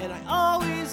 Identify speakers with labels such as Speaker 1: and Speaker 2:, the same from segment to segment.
Speaker 1: And I always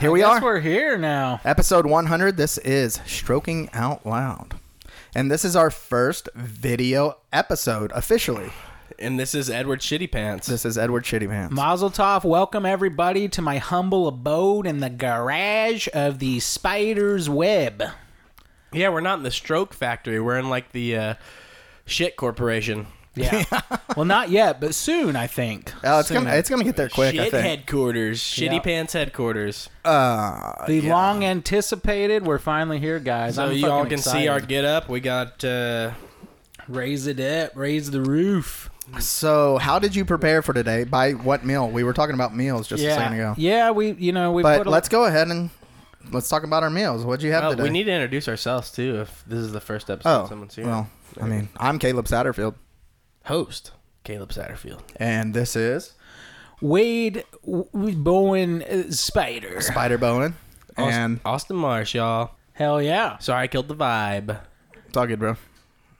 Speaker 2: Here
Speaker 3: I
Speaker 2: we
Speaker 3: guess
Speaker 2: are.
Speaker 3: We're here now.
Speaker 2: Episode 100. This is Stroking Out Loud. And this is our first video episode officially.
Speaker 4: And this is Edward Shitty Pants.
Speaker 2: This is Edward Shitty Pants.
Speaker 3: Mazel tov. Welcome everybody to my humble abode in the garage of the spider's web.
Speaker 4: yeah, we're not in the Stroke Factory. We're in like the uh, Shit Corporation.
Speaker 3: Yeah. well, not yet, but soon, I think.
Speaker 2: oh, it's
Speaker 3: Soon.
Speaker 2: gonna it's gonna get there quick. I
Speaker 4: Shit
Speaker 2: think.
Speaker 4: headquarters. Shitty
Speaker 3: Yeah.
Speaker 4: Pants headquarters.
Speaker 2: Uh,
Speaker 3: the long anticipated. We're finally here, guys.
Speaker 4: So
Speaker 3: I'm
Speaker 4: you all
Speaker 3: fucking
Speaker 4: can see our
Speaker 3: excited.
Speaker 4: get up. We got uh,
Speaker 3: raise it up, raise the roof.
Speaker 2: so, how did you prepare for today? By what meal? We were talking about meals just a second ago.
Speaker 3: yeah. We, you know, we.
Speaker 2: But
Speaker 3: put a-
Speaker 2: let's go ahead and let's talk about our meals. What'd you have
Speaker 4: well,
Speaker 2: today?
Speaker 4: we need to introduce ourselves too if this is the first episode
Speaker 2: oh,
Speaker 4: someone's here.
Speaker 2: well, I mean, I'm Caleb Satterfield,
Speaker 4: Host Caleb Satterfield.
Speaker 2: and this is
Speaker 3: Wade w- Bowen uh, Spider.
Speaker 2: Spider Bowen.
Speaker 4: Aust-
Speaker 2: And
Speaker 4: Austin Marsh, y'all.
Speaker 3: Hell yeah!
Speaker 4: Sorry I killed the vibe.
Speaker 2: it's all good, bro.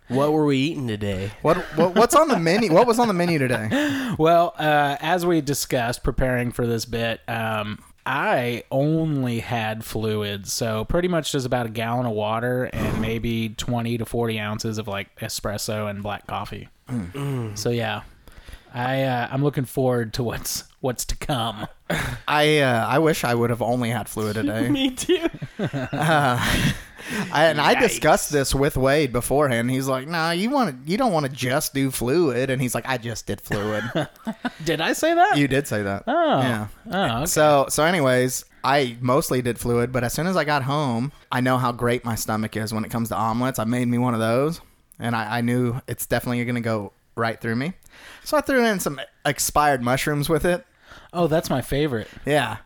Speaker 4: What were we eating today?
Speaker 2: What, what what's on the menu? What was on the menu today?
Speaker 3: Well, uh, as we discussed preparing for this bit, um, I only had fluids, so pretty much just about a gallon of water and maybe twenty to forty ounces of like espresso and black coffee. So yeah, I uh, I'm looking forward to what's what's to come.
Speaker 2: I uh, I wish I would have only had fluid today.
Speaker 4: Me too.
Speaker 2: I, and I discussed this with Wade beforehand. He's like, "Nah, you want to, you don't want to just do fluid." And he's like, "I just did fluid."
Speaker 3: Did I say that?
Speaker 2: you did say that.
Speaker 3: oh,
Speaker 2: yeah.
Speaker 3: oh, okay.
Speaker 2: So so anyways, I mostly did fluid, but as soon as I got home, I know how great my stomach is when it comes to omelets. I made me one of those, and I, I knew it's definitely going to go right through me. So I threw in some expired mushrooms with it.
Speaker 3: oh, that's my favorite.
Speaker 2: Yeah.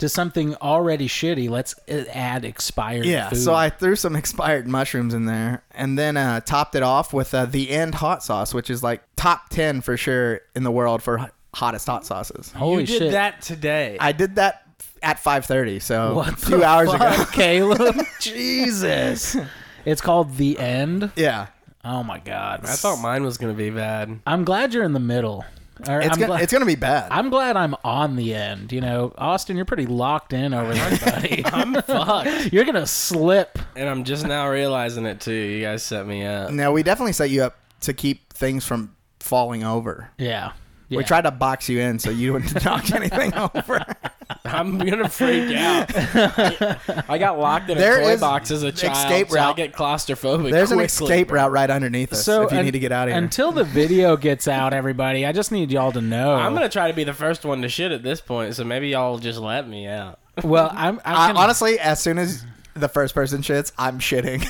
Speaker 3: To something already shitty, let's uh, add expired.
Speaker 2: Yeah,
Speaker 3: food.
Speaker 2: so I threw some expired mushrooms in there and then uh, topped it off with uh, the end hot sauce, which is like top 10 for sure in the world for ho- hottest hot sauces.
Speaker 3: holy
Speaker 4: you did
Speaker 3: shit.
Speaker 4: that today.
Speaker 2: I did that at 5:30, so
Speaker 3: What
Speaker 2: a few
Speaker 3: the
Speaker 2: hours
Speaker 3: fuck,
Speaker 2: ago.
Speaker 3: Caleb.
Speaker 2: Jesus.
Speaker 3: It's called The End.
Speaker 2: Yeah.
Speaker 3: Oh my god.
Speaker 4: I thought mine was gonna be bad.
Speaker 3: I'm glad you're in the middle. Or
Speaker 2: It's
Speaker 3: I'm,
Speaker 2: gonna,
Speaker 3: glad,
Speaker 2: it's going to be bad.
Speaker 3: I'm glad I'm on the end. You know, Austin, you're pretty locked in over there, buddy. I'm fucked. You're gonna slip.
Speaker 4: And I'm just now realizing it too. You guys set me up.
Speaker 2: now, we definitely set you up to keep things from falling over.
Speaker 3: Yeah. yeah.
Speaker 2: We tried to box you in so you wouldn't knock anything over.
Speaker 4: I'm gonna freak out. I got locked in
Speaker 2: There
Speaker 4: a toy
Speaker 2: is
Speaker 4: box as a child,
Speaker 2: escape
Speaker 4: so I
Speaker 2: route.
Speaker 4: get claustrophobic.
Speaker 2: There's an
Speaker 4: quickly.
Speaker 2: escape route right underneath us if you
Speaker 3: un-
Speaker 2: need to get out of here.
Speaker 3: Until the video gets out, everybody, I just need y'all to know.
Speaker 4: I'm gonna try to be the first one to shit at this point, so maybe y'all just let me out.
Speaker 3: Well, I'm. I
Speaker 2: I,
Speaker 3: can,
Speaker 2: honestly, as soon as the first person shits, I'm shitting.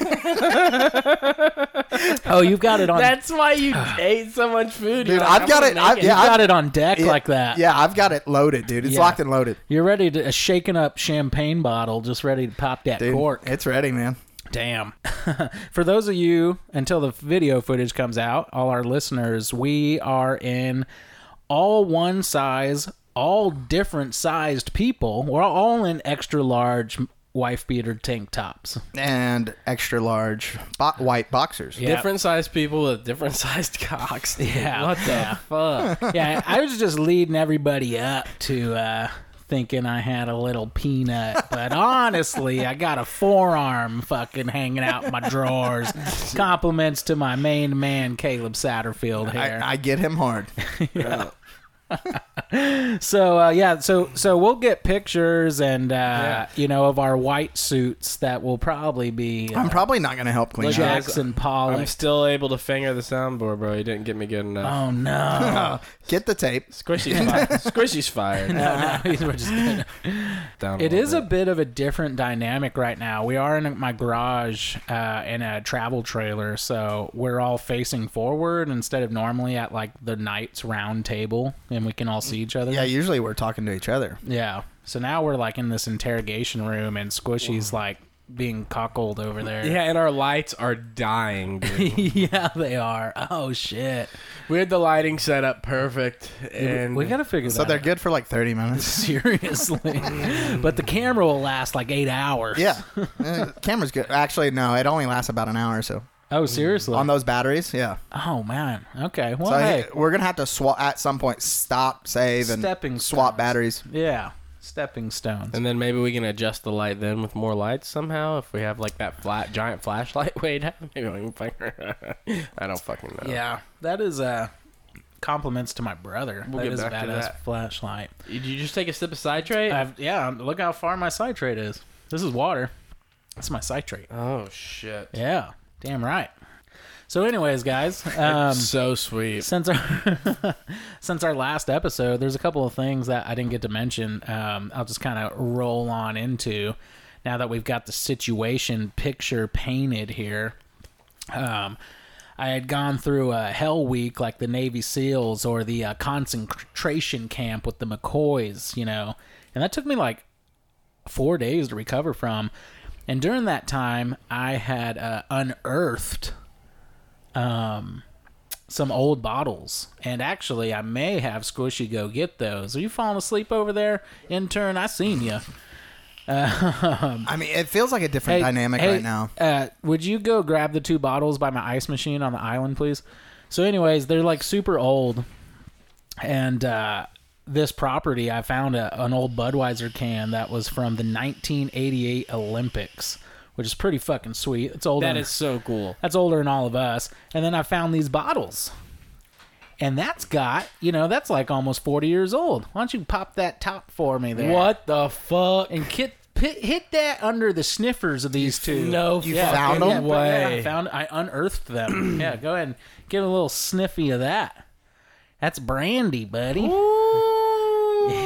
Speaker 3: oh, you've got it on.
Speaker 4: That's why you ate so much food,
Speaker 2: Dude, I've got it- I've-
Speaker 3: you've
Speaker 2: yeah,
Speaker 3: got it on deck like that.
Speaker 2: yeah, I've got it loaded, dude. It's
Speaker 3: Yeah.
Speaker 2: locked and loaded.
Speaker 3: You're ready to a shaken up champagne bottle, just ready to pop that
Speaker 2: Dude,
Speaker 3: cork.
Speaker 2: It's ready, man.
Speaker 3: Damn. For those of you, until the video footage comes out, all our listeners, we are in all one size, all different sized people. We're all in extra large wife beater tank tops.
Speaker 2: And extra large bo- white boxers.
Speaker 3: Yeah.
Speaker 4: different sized people with different sized cocks.
Speaker 3: Yeah.
Speaker 4: What the fuck?
Speaker 3: Yeah, I was just leading everybody up to uh, thinking I had a little peanut, but honestly, I got a forearm fucking hanging out my drawers. Compliments to my main man, Caleb Satterfield here.
Speaker 2: I, I get him hard.
Speaker 3: So uh, yeah, so so we'll get pictures and uh,
Speaker 4: Yeah.
Speaker 3: you know of our white suits that will probably be uh,
Speaker 2: I'm probably not going to help clean up.
Speaker 3: Jackson Pollock.
Speaker 4: I'm still able to finger the soundboard, bro. You didn't get me good enough.
Speaker 3: oh no.
Speaker 2: Uh, Get the tape.
Speaker 4: Squishy's fired. Squishy's fired.
Speaker 3: no, no, we're just gonna-
Speaker 4: Down
Speaker 3: It
Speaker 4: little
Speaker 3: is a bit of a different dynamic right now. We are in my garage uh, in a travel trailer, so we're all facing forward instead of normally at like the knight's round table. You and we can all see each other.
Speaker 2: Yeah, usually we're talking to each other.
Speaker 3: Yeah. So now we're like in this interrogation room, and Squishy's like being cockled over there.
Speaker 4: Yeah, and our lights are dying. Dude.
Speaker 3: yeah, they are. Oh shit.
Speaker 4: we had the lighting set up perfect, and
Speaker 3: we gotta figure
Speaker 2: So
Speaker 3: that.
Speaker 2: they're
Speaker 3: out.
Speaker 2: good for like 30 minutes.
Speaker 3: seriously, but the camera will last like eight hours.
Speaker 2: Yeah. Uh, camera's good. Actually, no, it only lasts about an hour or so.
Speaker 3: Oh seriously.
Speaker 2: On those batteries, yeah.
Speaker 3: oh man. Okay. Well,
Speaker 2: So
Speaker 3: hey.
Speaker 2: he- we're going to have to swap at some point, stop, save, and
Speaker 3: Stepping
Speaker 2: swap
Speaker 3: stones.
Speaker 2: batteries.
Speaker 3: yeah. Stepping stones.
Speaker 4: and then maybe we can adjust the light then with more lights somehow if we have like that flat giant flashlight. Wait, maybe I can fucking- I don't fucking know.
Speaker 3: yeah. That is uh compliments to my brother.
Speaker 4: We'll
Speaker 3: That
Speaker 4: get
Speaker 3: is a
Speaker 4: back to
Speaker 3: badass
Speaker 4: that.
Speaker 3: flashlight.
Speaker 4: Did you just take a sip of citrate?
Speaker 3: I've, yeah. Look how far my citrate is. This is water. That's my citrate.
Speaker 4: oh shit!
Speaker 3: Yeah, damn right. So, anyways, guys, um,
Speaker 4: so sweet.
Speaker 3: since our since our last episode, there's a couple of things that I didn't get to mention. Um, I'll just kind of roll on into now that we've got the situation picture painted here. Um, I had gone through a Hell Week like the Navy SEALs or the uh, concentration camp with the McCoys, you know, and that took me like four days to recover from. And during that time, I had uh, unearthed some old bottles. And actually, I may have Squishy go get those. Are you falling asleep over there, intern? I seen you.
Speaker 2: I mean, it feels like a different dynamic right now.
Speaker 3: Uh, would you go grab the two bottles by my ice machine on the island, please? So, anyways, they're like super old, and uh, this property, I found a, an old Budweiser can that was from the 1988 Olympics, which is pretty fucking sweet. It's old.
Speaker 4: That is so cool.
Speaker 3: That's older than all of us. And then I found these bottles. And that's got, you know, that's like almost 40 years old. Why don't you pop that top for me there?
Speaker 4: What the fuck?
Speaker 3: And kit, pit, hit that under the sniffers of these two.
Speaker 4: No
Speaker 2: You
Speaker 4: fucking
Speaker 2: found 'em?
Speaker 3: Yeah, but yeah,
Speaker 4: way.
Speaker 3: I found, I unearthed them. yeah, go ahead and get a little sniffy of that. That's brandy, buddy.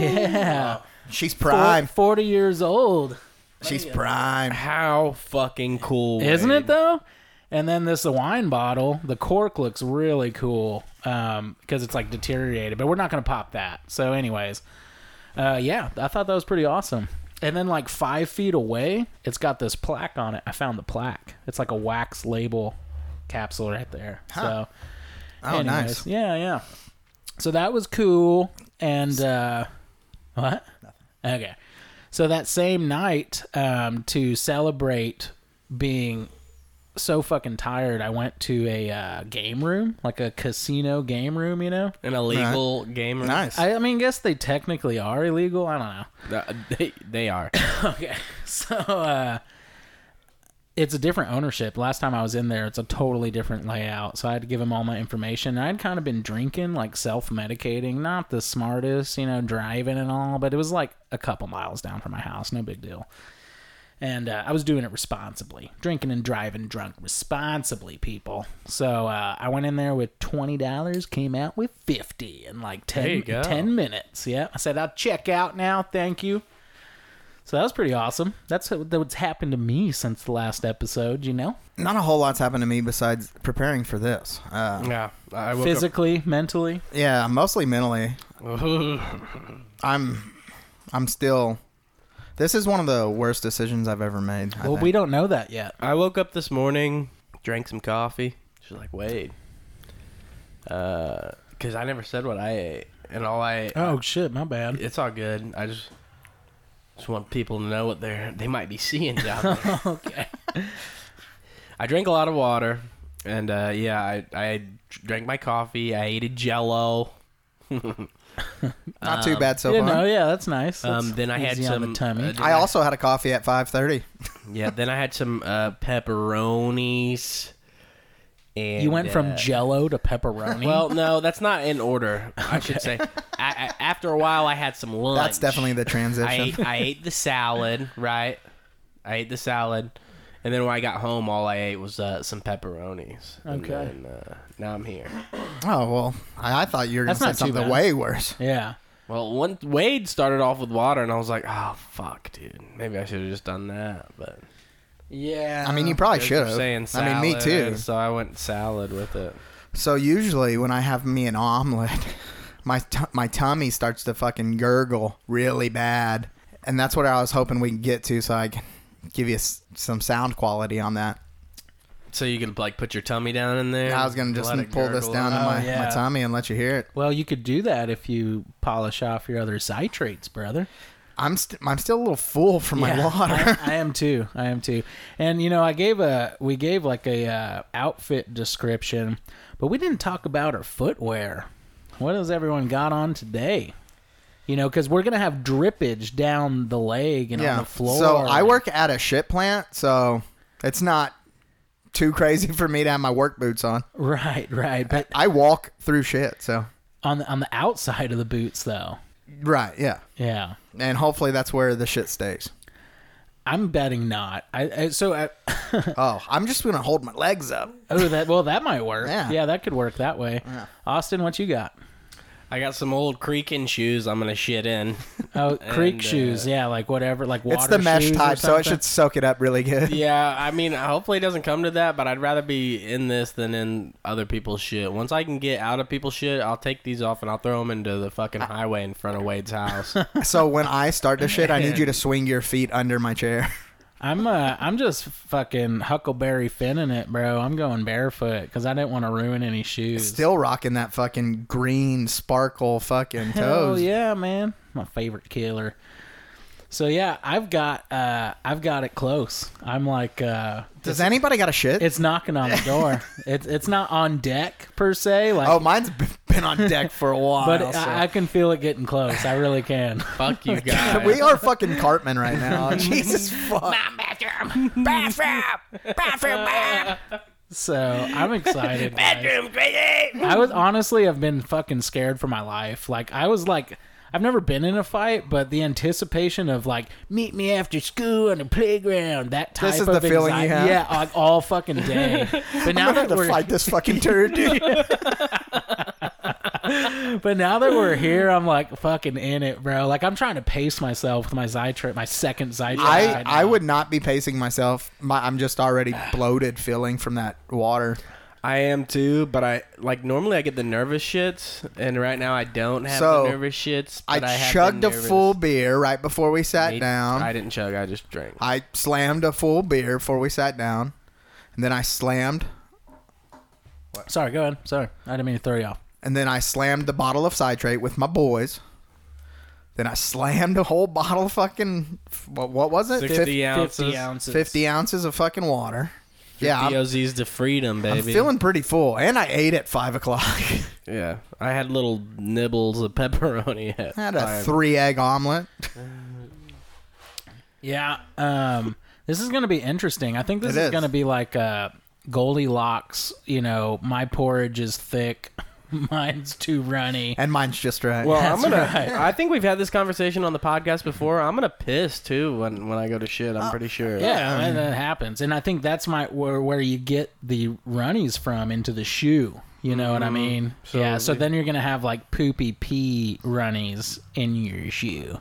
Speaker 3: Yeah.
Speaker 2: She's prime.
Speaker 3: 40 years old.
Speaker 2: She's prime.
Speaker 4: How fucking cool,
Speaker 3: Isn't
Speaker 4: Wade.
Speaker 3: it though? And then this wine bottle, the cork looks really cool um, because it's like deteriorated, but we're not going to pop that. So, anyways, uh, yeah, I thought that was pretty awesome. And then, like five feet away, it's got this plaque on it. I found the plaque. It's like a wax label capsule right there. So,
Speaker 2: Oh, nice.
Speaker 3: Yeah, yeah. So that was cool. And uh, what? Nothing. Okay. So that same night, um, to celebrate being so fucking tired, I went to a uh, game room, like a casino game room. You know,
Speaker 4: An illegal gamer.
Speaker 2: Nice.
Speaker 3: I, I mean, guess they technically are illegal. I don't know.
Speaker 4: Uh, they, they are.
Speaker 3: Okay. So uh it's a different ownership. Last time I was in there, it's a totally different layout. So I had to give him all my information. I'd kind of been drinking, like self medicating, not the smartest, you know, driving and all, but it was like a couple miles down from my house. No big deal. And uh, I was doing it responsibly, drinking and driving drunk responsibly, people. So uh, I went in there with $20, came out with 50 in like 10,
Speaker 4: you go.
Speaker 3: 10 minutes. Yeah. I said, I'll check out now. Thank you. So that was pretty awesome. That's what- what's happened to me since the last episode, you know?
Speaker 2: Not a whole lot's happened to me besides preparing for this. Uh,
Speaker 4: Yeah, I woke
Speaker 3: Physically, mentally.
Speaker 2: yeah, mostly mentally.
Speaker 4: up.
Speaker 2: I'm I'm still this is one of the worst decisions I've ever made. I
Speaker 3: Well,
Speaker 2: think.
Speaker 3: we don't know that yet.
Speaker 4: I woke up this morning, drank some coffee. She's like, "Wade," because I never said what I ate, and all I ate,
Speaker 3: Oh, shit, my bad.
Speaker 4: it's all good. I just just want people to know what they're they might be seeing down there.
Speaker 3: Okay.
Speaker 4: I drank a lot of water, and uh, yeah, I I drank my coffee. I ate a Jello.
Speaker 2: not too bad so
Speaker 3: you
Speaker 2: far.
Speaker 3: know, yeah, that's nice. That's
Speaker 4: Um, then I had
Speaker 3: easy on
Speaker 4: some.
Speaker 3: the tummy.
Speaker 4: uh,
Speaker 2: I also had a coffee at 5:30.
Speaker 4: yeah. Then I had some uh, pepperonis. And
Speaker 3: you went from
Speaker 4: uh,
Speaker 3: jello to pepperoni.
Speaker 4: Well, no, that's not in order. I should say. I, I, after a while, I had some lunch.
Speaker 2: That's definitely the
Speaker 4: I ate,
Speaker 2: transition.
Speaker 4: I ate the salad, right? I ate the salad, and then when I got home, all I ate was uh, some pepperonis. And
Speaker 3: Okay.
Speaker 4: then, uh, now I'm here.
Speaker 2: oh well, I, I thought you were going
Speaker 3: That's
Speaker 2: to say
Speaker 3: not too
Speaker 2: something
Speaker 3: bad.
Speaker 2: way worse.
Speaker 3: yeah.
Speaker 4: Well, one Wade started off with water, and I was like, "Oh fuck, dude, maybe I should have just done that." But
Speaker 3: Yeah.
Speaker 2: I mean, you probably
Speaker 4: Guys
Speaker 2: should
Speaker 4: were Saying
Speaker 2: have.
Speaker 4: salad,
Speaker 2: I mean, me too.
Speaker 4: So I went salad with it.
Speaker 2: So usually when I have me an omelet, my t- my tummy starts to fucking gurgle really bad, and that's what I was hoping we can get to, so I can give you s- some sound quality on that.
Speaker 4: So you could like put your tummy down in there.
Speaker 2: I was gonna just
Speaker 4: let it
Speaker 2: pull this
Speaker 4: gurgle
Speaker 2: down in
Speaker 4: up.
Speaker 2: my,
Speaker 3: Oh, yeah.
Speaker 2: my tummy and let you hear it.
Speaker 3: Well, you could do that if you polish off your other citrates, brother.
Speaker 2: I'm st- I'm still a little full from my
Speaker 3: Yeah,
Speaker 2: water.
Speaker 3: I, I am too. I am too. And you know, I gave a we gave like a uh, outfit description, but we didn't talk about our footwear. What has everyone got on today? You know, because we're gonna have drippage down the leg and on
Speaker 2: yeah.
Speaker 3: the floor.
Speaker 2: So I work at a shit plant, so it's not too crazy for me to have my work boots on.
Speaker 3: right, right. But
Speaker 2: I walk through shit, so
Speaker 3: on the, on the outside of the boots, though,
Speaker 2: right, yeah.
Speaker 3: yeah.
Speaker 2: And hopefully that's where the shit stays.
Speaker 3: I'm betting not. I, I so I,
Speaker 2: Oh, I'm just gonna hold my legs up.
Speaker 3: oh that well that might work.
Speaker 2: Yeah.
Speaker 3: that could work that way. Austin, what you got?
Speaker 4: I got some old creaking shoes. I'm gonna shit in.
Speaker 3: Oh, creek
Speaker 4: And, uh,
Speaker 3: shoes. Yeah, like whatever, like water.
Speaker 2: it's the mesh
Speaker 3: shoes or
Speaker 2: type, so it
Speaker 3: something.
Speaker 2: should soak it up really good.
Speaker 4: yeah, I mean, hopefully it doesn't come to that, but I'd rather be in this than in other people's shit. Once I can get out of people's shit, I'll take these off and I'll throw them into the fucking highway in front of Wade's house.
Speaker 2: so when I start to shit, I need you to swing your feet under my chair.
Speaker 3: I'm uh, I'm just fucking Huckleberry Finning it, bro. I'm going barefoot because I didn't want to ruin any shoes.
Speaker 2: Still rocking that fucking green sparkle fucking
Speaker 3: Hell
Speaker 2: toes.
Speaker 3: yeah, man. My favorite killer. So yeah, I've got uh, I've got it close. I'm like uh,
Speaker 2: Does anybody got a shit?
Speaker 3: it's knocking on the door. it's it's not on deck per se, like,
Speaker 2: oh, mine's b- been on deck for a while.
Speaker 3: but uh,
Speaker 2: so-
Speaker 3: I, I can feel it getting close. I really can.
Speaker 4: Fuck you guys.
Speaker 2: we are fucking Cartman right now. Jesus fuck.
Speaker 3: So I'm excited. Bedroom I was honestly, I've been fucking scared for my life. Like I was like, I've never been in a fight, but the anticipation of like, meet me after school on the playground. That type
Speaker 2: is
Speaker 3: of
Speaker 2: the feeling you
Speaker 3: anxiety-
Speaker 2: have?
Speaker 3: Yeah, like all fucking day. But now
Speaker 2: I'm
Speaker 3: that
Speaker 2: gonna
Speaker 3: we're
Speaker 2: fight this fucking turd, dude.
Speaker 3: but now that we're here, I'm like fucking in it, bro. Like I'm trying to pace myself with my Zytrate, my second Zytrate.
Speaker 2: I,
Speaker 3: right now.
Speaker 2: I would not be pacing myself. My, I'm just already bloated feeling from that water.
Speaker 4: I am too, but I like normally I get the nervous shits, and right now I don't have
Speaker 2: So,
Speaker 4: the nervous shits.
Speaker 2: I,
Speaker 4: But I, have
Speaker 2: chugged
Speaker 4: the
Speaker 2: a
Speaker 4: nervous-
Speaker 2: full beer right before we sat
Speaker 4: Me-
Speaker 2: down.
Speaker 4: I didn't chug. I just drank.
Speaker 2: I slammed a full beer before we sat down, and then I slammed,
Speaker 3: Sorry, go ahead. Sorry, I didn't mean to throw you off.
Speaker 2: and then I slammed the bottle of citrate with my boys. Then I slammed a whole bottle of fucking what, what was it?
Speaker 4: 60 ounces.
Speaker 3: Fifty ounces.
Speaker 2: Fifty ounces of fucking water. Yeah, I'm,
Speaker 4: DOZ's to freedom,
Speaker 2: I'm
Speaker 4: baby.
Speaker 2: feeling pretty full, and I ate at five o'clock.
Speaker 4: yeah, I had little nibbles of pepperoni. At
Speaker 2: I had a
Speaker 4: five.
Speaker 2: three egg omelet.
Speaker 3: Yeah. Um, this is going to be interesting. I think this
Speaker 2: It
Speaker 3: is
Speaker 2: is.
Speaker 3: going to be like uh, Goldilocks. You know, my porridge is thick, mine's too runny.
Speaker 2: And mine's just right.
Speaker 4: Well,
Speaker 3: That's
Speaker 4: I'm gonna.
Speaker 3: right.
Speaker 4: I think we've had this conversation on the podcast before. I'm gonna piss too when when I go to shit. I'm pretty sure.
Speaker 3: Yeah, and that happens. And I think that's my where, where you get the runnies from into the shoe. You know
Speaker 2: Mm-hmm.
Speaker 3: what I mean? yeah. So then you're gonna have like poopy pee runnies in your shoe.
Speaker 2: I,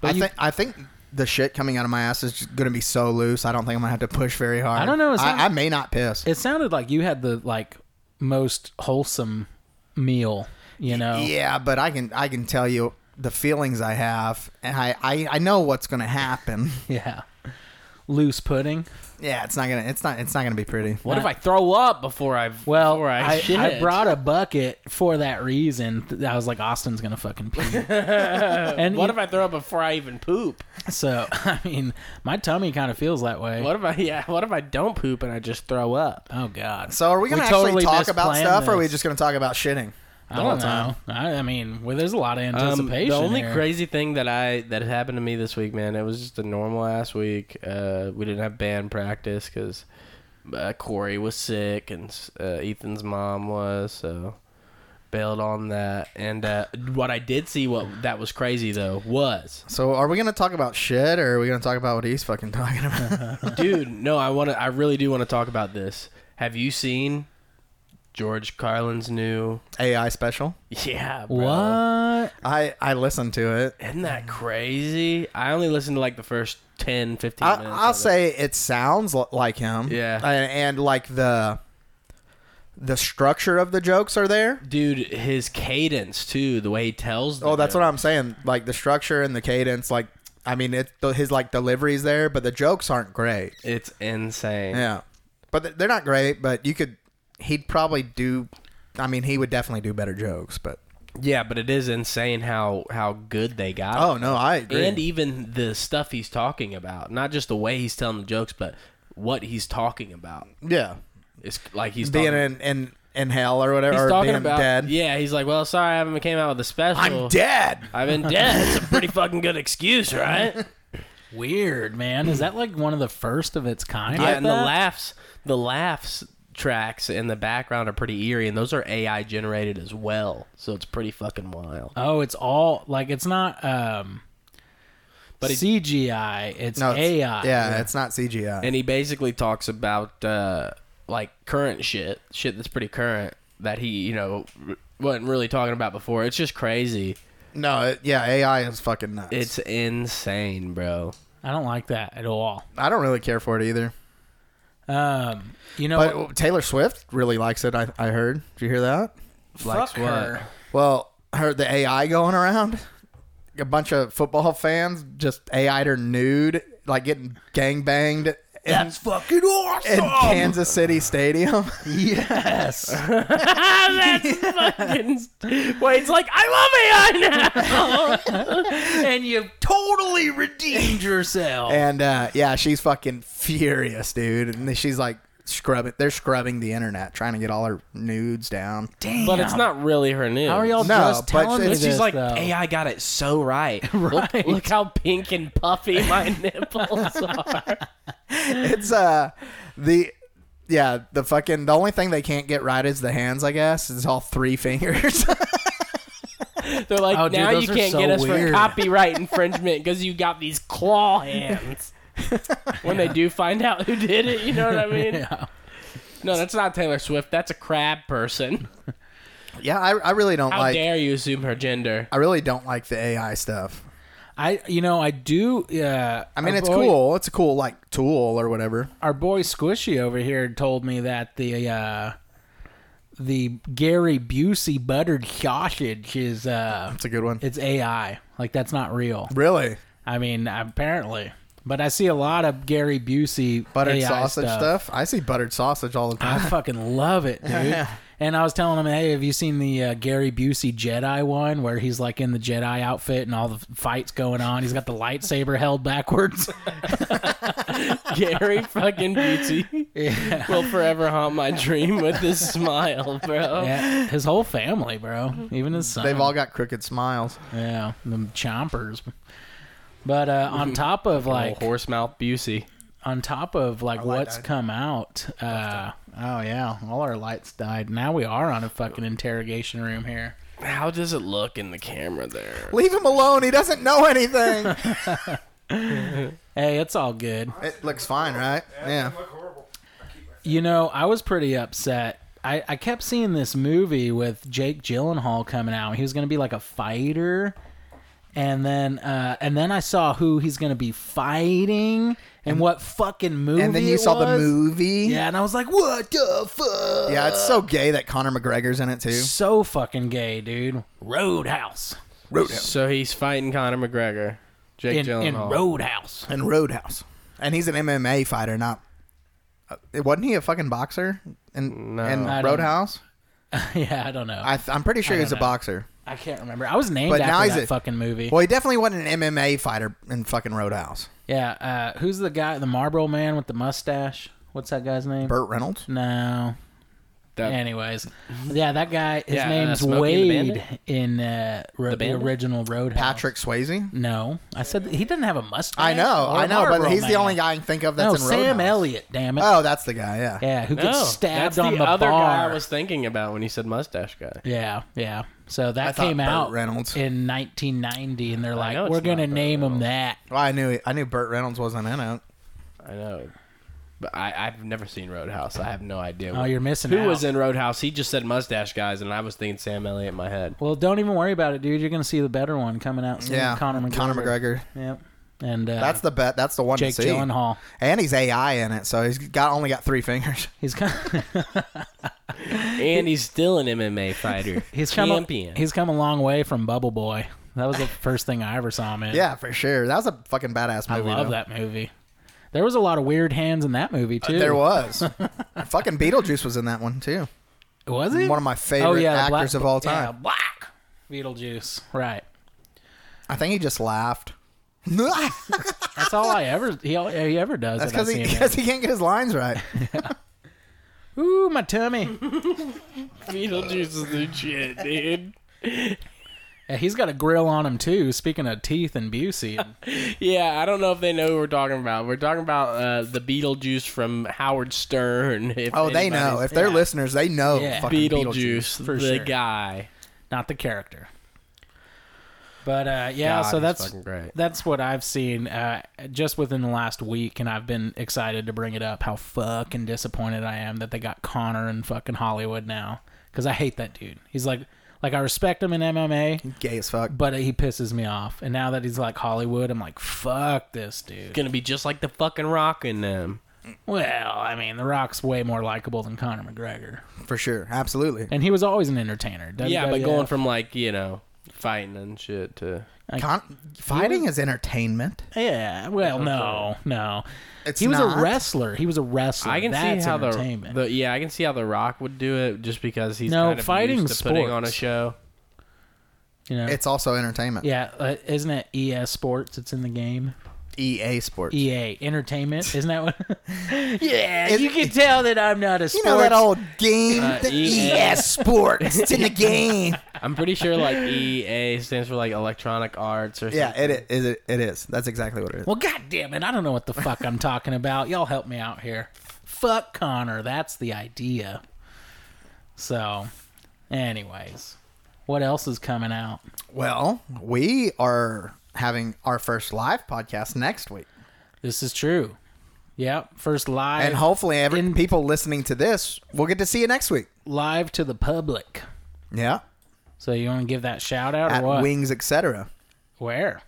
Speaker 3: But you,
Speaker 2: think, I think the shit coming out of my ass is just going to be so loose. I don't think I'm going to have to push very hard.
Speaker 3: I don't know, it sounds-
Speaker 2: I, I may not piss.
Speaker 3: it sounded like you had the like most wholesome meal. You know?
Speaker 2: Yeah, but I can I can tell you the feelings I have, and I I, I know what's going to happen.
Speaker 3: yeah. Loose pudding.
Speaker 2: yeah, it's not gonna it's not it's not gonna be pretty.
Speaker 4: What if I throw up before I
Speaker 3: Well,
Speaker 4: before
Speaker 3: I,
Speaker 4: shit?
Speaker 3: I brought a bucket for that reason. Th- I was like, Austin's gonna fucking pee. and
Speaker 4: What if I throw up before I even poop?
Speaker 3: so I mean, my tummy kind of feels that way.
Speaker 4: What if I yeah? What if I don't poop and I just throw up?
Speaker 3: Oh God.
Speaker 2: So are we gonna actually
Speaker 3: totally
Speaker 2: talk about
Speaker 3: misplanned
Speaker 2: stuff, or are we
Speaker 3: this.
Speaker 2: just gonna talk about shitting?
Speaker 3: I don't know. I, I mean, well, there's a lot of
Speaker 4: Um,
Speaker 3: anticipation.
Speaker 4: the only
Speaker 3: here.
Speaker 4: crazy thing that I that happened to me this week, man, it was just a normal ass week. Uh, we didn't have band practice because uh, Corey was sick and uh, Ethan's mom was so bailed on that. And uh, what I did see, what that was crazy though, was
Speaker 2: So are we gonna talk about shit, or are we gonna talk about what he's fucking talking about?
Speaker 4: dude. No, I want to. I really do want to talk about this. Have you seen George Carlin's new?
Speaker 2: AI special.
Speaker 4: Yeah, bro.
Speaker 3: What?
Speaker 2: I I listened to it.
Speaker 4: Isn't that crazy? I only listened to like the first 10, 15
Speaker 2: I,
Speaker 4: minutes.
Speaker 2: I'll
Speaker 4: of it.
Speaker 2: say it sounds l- like him.
Speaker 4: Yeah.
Speaker 2: and, and like the the structure of the jokes are there.
Speaker 4: Dude, his cadence too, the way he tells.
Speaker 2: Oh, that's what I'm saying. Like the structure and the cadence. Like I mean, it the, his like delivery's there, but the jokes aren't great.
Speaker 4: It's insane.
Speaker 2: Yeah, but th- they're not great. But you could, he'd probably do. I mean, he would definitely do better jokes. But
Speaker 4: Yeah, but it is insane how how good they got.
Speaker 2: oh
Speaker 4: it.
Speaker 2: no, I agree.
Speaker 4: and even the stuff he's talking about, not just the way he's telling the jokes, but what he's talking about.
Speaker 2: yeah,
Speaker 4: It's like he's
Speaker 2: being
Speaker 4: talking,
Speaker 2: in in in hell or whatever,
Speaker 4: he's
Speaker 2: or
Speaker 4: talking
Speaker 2: being
Speaker 4: about
Speaker 2: dead.
Speaker 4: Yeah, he's like, well, sorry, I haven't came out with a special.
Speaker 2: I'm dead.
Speaker 4: I've been dead. It's a pretty fucking good excuse, right?
Speaker 3: Weird, man. Is that like one of the first of its kind?
Speaker 4: Yeah,
Speaker 3: like
Speaker 4: and the
Speaker 3: that?
Speaker 4: laughs, the laughs tracks in the background are pretty eerie, and those are AI generated as well. So it's pretty fucking wild.
Speaker 3: Oh, it's all like it's not um
Speaker 4: But
Speaker 3: but
Speaker 4: it-
Speaker 3: CGI, it's
Speaker 2: No, it's-
Speaker 3: AI.
Speaker 2: Yeah, it's not CGI.
Speaker 4: And he basically talks about uh, like current shit, shit that's pretty current that he you know r- wasn't really talking about before. It's just crazy.
Speaker 2: no, it, yeah, AI is fucking nuts.
Speaker 4: It's insane, bro.
Speaker 3: I don't like that at all.
Speaker 2: I don't really care for it either.
Speaker 3: Um, you know,
Speaker 2: But Taylor Swift really likes it. I, I heard. Did you hear that?
Speaker 4: Likes
Speaker 3: fuck
Speaker 4: what?
Speaker 3: her.
Speaker 2: Well, heard the AI going around. A bunch of football fans just AI'd her nude, like getting gang banged in,
Speaker 1: fucking awesome.
Speaker 2: in Kansas City Stadium.
Speaker 3: Yes.
Speaker 4: that's fucking. Wade's like, I love AI now.
Speaker 3: and you totally redeemed yourself.
Speaker 2: and uh, yeah, she's fucking furious, dude. And she's like scrubbing. They're scrubbing the internet, trying to get all her nudes down.
Speaker 3: Damn.
Speaker 4: but it's not really her news.
Speaker 3: How are y'all
Speaker 2: No,
Speaker 3: just
Speaker 2: but
Speaker 3: telling me
Speaker 2: it's
Speaker 3: this?
Speaker 2: just
Speaker 4: She's like,
Speaker 3: though?
Speaker 4: AI got it so right. Look,
Speaker 3: Right.
Speaker 4: look how pink and puffy my nipples are.
Speaker 2: It's uh the. Yeah, the fucking the only thing they can't get right is the hands, I guess. It's all three fingers.
Speaker 4: They're like,
Speaker 3: Oh, dude,
Speaker 4: now
Speaker 3: those
Speaker 4: you
Speaker 3: are
Speaker 4: can't
Speaker 3: so
Speaker 4: get us for
Speaker 3: weird."
Speaker 4: copyright infringement because you got these claw hands. when they do find out who did it, you know what I mean?
Speaker 3: Yeah.
Speaker 4: No, that's not Taylor Swift. That's a crab person.
Speaker 2: yeah, I, I really don't
Speaker 4: How
Speaker 2: like
Speaker 4: dare you assume her gender?
Speaker 2: I really don't like the AI stuff.
Speaker 3: I you know, I do uh
Speaker 2: I mean,
Speaker 3: our
Speaker 2: it's
Speaker 3: boy-
Speaker 2: cool. It's a cool like tool or whatever.
Speaker 3: Our boy Squishy over here told me that the uh the Gary Busey buttered sausage is uh
Speaker 2: It's a good one.
Speaker 3: it's AI. Like that's not real.
Speaker 2: really
Speaker 3: I mean, apparently. But I see a lot of Gary Busey
Speaker 2: buttered
Speaker 3: AI
Speaker 2: sausage stuff. I see buttered sausage all the
Speaker 3: I
Speaker 2: time.
Speaker 3: fucking love it, dude. and I was telling him, hey, have you seen the uh, Gary Busey Jedi one where he's like in the Jedi outfit and all the fights going on? He's got the lightsaber held backwards.
Speaker 4: Gary fucking Beauty
Speaker 3: yeah.
Speaker 4: will forever haunt my dream with this smile, bro.
Speaker 3: yeah. His whole family, bro. Even his son.
Speaker 2: Mm-hmm. They've all got crooked smiles.
Speaker 3: Yeah, them chompers. But uh, on top of like,
Speaker 4: Little horse mouth Busey.
Speaker 3: on top of like what's
Speaker 2: died.
Speaker 3: come out, uh, oh yeah, all our lights died. Now we are on a fucking interrogation room here.
Speaker 4: How does it look in the camera there?
Speaker 2: Leave him alone. He doesn't know anything.
Speaker 3: Hey, it's all good.
Speaker 2: it looks fine, right? Yeah.
Speaker 3: You know, I was pretty upset. I, I kept seeing this movie with Jake Gyllenhaal coming out. He was going to be like a fighter, and then uh, and then I saw who he's going to be fighting and, what fucking movie.
Speaker 2: And then you
Speaker 3: it
Speaker 2: saw the
Speaker 3: was.
Speaker 2: movie.
Speaker 3: yeah, and I was like, what the fuck?
Speaker 2: Yeah, it's so gay that Conor McGregor's in it too.
Speaker 3: so fucking gay, dude. Roadhouse
Speaker 2: Roadhouse
Speaker 4: So he's fighting Conor McGregor,
Speaker 3: in,
Speaker 4: Jake
Speaker 3: in
Speaker 4: Gyllenhaal.
Speaker 3: Roadhouse.
Speaker 2: and Roadhouse, and he's an MMA fighter, not. Uh, wasn't he a fucking boxer in,
Speaker 4: No. I
Speaker 2: in
Speaker 3: don't-
Speaker 2: Roadhouse?
Speaker 3: yeah, I don't know. I,
Speaker 2: I th- I'm pretty sure he was a
Speaker 3: know.
Speaker 2: boxer.
Speaker 3: can't remember. I was named
Speaker 2: But
Speaker 3: after
Speaker 2: now he's
Speaker 3: that
Speaker 2: a-
Speaker 3: fucking movie.
Speaker 2: Well, he definitely wasn't an MMA fighter in fucking Roadhouse.
Speaker 3: Yeah, uh, who's the guy, the Marlboro man with the mustache? What's that guy's name?
Speaker 2: Burt Reynolds.
Speaker 3: no.
Speaker 4: That-
Speaker 3: Anyways, yeah, that guy. His
Speaker 4: Yeah, uh,
Speaker 3: name's
Speaker 4: Smokey and the
Speaker 3: Wade in uh, ro- the,
Speaker 4: Bandit?
Speaker 3: original Roadhouse.
Speaker 2: Patrick Swayze.
Speaker 3: No, I said he doesn't have a mustache.
Speaker 2: I know,
Speaker 3: or a
Speaker 2: I know, but
Speaker 3: Marlboro
Speaker 2: he's the
Speaker 3: man.
Speaker 2: only guy I can think of that's
Speaker 3: No,
Speaker 2: in Roadhouse.
Speaker 3: Sam Elliott. Damn it.
Speaker 2: Oh, that's the guy. Yeah.
Speaker 3: Yeah, who
Speaker 4: No,
Speaker 3: gets stabbed
Speaker 4: Oh, that's
Speaker 3: on
Speaker 4: the,
Speaker 3: the,
Speaker 4: other
Speaker 3: bar.
Speaker 4: guy I was thinking about when you said mustache guy.
Speaker 3: Yeah, yeah. So
Speaker 2: I
Speaker 3: that
Speaker 2: thought
Speaker 3: came
Speaker 2: Burt
Speaker 3: out
Speaker 2: Reynolds.
Speaker 3: in 1990, and they're like,
Speaker 4: know it's
Speaker 3: "We're gonna
Speaker 4: not Burt
Speaker 3: name him
Speaker 4: Reynolds."
Speaker 3: that."
Speaker 2: Well, I knew I knew Burt Reynolds wasn't in it.
Speaker 4: I know, but I, I've never seen Roadhouse. I have no idea.
Speaker 3: Oh, you're missing
Speaker 4: Who
Speaker 3: out.
Speaker 4: was in Roadhouse? He just said mustache guys, and I was thinking Sam Elliott in my head.
Speaker 3: Well, don't even worry about it, dude. You're gonna see the better one coming out soon.
Speaker 2: Yeah,
Speaker 3: Conor McGregor.
Speaker 2: Conor McGregor.
Speaker 3: Yep. and uh,
Speaker 2: That's the bet. That's the one
Speaker 3: Jake
Speaker 2: to see.
Speaker 3: Gyllenhaal.
Speaker 2: And he's AI in it, so he's got only got three fingers.
Speaker 3: He's come,
Speaker 4: and he's still an MMA fighter.
Speaker 3: he's come a,
Speaker 4: champion.
Speaker 3: he's come a long way from Bubble Boy. That was the first thing I ever saw him in.
Speaker 2: Yeah, for sure. That was a fucking badass
Speaker 3: I
Speaker 2: movie.
Speaker 3: love
Speaker 2: though.
Speaker 3: that movie. There was a lot of weird hands in that movie too.
Speaker 2: There was. fucking Beetlejuice was in that one too.
Speaker 3: was it Oh,
Speaker 2: One of my favorite
Speaker 3: the
Speaker 2: actors of all time.
Speaker 3: Yeah, Black Beetlejuice. Right.
Speaker 2: I think he just laughed. That's
Speaker 3: That's all I ever he, all- he ever does. that I
Speaker 2: because he,
Speaker 3: see him in.
Speaker 2: 'cause he can't get his lines right.
Speaker 3: Ooh, my tummy.
Speaker 4: Beetlejuice is the shit, dude.
Speaker 3: Yeah, he's got a grill on him too. Speaking of teeth and Busey,
Speaker 4: Yeah, I don't know if they know who we're talking about. We're talking about uh, the Beetlejuice from Howard Stern. If
Speaker 2: Oh, they know.
Speaker 4: anybody's-
Speaker 2: If they're
Speaker 3: yeah.
Speaker 2: listeners, they know
Speaker 3: Yeah.
Speaker 2: fucking Beetlejuice.
Speaker 4: Beetlejuice,
Speaker 3: for
Speaker 4: the
Speaker 3: sure.
Speaker 4: guy.
Speaker 3: not the character. But uh, yeah,
Speaker 4: God,
Speaker 3: so
Speaker 4: he's
Speaker 3: that's
Speaker 4: fucking great.
Speaker 3: that's what I've seen uh, just within the last week, and I've been excited to bring it up. How fucking disappointed I am that they got Connor in fucking Hollywood now, because I hate that dude. He's like, like I respect him in MMA,
Speaker 2: Gay as fuck.
Speaker 3: but he pisses me off. And now that he's like Hollywood, I'm like, fuck this dude.
Speaker 4: Gonna be just like the fucking rock in them.
Speaker 3: Well, I mean, The Rock's way more likable than Conor McGregor,
Speaker 2: For sure. Absolutely.
Speaker 3: and he was always an entertainer.
Speaker 4: Yeah, but
Speaker 3: WWF.
Speaker 4: going from like, you know, fighting and shit to.
Speaker 2: Con- fighting is entertainment.
Speaker 3: yeah, well, no, no.
Speaker 2: It's
Speaker 3: he was
Speaker 2: not.
Speaker 3: a wrestler. He was a wrestler.
Speaker 4: I can
Speaker 3: That's
Speaker 4: see how the,
Speaker 3: entertainment.
Speaker 4: the yeah I can see how the Rock would do it just because he's
Speaker 3: No,
Speaker 4: kind of
Speaker 3: fighting
Speaker 4: used to putting on a
Speaker 3: sports.
Speaker 4: show.
Speaker 3: you know,
Speaker 2: It's also entertainment.
Speaker 3: yeah, uh, isn't it ES Sports? It's in the game.
Speaker 2: EA E Sports.
Speaker 3: EA Entertainment, isn't that what? yeah,
Speaker 2: It-
Speaker 3: you can tell that I'm not a
Speaker 2: You
Speaker 3: sports. E
Speaker 2: know that old game?
Speaker 4: Uh,
Speaker 2: the
Speaker 4: EA.
Speaker 2: EA Sports. It's in the game.
Speaker 4: I'm pretty sure like EA stands for like Electronic Arts or
Speaker 2: Yeah,
Speaker 4: something.
Speaker 2: it is. It, it is. That's exactly what it is.
Speaker 3: well, goddamn it, I don't know what the fuck I'm talking about. Y'all help me out here. Fuck Connor. That's the idea. So, anyways, what else is coming out?
Speaker 2: Well, we are having our first live podcast next week,
Speaker 3: This is true. Yep, first live
Speaker 2: and hopefully, every people listening to this will get to see you next week.
Speaker 3: live to the public.
Speaker 2: Yeah,
Speaker 3: So you want to give that shout out
Speaker 2: at
Speaker 3: or what?
Speaker 2: Wings Etc.
Speaker 3: Where?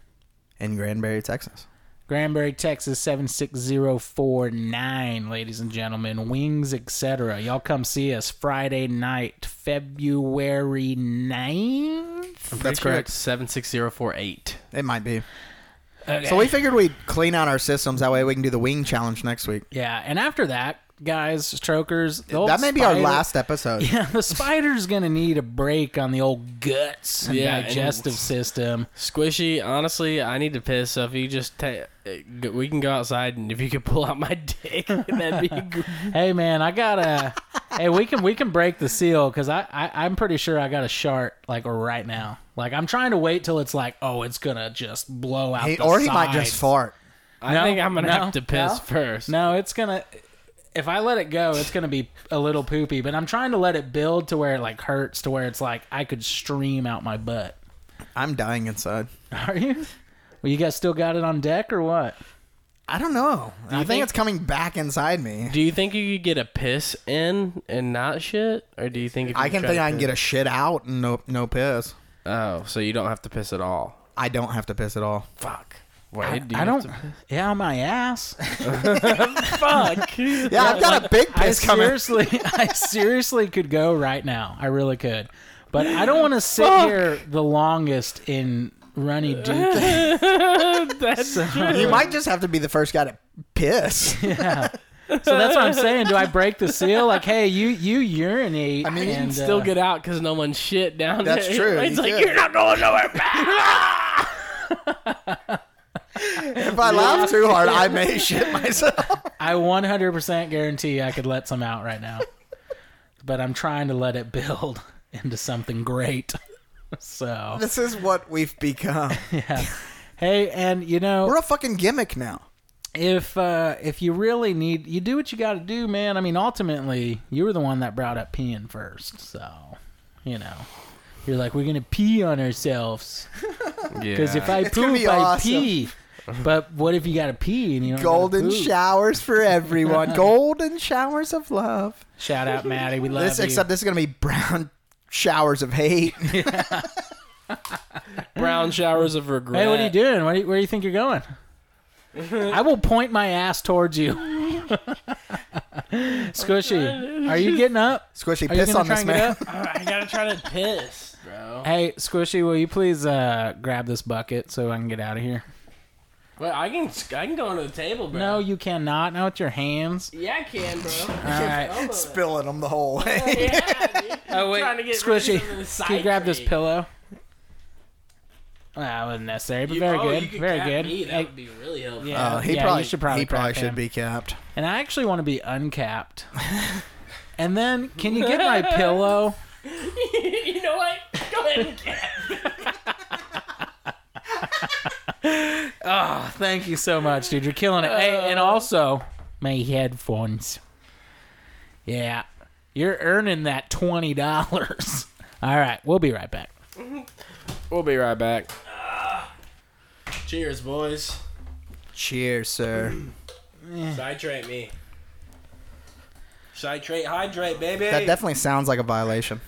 Speaker 2: in Granbury, Texas.
Speaker 3: Granbury, Texas 76049, ladies and gentlemen. Wings, etc. Y'all come see us Friday night, February 9th.
Speaker 2: That's
Speaker 4: Pretty sure
Speaker 2: correct.
Speaker 4: it's Seven six zero four eight.
Speaker 2: It might be.
Speaker 3: Okay.
Speaker 2: So we figured we'd clean out our systems. That way, we can do the wing challenge next week.
Speaker 3: yeah, and after that, guys, strokers, the old
Speaker 2: that may be our
Speaker 3: spider-
Speaker 2: last episode.
Speaker 3: Yeah, the spider's gonna need a break on the old guts and
Speaker 4: Yeah, and-
Speaker 3: digestive system.
Speaker 4: Squishy, honestly, I need to piss. So if you just ta- uh, we can go outside and if you could pull out my dick, that'd be great.
Speaker 3: Hey man, I gotta. hey, we can we can break the seal because I, I I'm pretty sure I got a shart like right now. Like I'm trying to wait till it's like oh it's gonna just blow out.
Speaker 2: He-
Speaker 3: the
Speaker 2: or he might
Speaker 3: sides.
Speaker 2: just fart.
Speaker 4: I
Speaker 3: No,
Speaker 4: think I'm gonna
Speaker 3: no,
Speaker 4: have to piss
Speaker 3: no.
Speaker 4: first.
Speaker 3: No, it's gonna. If I let it go, it's gonna be a little poopy. But I'm trying to let it build to where it like hurts to where it's like I could stream out my butt.
Speaker 2: I'm dying inside.
Speaker 3: Are you? Well, you guys still got it on deck or what?
Speaker 2: I don't know. I think,
Speaker 4: think-
Speaker 2: it's coming back inside me.
Speaker 4: Do you think you could get a piss in and not shit, or do you think if
Speaker 2: I
Speaker 4: you
Speaker 2: can
Speaker 4: try
Speaker 2: think
Speaker 4: to
Speaker 2: I can
Speaker 4: piss-
Speaker 2: get a shit out and no no piss.
Speaker 4: Oh, so you don't have to piss at all?
Speaker 2: I don't have to piss at all.
Speaker 4: Fuck. Wait, do you
Speaker 3: I
Speaker 4: have
Speaker 3: don't.
Speaker 4: to-
Speaker 3: Yeah, on my ass.
Speaker 4: Fuck.
Speaker 2: Yeah, I've got a big
Speaker 3: I
Speaker 2: piss coming.
Speaker 3: seriously, I seriously could go right now. I really could, but I don't want to sit here the longest in runny dookie.
Speaker 4: That's
Speaker 2: You might just have to be the first guy to piss.
Speaker 3: Yeah. So that's what I'm saying. Do I break the seal? Like, hey, you you urinate. I mean, and,
Speaker 4: still
Speaker 3: uh,
Speaker 4: get out because no one's shit down
Speaker 2: That's
Speaker 4: there.
Speaker 2: true,
Speaker 4: It's
Speaker 2: you
Speaker 4: like
Speaker 2: could.
Speaker 4: you're not going nowhere.
Speaker 2: if I laugh too hard, I may shit myself.
Speaker 3: I 100% guarantee I could let some out right now, but I'm trying to let it build into something great. So
Speaker 2: This is what we've become.
Speaker 3: yeah. Hey, and you know,
Speaker 2: We're a fucking gimmick now.
Speaker 3: if uh if you really need you do what you got to do man i mean ultimately you were the one that brought up peeing first so you know you're like we're gonna pee on ourselves because if i
Speaker 2: gonna
Speaker 3: poop
Speaker 2: be
Speaker 3: i
Speaker 2: awesome.
Speaker 3: pee but what if you gotta pee and you don't gotta
Speaker 2: Golden
Speaker 3: poop?
Speaker 2: showers for everyone. Golden showers of love.
Speaker 3: shout out maddie we love
Speaker 2: This
Speaker 3: you
Speaker 2: except this is gonna be brown showers of hate.
Speaker 4: brown showers of regret.
Speaker 3: hey what are you doing where do you, where do you think you're going I will point my ass towards you. Squishy, are you getting up?
Speaker 2: Squishy
Speaker 3: Are you
Speaker 2: piss
Speaker 3: gonna
Speaker 2: on
Speaker 3: try
Speaker 2: this
Speaker 3: and get
Speaker 2: man.
Speaker 3: up?
Speaker 4: I gotta try to piss, bro.
Speaker 3: Hey, Squishy, will you please uh, grab this bucket so I can get out of here?
Speaker 4: Well, I can I can go under the table, bro.
Speaker 3: No, you cannot. Not with your hands.
Speaker 4: Yeah, I can, bro.
Speaker 3: All right.
Speaker 2: Spilling them the whole way.
Speaker 4: Yeah, dude.
Speaker 3: Oh wait,
Speaker 4: Trying to get rid of
Speaker 3: Squishy,
Speaker 4: some of the
Speaker 3: can you grab this
Speaker 4: citrate.
Speaker 3: pillow? Well, that wasn't necessary, but
Speaker 4: You-
Speaker 3: very
Speaker 4: oh, you
Speaker 3: good,
Speaker 4: could
Speaker 3: very
Speaker 4: cap
Speaker 3: good.
Speaker 4: Me. That
Speaker 3: Hey,
Speaker 4: would be really helpful.
Speaker 3: yeah,
Speaker 2: Uh, he
Speaker 3: yeah, you
Speaker 2: probably
Speaker 3: should probably
Speaker 2: he probably
Speaker 3: crack
Speaker 2: should
Speaker 3: him.
Speaker 2: be capped.
Speaker 3: And I actually want to be uncapped. and then, can you get my pillow?
Speaker 4: you know what? Go ahead and cap.
Speaker 3: Oh, thank you so much, dude. You're killing it. hey, and also my headphones. Yeah, you're earning that twenty dollars. All right, we'll be right back.
Speaker 4: We'll be right back. Ah. Cheers, boys.
Speaker 2: Cheers, sir.
Speaker 4: Mm. Hydrate me. Hydrate, hydrate, baby.
Speaker 2: That definitely sounds like a violation.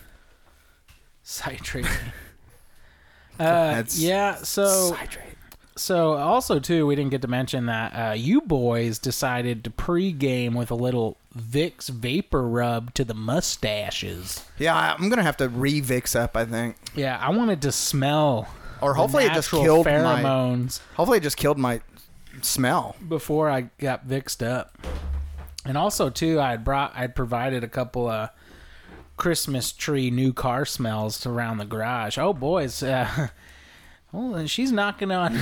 Speaker 3: Citrate. Uh,
Speaker 2: That's-
Speaker 3: yeah, so
Speaker 2: Hydrate.
Speaker 3: so also too, we didn't get to mention that uh, you boys decided to pregame with a little Vicks vapor rub to the mustaches.
Speaker 2: Yeah, I- I'm gonna have to re-vix up. I think,
Speaker 3: Yeah, I wanted to smell.
Speaker 2: or
Speaker 3: the
Speaker 2: hopefully it just
Speaker 3: natural
Speaker 2: killed my.
Speaker 3: pheromones
Speaker 2: Hopefully it just killed my smell.
Speaker 3: before I got vixed up. And also too, I had brought I'd provided a couple of Christmas tree new car smells around the garage. Oh boys, uh Well, then she's knocking on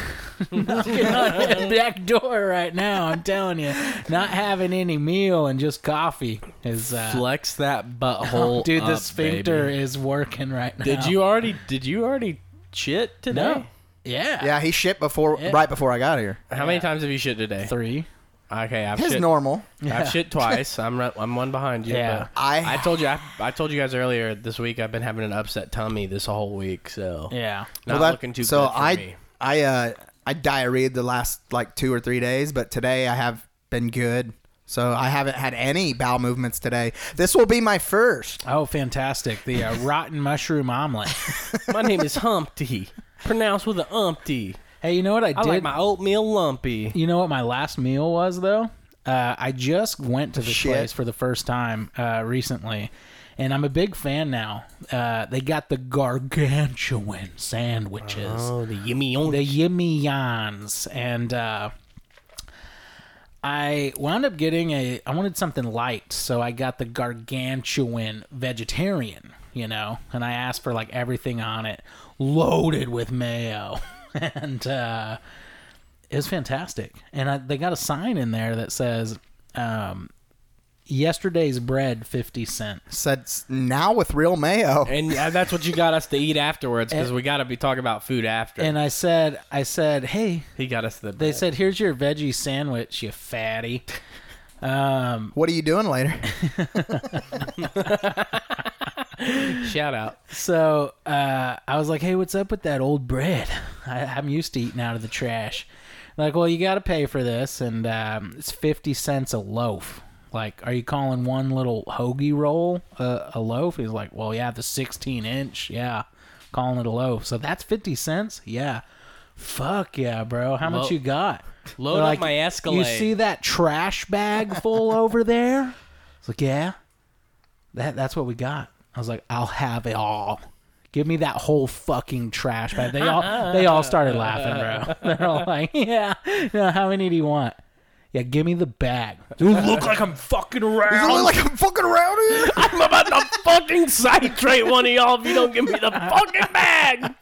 Speaker 3: knocking on the back door right now. I'm telling you, not having any meal and just coffee is uh,
Speaker 4: Flex that butthole,
Speaker 3: dude. The
Speaker 4: up,
Speaker 3: sphincter
Speaker 4: baby.
Speaker 3: is working right now.
Speaker 4: Did you already? Did you already shit today?
Speaker 3: No. Yeah.
Speaker 2: Yeah, he shit before
Speaker 3: Yeah.
Speaker 2: right before I got here.
Speaker 4: How many times have you shit today?
Speaker 3: Three.
Speaker 4: Okay, I've
Speaker 2: His
Speaker 4: shit.
Speaker 2: normal.
Speaker 4: I've shit twice. I'm ri- I'm one behind you.
Speaker 3: Yeah.
Speaker 4: but
Speaker 2: I-
Speaker 4: I told you I, I told you guys earlier this week I've been having an upset tummy this whole week, so
Speaker 3: Yeah.
Speaker 4: not
Speaker 2: Well, that-
Speaker 4: looking too
Speaker 2: so
Speaker 4: good for
Speaker 2: I,
Speaker 4: me.
Speaker 2: I, uh, I diarrheaed the last like two or three days, but today I have been good. So I haven't had any bowel movements today. This will be my first.
Speaker 3: Oh, fantastic! The uh, rotten mushroom omelet.
Speaker 4: My name is Humpty, pronounced with a
Speaker 3: um,
Speaker 4: umpty.
Speaker 3: Hey, you know what I did?
Speaker 4: I like my oatmeal lumpy.
Speaker 3: You know what my last meal was though? Uh, I just went to this
Speaker 2: Shit.
Speaker 3: place for the first time uh, recently, and I'm a big fan now. Uh, they got the gargantuan sandwiches,
Speaker 4: Oh, the yummy on
Speaker 3: the yummy yans, and uh, I wound up getting a. I wanted something light, so I got the gargantuan vegetarian. You know, and I asked for like everything on it, loaded with mayo, and. Uh, it was fantastic. And I, they got a sign in there that says, um, yesterday's bread, 50 cents.
Speaker 2: Said s- now with real mayo.
Speaker 4: and uh, that's what you got us to eat afterwards because we got to be talking about food after.
Speaker 3: And I said, I said, hey,
Speaker 4: he got us the.
Speaker 3: they said, here's your veggie sandwich, you fatty. Um,
Speaker 2: What are you doing later?
Speaker 4: shout out.
Speaker 3: so uh, I was like, hey, what's up with that old bread? I, I'm used to eating out of the trash. Like, well, you got to pay for this, and um, it's 50 cents a loaf. Like, are you calling one little hoagie roll a, a loaf? He's like, well, yeah, the 16 inch. Yeah, calling it a loaf. So that's 50 cents? Yeah. Fuck yeah, bro. How much
Speaker 4: Lo-
Speaker 3: you got?
Speaker 4: load
Speaker 3: They're
Speaker 4: up my Escalade.
Speaker 3: You see that trash bag full over there? It's like, yeah. That that's what we got. I was like, I'll have it all. Give me that whole fucking trash bag. They all they all started laughing, bro. They're all like, Yeah. No, how many do you want? Yeah, give me the bag. Do it look like I'm fucking
Speaker 2: Does it
Speaker 3: around?
Speaker 2: look like I'm fucking around here?
Speaker 4: I'm about to fucking citrate one of y'all if you don't give me the fucking bag.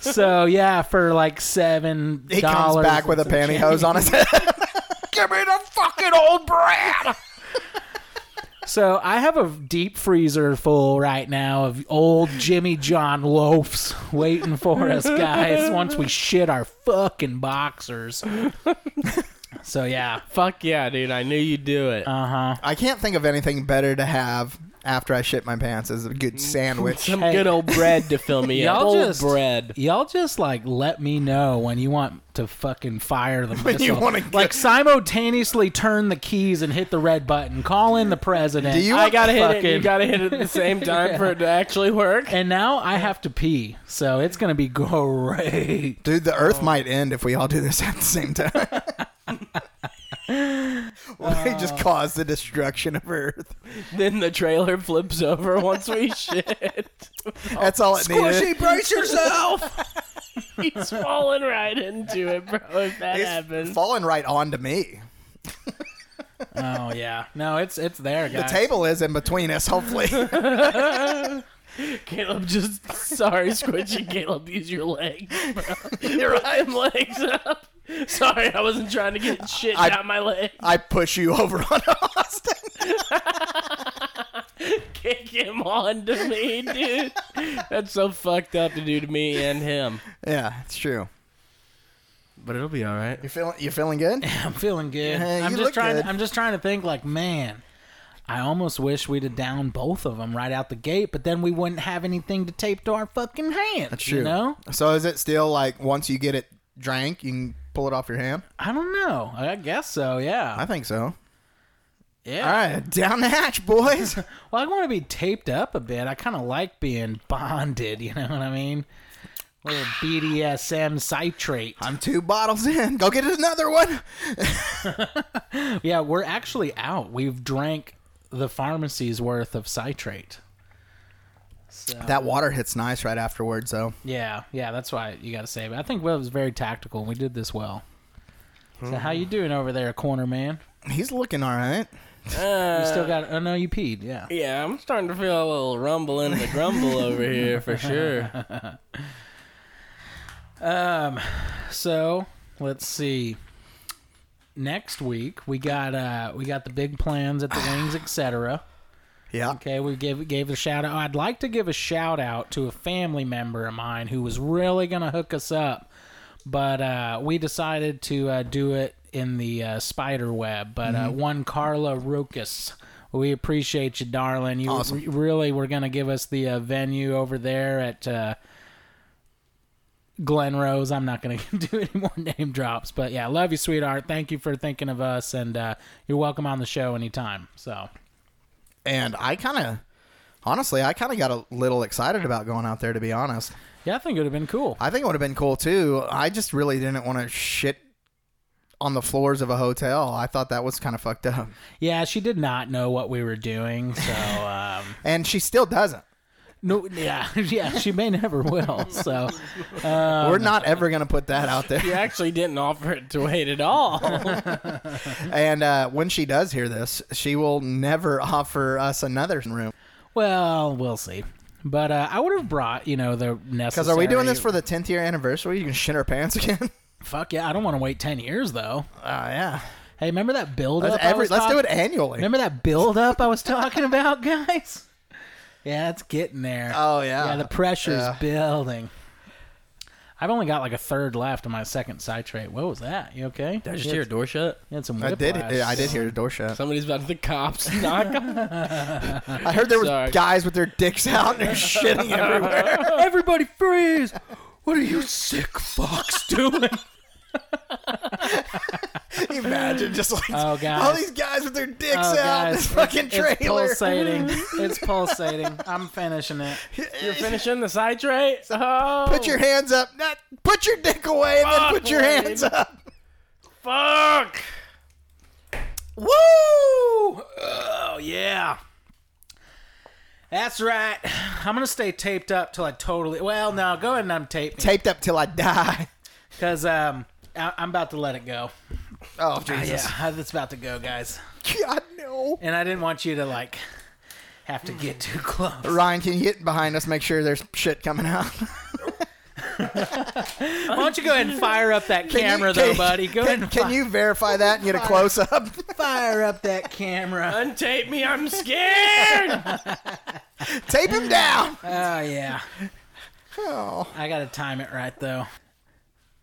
Speaker 3: so yeah, for like seven
Speaker 2: He comes
Speaker 3: dollars
Speaker 2: back with a
Speaker 3: and some change.
Speaker 2: pantyhose on his head. Give me the fucking old bread.
Speaker 3: So I have a deep freezer full right now of old Jimmy John loafs waiting for us guys once we shit our fucking boxers. So yeah.
Speaker 4: Fuck yeah, dude! I knew you'd do it.
Speaker 3: Uh-huh.
Speaker 2: I can't think of anything better to have after I shit my pants is a
Speaker 3: Mm-hmm.
Speaker 2: good sandwich.
Speaker 4: Some
Speaker 3: Hey.
Speaker 4: good old bread to fill me up.
Speaker 3: Y'all
Speaker 4: Old
Speaker 3: just-
Speaker 4: bread.
Speaker 3: Y'all just like let me know when you want to fucking fire the missile.
Speaker 2: you wanna go-
Speaker 3: like simultaneously turn the keys and hit the red button. Call in the president.
Speaker 2: Do you
Speaker 4: I gotta hit it.
Speaker 3: Fucking-
Speaker 4: and You gotta hit it at the same time for it to actually work.
Speaker 3: and now I have to pee, so it's gonna be great.
Speaker 2: Dude, the
Speaker 3: oh.
Speaker 2: earth might end if we all do this at the same time. well, they
Speaker 3: Uh.
Speaker 2: just caused the destruction of Earth.
Speaker 4: Then the trailer flips over once we shit.
Speaker 2: That's all it needed.
Speaker 4: brace yourself. He's falling right into it, bro. If that
Speaker 2: It's
Speaker 4: happens,
Speaker 2: falling right onto me.
Speaker 3: Oh yeah, no, it's it's there,
Speaker 2: The
Speaker 3: guys.
Speaker 2: table is in between us, hopefully.
Speaker 4: Caleb just sorry, squidgy Caleb, use your legs, bro. Your legs up. Sorry, I wasn't trying to get shit
Speaker 2: I-
Speaker 4: down my leg.
Speaker 2: I push you over on Austin.
Speaker 4: Kick him onto me, dude. That's so fucked up to do to me and him.
Speaker 2: yeah, it's true.
Speaker 4: But it'll be all right.
Speaker 2: You feeling you feeling good?
Speaker 3: I'm feeling good.
Speaker 2: Yeah,
Speaker 3: I'm
Speaker 2: you
Speaker 3: just
Speaker 2: look
Speaker 3: trying.
Speaker 2: good.
Speaker 3: I'm just trying to think. Like, man, I almost wish we'd have downed both of them right out the gate, but then we wouldn't have anything to tape to our fucking hands. That's
Speaker 2: True.
Speaker 3: You know?
Speaker 2: So is it still like once you get it drank, you can pull it off your hand?
Speaker 3: I don't know. I guess so. Yeah.
Speaker 2: I think so.
Speaker 3: yeah.
Speaker 2: All right, down the hatch, boys.
Speaker 3: Well, I want to be taped up a bit. I kind of like being bonded. You know what I mean? Little BDSM citrate.
Speaker 2: I'm two bottles in. Go get another one.
Speaker 3: Yeah, we're actually out. We've drank the pharmacy's worth of citrate. So
Speaker 2: That water hits nice right afterwards, though.
Speaker 3: yeah, yeah, that's why you got to save it. I think Will was very tactical, and we did this well. So how you doing over there, corner man?
Speaker 2: He's looking all right.
Speaker 3: You still got? Oh no, you peed. Yeah.
Speaker 4: Yeah, I'm starting to feel a little rumble in the grumble over here for sure.
Speaker 3: So let's see. Next week we got uh we got the big plans at the wings, etc.
Speaker 2: Yeah.
Speaker 3: Okay, we gave gave a shout out. I'd like to give a shout out to a family member of mine who was really gonna hook us up, but uh, we decided to uh, do it in the uh, spider web. But uh, one Carla Rucas, we appreciate you, darling. You
Speaker 2: Awesome.
Speaker 3: re- really were gonna give us the uh, venue over there at. Uh, Glen Rose. I'm not going to do any more name drops, but yeah, love you, sweetheart. Thank you for thinking of us, and uh, you're welcome on the show anytime. So
Speaker 2: And I kind of, honestly, I kind of got a little excited about going out there, to be honest.
Speaker 3: yeah, I think it would have been cool.
Speaker 2: I think it would have been cool, too. I just really didn't want to shit on the floors of a hotel. I thought that was kind of fucked up.
Speaker 3: Yeah, she did not know what we were doing. So, um,
Speaker 2: And she still doesn't.
Speaker 3: no, yeah, yeah, she may never will. So,
Speaker 2: We're not ever going to put that out there.
Speaker 4: You actually didn't offer it to wait at all.
Speaker 2: And uh, when she does hear this, she will never offer us another room.
Speaker 3: well, we'll see. But uh, I would have brought, you know, the necessary.
Speaker 2: Because are we doing this for the 10th year anniversary? You can shit our pants again?
Speaker 3: Fuck yeah! I don't want to wait ten years though.
Speaker 2: Oh, yeah.
Speaker 3: Hey, remember that build up?
Speaker 2: Let's, every, let's do it annually.
Speaker 3: Remember that build up I was talking about, guys? Yeah, it's getting there.
Speaker 2: Oh, yeah.
Speaker 3: yeah, the pressure's
Speaker 2: Yeah.
Speaker 3: building. I've only got like a third left of my second citrate. What was that? You okay?
Speaker 4: Did I just hear a door shut?
Speaker 3: You had some
Speaker 2: I did.
Speaker 3: whiplash.
Speaker 2: yeah, I did hear the door shut.
Speaker 4: Somebody's about to the cops knock on.
Speaker 2: I heard there were
Speaker 4: Sorry.
Speaker 2: guys with their dicks out and they're shitting everywhere.
Speaker 3: Everybody freeze! What are you sick fucks doing?
Speaker 2: Imagine just like
Speaker 3: Oh, guys.
Speaker 2: all these guys with their dicks
Speaker 3: Oh,
Speaker 2: out in
Speaker 3: guys,
Speaker 2: this fucking
Speaker 3: it's, it's
Speaker 2: trailer.
Speaker 3: pulsating. It's pulsating. I'm finishing it.
Speaker 4: You're finishing the side tray? Oh,
Speaker 2: Put your hands up. Not, put your dick away and then
Speaker 4: Fuck,
Speaker 2: put your
Speaker 4: Wade.
Speaker 2: hands up.
Speaker 4: fuck.
Speaker 3: Woo! Oh yeah. That's right. I'm gonna stay taped up till I totally. Well, no, go ahead and untape me
Speaker 2: Taped up till I die.
Speaker 3: because um, I- I'm about to let it go.
Speaker 2: Oh
Speaker 3: Ah, Yeah,
Speaker 2: Jesus!
Speaker 3: it's about to go, guys.
Speaker 2: God no.
Speaker 3: And I didn't want you to like have to get too close.
Speaker 2: Ryan, can you get behind us? Make sure there's shit coming out.
Speaker 3: Why don't you go ahead and fire up that
Speaker 2: Can you-
Speaker 3: camera,
Speaker 2: can-
Speaker 3: though, buddy? Go
Speaker 2: can,
Speaker 3: ahead and
Speaker 2: Can
Speaker 3: fi-
Speaker 2: you verify that and get a close up?
Speaker 3: fire up that camera?
Speaker 4: Untape me, I'm scared.
Speaker 2: Tape him down.
Speaker 3: Oh yeah.
Speaker 2: Oh.
Speaker 3: I gotta time it right though.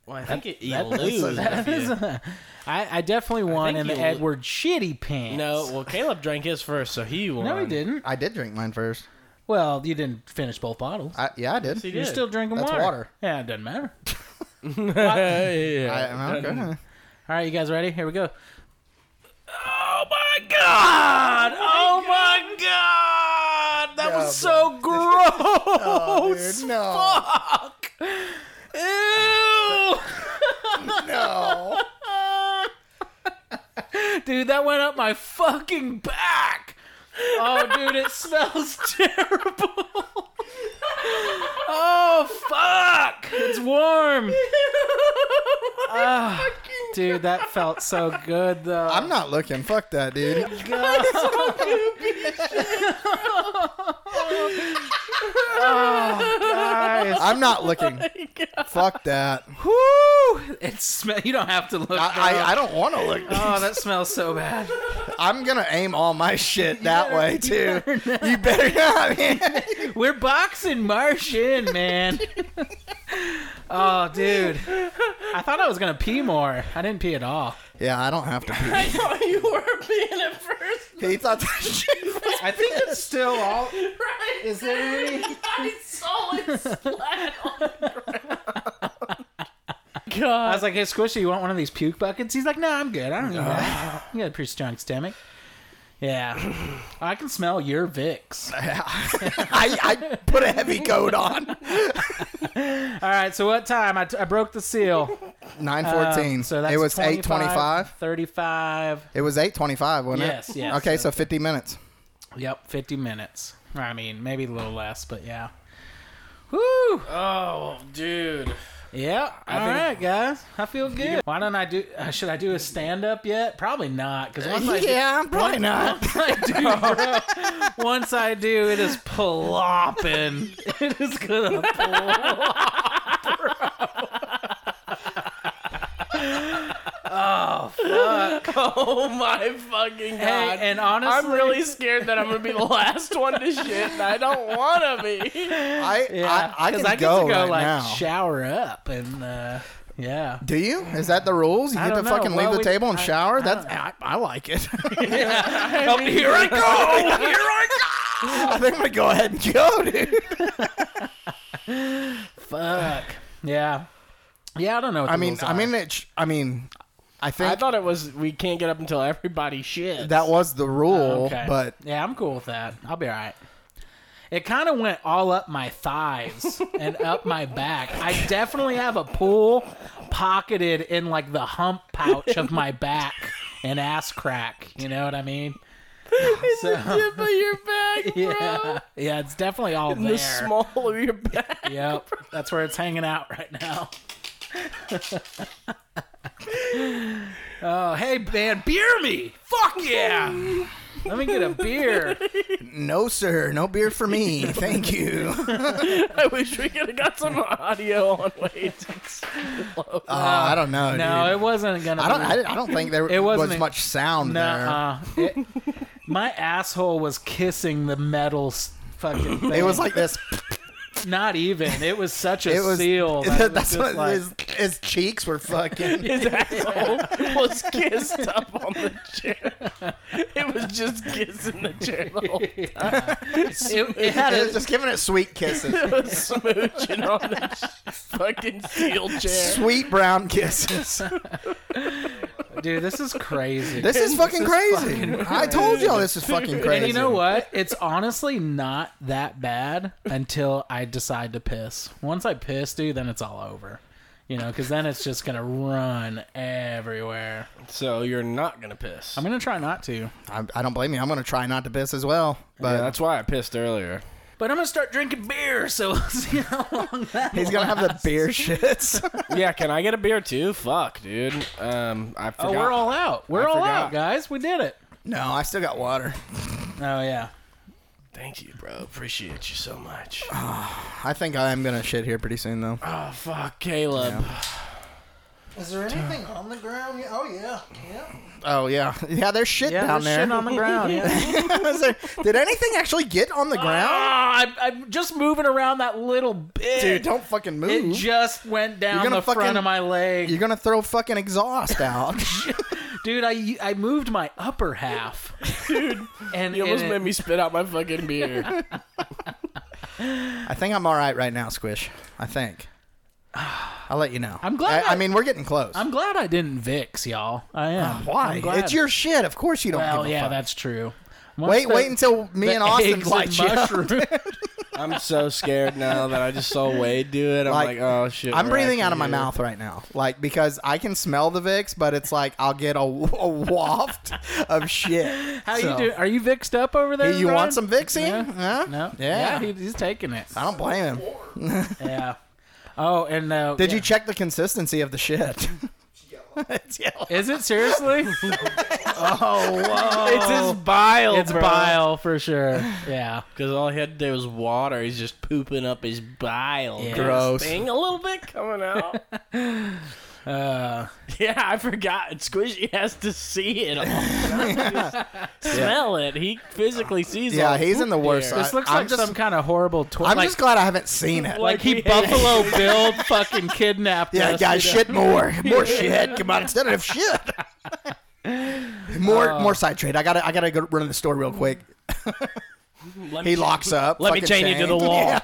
Speaker 4: Well, I think it, you
Speaker 3: That-
Speaker 4: lose.
Speaker 3: that
Speaker 4: if you-
Speaker 3: is a- I I definitely won
Speaker 4: think
Speaker 3: in the
Speaker 4: you-
Speaker 3: Edward Shitty Pants.
Speaker 4: no, well, Caleb drank his first, so he won.
Speaker 3: no, he didn't.
Speaker 2: I did drink mine first.
Speaker 3: Well, you didn't finish both bottles.
Speaker 2: I, yeah, I did.
Speaker 4: He
Speaker 3: You're
Speaker 4: did.
Speaker 3: still drinking
Speaker 2: That's
Speaker 3: water.
Speaker 2: water.
Speaker 3: Yeah, it doesn't matter.
Speaker 4: yeah.
Speaker 2: I, I'm okay.
Speaker 3: All right, you guys ready? Here we go. Oh my god! Oh my god! That was so
Speaker 2: Oh,
Speaker 3: gross.
Speaker 2: dude, no,
Speaker 3: Fuck! Ew!
Speaker 2: no.
Speaker 3: dude, that went up my fucking back. Oh, dude, it smells terrible. oh fuck! It's warm. Ah, dude, that felt so good though.
Speaker 2: I'm not looking. Fuck that, dude.
Speaker 3: Oh, Guys. Oh,
Speaker 2: I'm not looking. Fuck that.
Speaker 3: Woo! It smell. You don't have to look.
Speaker 2: I,
Speaker 3: though.
Speaker 2: I, I don't want to look.
Speaker 3: oh, that smells so bad.
Speaker 2: I'm gonna aim all my shit that way too. You better not. man.
Speaker 3: We're boxing Martian, man. oh, dude. I thought I was gonna pee more. I didn't pee at all.
Speaker 2: yeah, I don't have to. Pee.
Speaker 4: I know you were being at first,
Speaker 2: He thought that shit was
Speaker 3: I think it's still all.
Speaker 4: right?
Speaker 3: Is there any?
Speaker 4: I saw it splat on the ground.
Speaker 3: I
Speaker 4: God.
Speaker 3: was like, "Hey, Squishy, you want one of these puke buckets?" He's like, "No, I'm good. I don't need that. You got a pretty strong stomach." Yeah, I can smell your Vicks.
Speaker 2: I, I put a heavy coat on.
Speaker 3: All right, so what time? I, t- I broke the seal.
Speaker 2: Nine
Speaker 3: Um,
Speaker 2: fourteen.
Speaker 3: so that's
Speaker 2: it was eight
Speaker 3: 25,
Speaker 2: twenty-five.
Speaker 3: 35.
Speaker 2: It was eight twenty-five, wasn't
Speaker 3: Yes,
Speaker 2: it?
Speaker 3: yes.
Speaker 2: Okay, so fifty minutes.
Speaker 3: Yep, 50 minutes. I mean, maybe a little less, but yeah. Woo!
Speaker 4: oh, dude.
Speaker 3: Yeah. All right, guys. I feel good. Why don't I do? Uh, should I do a stand up yet? Probably not. Because once I
Speaker 2: Yeah, I'm probably not.
Speaker 3: I do, bro, once I do, it is plopping. It is gonna plop,
Speaker 4: Oh my fucking
Speaker 3: Hey,
Speaker 4: god.
Speaker 3: and honestly,
Speaker 4: I'm really scared that I'm gonna be the last one to shit, and I don't want to be.
Speaker 2: I,
Speaker 3: yeah.
Speaker 2: I, I
Speaker 3: 'cause
Speaker 2: can
Speaker 3: get
Speaker 2: go,
Speaker 3: to go
Speaker 2: right
Speaker 3: like
Speaker 2: now.
Speaker 3: shower up and uh, yeah.
Speaker 2: do you? Is that the rules? You
Speaker 3: I
Speaker 2: get to
Speaker 3: don't know.
Speaker 2: fucking leave
Speaker 3: Well,
Speaker 2: the
Speaker 3: we-
Speaker 2: table and
Speaker 3: I-
Speaker 2: shower? That's I, I like it.
Speaker 3: Oh, here I go.
Speaker 2: I think I'm gonna go ahead and go, dude.
Speaker 3: Fuck. Yeah. Yeah, I don't know. What the
Speaker 2: I mean,
Speaker 3: rules
Speaker 2: I
Speaker 3: are.
Speaker 2: mean, it, sh- I mean, I think
Speaker 4: I thought it was we can't get up until everybody shits.
Speaker 2: that was the rule,
Speaker 3: Okay.
Speaker 2: but
Speaker 3: yeah, I'm cool with that. I'll be all right. It kind of went all up my thighs and up my back. I definitely have a pool pocketed in like the hump pouch of my back and ass crack. You know what I mean? So,
Speaker 4: tip of your back, bro.
Speaker 3: yeah, yeah, it's definitely all
Speaker 4: In
Speaker 3: there.
Speaker 4: the small of your back.
Speaker 3: yep, that's where it's hanging out right now. oh, hey man, beer me! Fuck yeah! Let me get a beer.
Speaker 2: no, sir, no beer for me. Thank you.
Speaker 4: I wish we could have got some audio on way too
Speaker 2: Oh, I don't know.
Speaker 3: No,
Speaker 2: dude.
Speaker 3: it wasn't gonna.
Speaker 2: I don't.
Speaker 3: Be,
Speaker 2: I, didn't- I don't think there
Speaker 3: It wasn't
Speaker 2: was
Speaker 3: a-
Speaker 2: much sound there.
Speaker 3: Nuh-uh. uh, It- my asshole was kissing the metal s- fucking. Thing.
Speaker 2: It was like this.
Speaker 3: not even. It was such a
Speaker 2: It was.
Speaker 3: seal. that it was
Speaker 2: that's
Speaker 3: just
Speaker 2: what
Speaker 3: like-
Speaker 2: his, his cheeks were fucking.
Speaker 4: His asshole was kissed up on the chair. It was just kissing the chair the whole time.
Speaker 3: It, it had
Speaker 2: it
Speaker 3: a,
Speaker 2: was just giving it sweet kisses,
Speaker 4: It was smooching on the sh- fucking steel chair.
Speaker 2: sweet brown kisses.
Speaker 3: dude. This is crazy.
Speaker 2: This is fucking crazy.
Speaker 3: fucking
Speaker 2: I told y'all this is fucking crazy.
Speaker 3: And you know what? It's honestly not that bad until I decide to piss. Once I piss, dude, then it's all over. You know, because then it's just gonna run everywhere.
Speaker 4: So you're not gonna piss.
Speaker 3: I'm gonna try not to,
Speaker 2: I, I don't blame you. I'm gonna try not to piss as well, but
Speaker 4: why I pissed earlier.
Speaker 3: but I'm gonna start drinking beer. So we'll see how long that.
Speaker 2: he's gonna have the beer shits.
Speaker 4: Yeah, can I get a beer too? Fuck, dude. Um, I forgot.
Speaker 3: Oh, we're all out. We're
Speaker 4: I
Speaker 3: all
Speaker 4: forgot.
Speaker 3: out, guys. We did it.
Speaker 2: no, I still got water.
Speaker 3: Oh yeah.
Speaker 4: Thank you, bro. Appreciate you so much.
Speaker 3: Oh,
Speaker 2: I think I am gonna shit here pretty soon though.
Speaker 4: Oh fuck, Caleb.
Speaker 5: Is there anything on the ground? Yeah. Oh yeah. Yeah.
Speaker 2: Oh yeah, yeah. There's shit
Speaker 3: Yeah,
Speaker 2: down
Speaker 3: there's
Speaker 2: there.
Speaker 3: shit on the ground. Yeah.
Speaker 2: Was there- Did anything actually get on the ground?
Speaker 3: Ah, I'm, I'm just moving around that little bit.
Speaker 2: Dude, don't fucking move.
Speaker 3: It just went down
Speaker 2: gonna
Speaker 3: the front
Speaker 2: fucking-
Speaker 3: of my leg.
Speaker 2: You're gonna throw fucking exhaust out.
Speaker 3: Dude, I I moved my upper half. Dude, and
Speaker 4: You almost
Speaker 3: and it-
Speaker 4: made me spit out my fucking beer.
Speaker 2: I think I'm all right right now, Squish. I think. I'll let you know.
Speaker 3: I'm glad
Speaker 2: I, I
Speaker 3: I-
Speaker 2: mean, we're getting close.
Speaker 3: I'm glad I didn't vix, y'all. I am.
Speaker 2: Uh, Why?
Speaker 3: I'm glad.
Speaker 2: It's your shit. Of course you don't.
Speaker 3: Well,
Speaker 2: give a
Speaker 3: yeah,
Speaker 2: fuck.
Speaker 3: that's true. Once
Speaker 2: Wait,
Speaker 3: the-
Speaker 2: wait until me
Speaker 3: the
Speaker 2: and Austin
Speaker 3: eggs
Speaker 2: light you up.
Speaker 3: mushroom-
Speaker 4: I'm so scared now that I just saw Wade do it. I'm
Speaker 2: Like,
Speaker 4: like, oh shit.
Speaker 2: I'm
Speaker 4: we're
Speaker 2: breathing
Speaker 4: actually
Speaker 2: out of my
Speaker 4: here.
Speaker 2: mouth right now, like because I can smell the Vicks, but it's like I'll get a, a waft of shit.
Speaker 3: How
Speaker 2: So-
Speaker 3: you do? Are you vixed up over there?
Speaker 2: Hey, you
Speaker 3: Brian?
Speaker 2: want some Vixie? Huh?
Speaker 3: No.
Speaker 2: Yeah.
Speaker 3: he- he's taking it.
Speaker 2: I don't blame him.
Speaker 3: Yeah. Oh, and uh,
Speaker 2: Did
Speaker 3: yeah.
Speaker 2: you check the consistency of the shit? it's yellow.
Speaker 3: Is it seriously?
Speaker 4: Oh, it's his bile.
Speaker 3: it's bile for sure. Yeah.
Speaker 4: Because all he had to do was water. He's just pooping up his bile.
Speaker 3: Yeah.
Speaker 2: Gross.
Speaker 4: Thing a little bit coming out.
Speaker 3: Uh,
Speaker 4: yeah, I forgot. Squishy has to see it all. Smell it. He physically sees it.
Speaker 2: Yeah, he's in the worst.
Speaker 3: this
Speaker 2: I-
Speaker 3: looks
Speaker 2: I'm
Speaker 3: like
Speaker 2: just,
Speaker 3: some kind of horrible. Tw-
Speaker 2: I'm
Speaker 3: like,
Speaker 2: just glad I haven't seen it.
Speaker 3: like he
Speaker 4: we-
Speaker 3: Buffalo Bill fucking kidnapped
Speaker 2: yeah,
Speaker 3: us.
Speaker 2: guys,
Speaker 3: you know?
Speaker 2: shit more, more shit. Come on, instead of shit.
Speaker 3: Uh,
Speaker 2: more, more side trade. I gotta, I gotta go run to the store real quick.
Speaker 4: Let
Speaker 2: He locks up.
Speaker 4: Let me
Speaker 2: fucking
Speaker 4: chain you to
Speaker 2: chained.
Speaker 4: the wall.
Speaker 2: Yeah.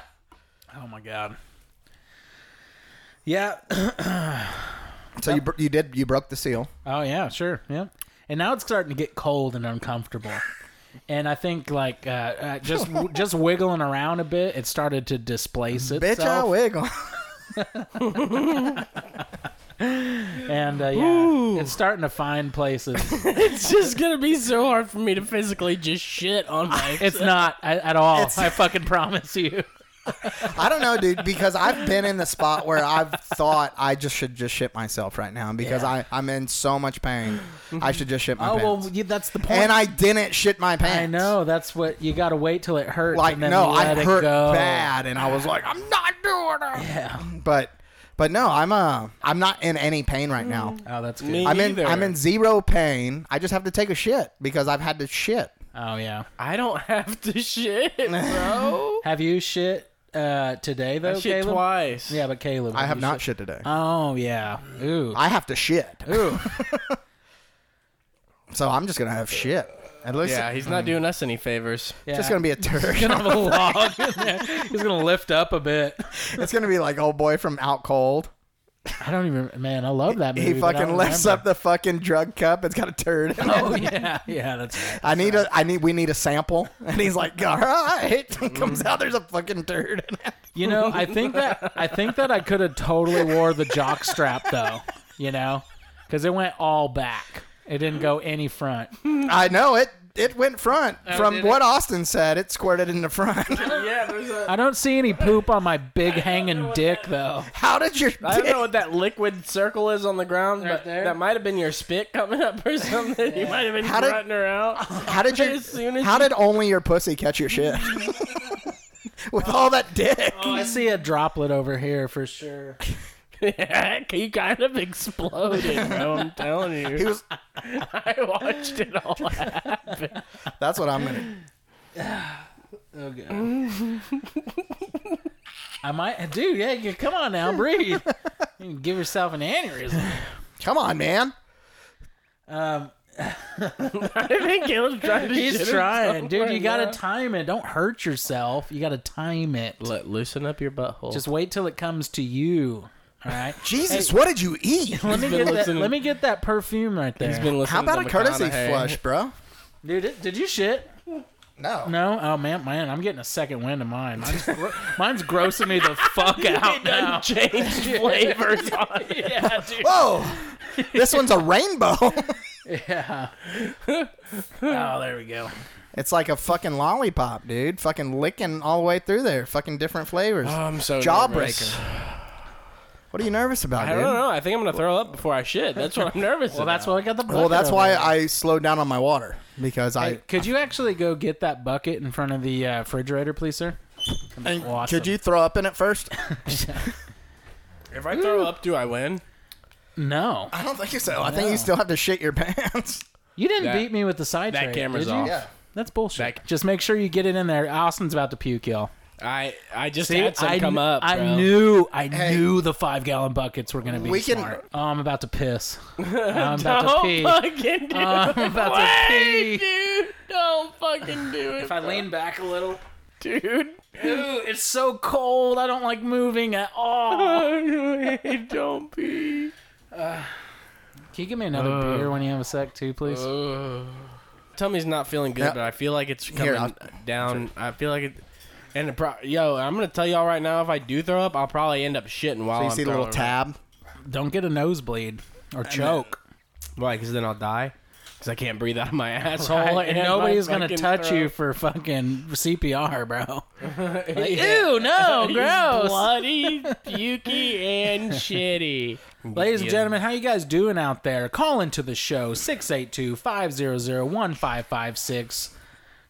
Speaker 3: Oh my god. Yeah.
Speaker 2: So you, br- you did, you broke the seal.
Speaker 3: Oh yeah, sure, yeah. And now it's starting to get cold and uncomfortable. And I think like uh, uh, just just wiggling around a bit, it started to displace itself.
Speaker 2: Bitch, I wiggle.
Speaker 3: And uh, yeah, it's starting to find places.
Speaker 4: It's just gonna be so hard for me to physically just shit on my.
Speaker 3: It's not a- at all. I fucking promise you.
Speaker 2: I don't know, dude, because I've been in the spot where I've thought I just should just shit myself right now because I, I'm in so much pain. I should just shit my
Speaker 3: Oh
Speaker 2: pants.
Speaker 3: well, yeah, that's the point.
Speaker 2: and I didn't shit my pants.
Speaker 3: I know that's what you got to wait till it hurts.
Speaker 2: Like,
Speaker 3: and then
Speaker 2: no, I
Speaker 3: let it
Speaker 2: hurt
Speaker 3: go.
Speaker 2: bad, and I was like, I'm not doing it. Yeah. But, but no, I'm uh, I'm not in any pain right now.
Speaker 3: Oh, that's good.
Speaker 4: Me
Speaker 2: I'm in,
Speaker 4: either.
Speaker 2: I'm in zero pain. I just have to take a shit because I've had to shit.
Speaker 3: Oh yeah.
Speaker 4: I don't have to shit, bro.
Speaker 3: Have you shit uh, today though,
Speaker 4: I shit
Speaker 3: Caleb?
Speaker 4: twice.
Speaker 3: Yeah, but Caleb,
Speaker 2: I have
Speaker 3: you
Speaker 2: not shit today.
Speaker 3: Oh yeah. Ooh.
Speaker 2: I have to shit.
Speaker 3: Ooh.
Speaker 2: So I'm just gonna have shit. At least
Speaker 4: Yeah, he's not doing us any favors.
Speaker 3: Yeah.
Speaker 2: just gonna be a turd.
Speaker 3: He's gonna have a log in there. He's gonna lift up a bit.
Speaker 2: It's gonna be like old boy from Out Cold.
Speaker 3: I don't even. Man, I love that movie.
Speaker 2: He fucking lifts up the fucking drug cup. It's got a turd. In it.
Speaker 3: Oh yeah, yeah, that's right.
Speaker 2: I need a. I need. We need a sample. And he's like, all right. It
Speaker 3: Mm.
Speaker 2: comes out. There's a fucking turd. In it.
Speaker 3: You know, I think that I think that I could have totally wore the jock strap though. You know, because it went all back. It didn't go any front.
Speaker 2: I know it. It went front.
Speaker 4: Oh,
Speaker 2: From
Speaker 3: did
Speaker 2: what Austin said, it squirted in the front.
Speaker 4: Yeah, there's a.
Speaker 3: I don't see any poop on my big hanging dick though.
Speaker 2: How did your
Speaker 4: I don't
Speaker 2: dick-
Speaker 4: know what that liquid circle is on the ground, but
Speaker 3: there?
Speaker 4: that might have been your spit coming up or something. You might have been
Speaker 2: How did-
Speaker 4: grunting her out.
Speaker 2: How did
Speaker 4: As soon
Speaker 2: your
Speaker 4: as
Speaker 2: How
Speaker 4: you-
Speaker 2: did only your pussy catch your shit? With all that dick.
Speaker 3: Oh,
Speaker 4: Oh.
Speaker 3: I see a droplet over here for sure.
Speaker 4: you kind of exploded, bro. I'm telling
Speaker 2: He
Speaker 4: you.
Speaker 2: was.
Speaker 4: I watched it all happen.
Speaker 2: That's what I'm gonna.
Speaker 3: Oh god. I might, dude. Yeah, you- come on now, breathe. You can give yourself an aneurysm.
Speaker 2: Come on, man.
Speaker 3: Um,
Speaker 4: I think Caleb's trying to
Speaker 3: he's
Speaker 4: shit
Speaker 3: trying,
Speaker 4: himself
Speaker 3: dude.
Speaker 4: right
Speaker 3: You gotta
Speaker 4: now.
Speaker 3: time it. Don't hurt yourself. You gotta time it.
Speaker 4: Let loosen up your butthole.
Speaker 3: Just wait till it comes to you. All right.
Speaker 2: Jesus, what did you eat?
Speaker 3: Let me
Speaker 4: been
Speaker 3: get that.
Speaker 4: listening-
Speaker 3: Let me get that perfume right there,
Speaker 4: He's been listening
Speaker 2: How about a
Speaker 4: to
Speaker 2: courtesy
Speaker 4: McConaughey.
Speaker 2: flush, bro?
Speaker 3: dude. Did, did you shit?
Speaker 2: No.
Speaker 3: No. Oh man, man. I'm getting a second wind of mine. Mine's, gro- mine's grossing me the fuck out now.
Speaker 4: Changed flavors on it.
Speaker 3: Yeah, dude.
Speaker 2: Whoa! This one's a rainbow.
Speaker 3: Yeah. oh, there we go.
Speaker 2: it's like a fucking lollipop, dude. Fucking licking all the way through there. Fucking different flavors.
Speaker 4: I'm so
Speaker 2: Jawbreaker. What are you nervous about,
Speaker 4: I
Speaker 2: dude?
Speaker 4: don't know. I think I'm gonna throw up before I shit. That's what I'm nervous.
Speaker 3: Well, that's why I got the. bucket
Speaker 2: Well, that's
Speaker 3: over
Speaker 2: why
Speaker 3: there.
Speaker 2: I slowed down on my water because
Speaker 3: Hey, could you actually go get that bucket in front of the uh, refrigerator, please, sir?
Speaker 2: I. And
Speaker 3: Awesome.
Speaker 2: Could you throw up in it first?
Speaker 4: If I throw up, do I win?
Speaker 3: No,
Speaker 2: I don't think so. I think you still have to shit your pants.
Speaker 3: you didn't
Speaker 4: That-
Speaker 3: beat me with the side.
Speaker 4: that
Speaker 3: tray,
Speaker 4: camera's
Speaker 3: did you?
Speaker 4: off.
Speaker 5: Yeah.
Speaker 3: That's bullshit.
Speaker 4: That-
Speaker 3: Just make sure you get it in there. Austin's about to puke, y'all.
Speaker 4: I I just
Speaker 3: See,
Speaker 4: had some
Speaker 3: I,
Speaker 4: come
Speaker 3: kn-
Speaker 4: up.
Speaker 3: I
Speaker 4: bro.
Speaker 3: knew, I
Speaker 2: Hey.
Speaker 3: knew the five gallon buckets were gonna be
Speaker 2: We can-
Speaker 3: smart. Oh, I'm about to piss. I'm about to
Speaker 4: Don't
Speaker 3: pee.
Speaker 4: fucking do
Speaker 3: I'm
Speaker 4: it.
Speaker 3: about to pee.
Speaker 4: Wait, dude. Don't fucking do it.
Speaker 3: If I lean back a little,
Speaker 4: dude.
Speaker 3: ooh, it's so cold. I don't like moving at all.
Speaker 4: don't pee.
Speaker 3: Can you give me another beer when you have a sec too, please?
Speaker 4: uh, Tummy's not feeling good,
Speaker 2: Yeah.
Speaker 4: but I feel like it's coming
Speaker 2: Here,
Speaker 4: down. I feel like it. And it pro- yo, I'm gonna tell y'all right now. If I do throw up, I'll probably end up shitting while
Speaker 2: So you
Speaker 4: I'm
Speaker 2: see the little
Speaker 4: throwing
Speaker 2: tab?
Speaker 4: up.
Speaker 3: don't get a nosebleed or choke.
Speaker 4: Why? Because then I'll die. Because I can't breathe out of my asshole.
Speaker 3: Right? And
Speaker 4: my
Speaker 3: nobody's gonna
Speaker 4: fucking
Speaker 3: touch
Speaker 4: throat.
Speaker 3: you for fucking CPR, bro. Like,
Speaker 4: Yeah.
Speaker 3: Ew, no,
Speaker 4: He's
Speaker 3: gross.
Speaker 4: bloody, pukey, and shitty.
Speaker 3: Ladies and
Speaker 4: Yeah.
Speaker 3: gentlemen, how you guys doing out there? Call into the show 682-500-1556.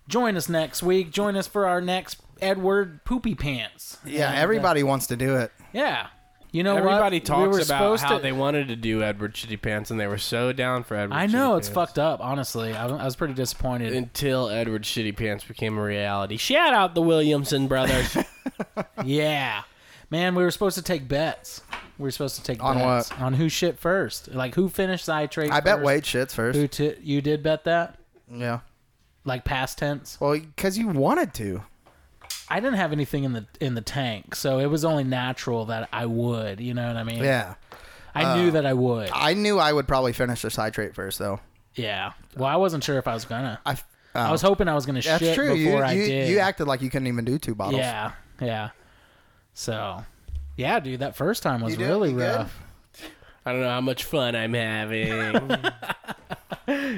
Speaker 3: Join us next week. Join us for our next Edward Poopy Pants.
Speaker 2: Yeah, everybody wants to do it.
Speaker 3: Yeah. You know
Speaker 4: Everybody
Speaker 3: what? We
Speaker 4: talks
Speaker 3: were
Speaker 4: about
Speaker 3: supposed
Speaker 4: how
Speaker 3: to-
Speaker 4: they wanted to do Edward Shitty Pants, and they were so down for Edward.
Speaker 3: I
Speaker 4: Shitty
Speaker 3: know it's
Speaker 4: Pants.
Speaker 3: fucked up, honestly. I, I was pretty disappointed.
Speaker 4: Until Edward Shitty Pants became a reality. Shout out the Williamson brothers.
Speaker 3: Yeah. Man, we were supposed to take bets. We were supposed to take
Speaker 2: On
Speaker 3: bets
Speaker 2: what?
Speaker 3: on who shit first. Like who finished nitrate
Speaker 2: I bet
Speaker 3: first,
Speaker 2: Wade shits
Speaker 3: Who
Speaker 2: first.
Speaker 3: t- you did bet that?
Speaker 2: Yeah.
Speaker 3: Like past tense.
Speaker 2: Well, because you wanted to.
Speaker 3: I didn't have anything in the in the tank, so it was only natural that I would, you know what I mean?
Speaker 2: Yeah. Oh.
Speaker 3: I knew that I would.
Speaker 2: I knew I would probably finish the side trait first, though.
Speaker 3: yeah. Well, I wasn't sure if I was gonna.
Speaker 2: I, f- uh,
Speaker 3: I was hoping I was gonna
Speaker 2: that's
Speaker 3: shit
Speaker 2: true.
Speaker 3: before
Speaker 2: You,
Speaker 3: I
Speaker 2: you,
Speaker 3: did.
Speaker 2: you acted like you couldn't even do two bottles.
Speaker 3: yeah. Yeah. So, yeah, dude, that first time was
Speaker 2: You did-
Speaker 3: really
Speaker 2: you good?
Speaker 3: rough.
Speaker 4: I don't know how much fun I'm having.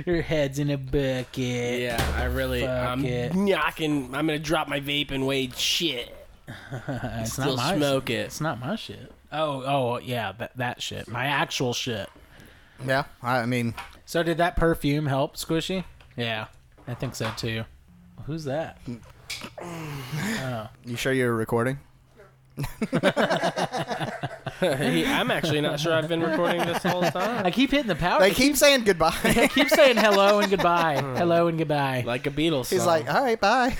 Speaker 3: Your head's in a bucket.
Speaker 4: yeah, I really.
Speaker 3: Fuck
Speaker 4: I'm
Speaker 3: it.
Speaker 4: knocking. I'm gonna drop my vape and wade shit.
Speaker 3: it's
Speaker 4: Still
Speaker 3: not my
Speaker 4: smoke it.
Speaker 3: It's not my shit. Oh, oh, yeah, that, that shit. My actual shit.
Speaker 2: Yeah. I, I mean,
Speaker 3: So did that perfume help, Squishy? Yeah, I think so too. Who's that?
Speaker 2: you sure you're recording?
Speaker 4: Hey, I'm actually not sure I've been recording this whole time.
Speaker 3: I keep hitting the power.
Speaker 2: They
Speaker 3: I
Speaker 2: keep saying goodbye.
Speaker 3: keep saying hello and goodbye. hello and goodbye.
Speaker 4: Like a Beatles song.
Speaker 2: He's like, all right, bye.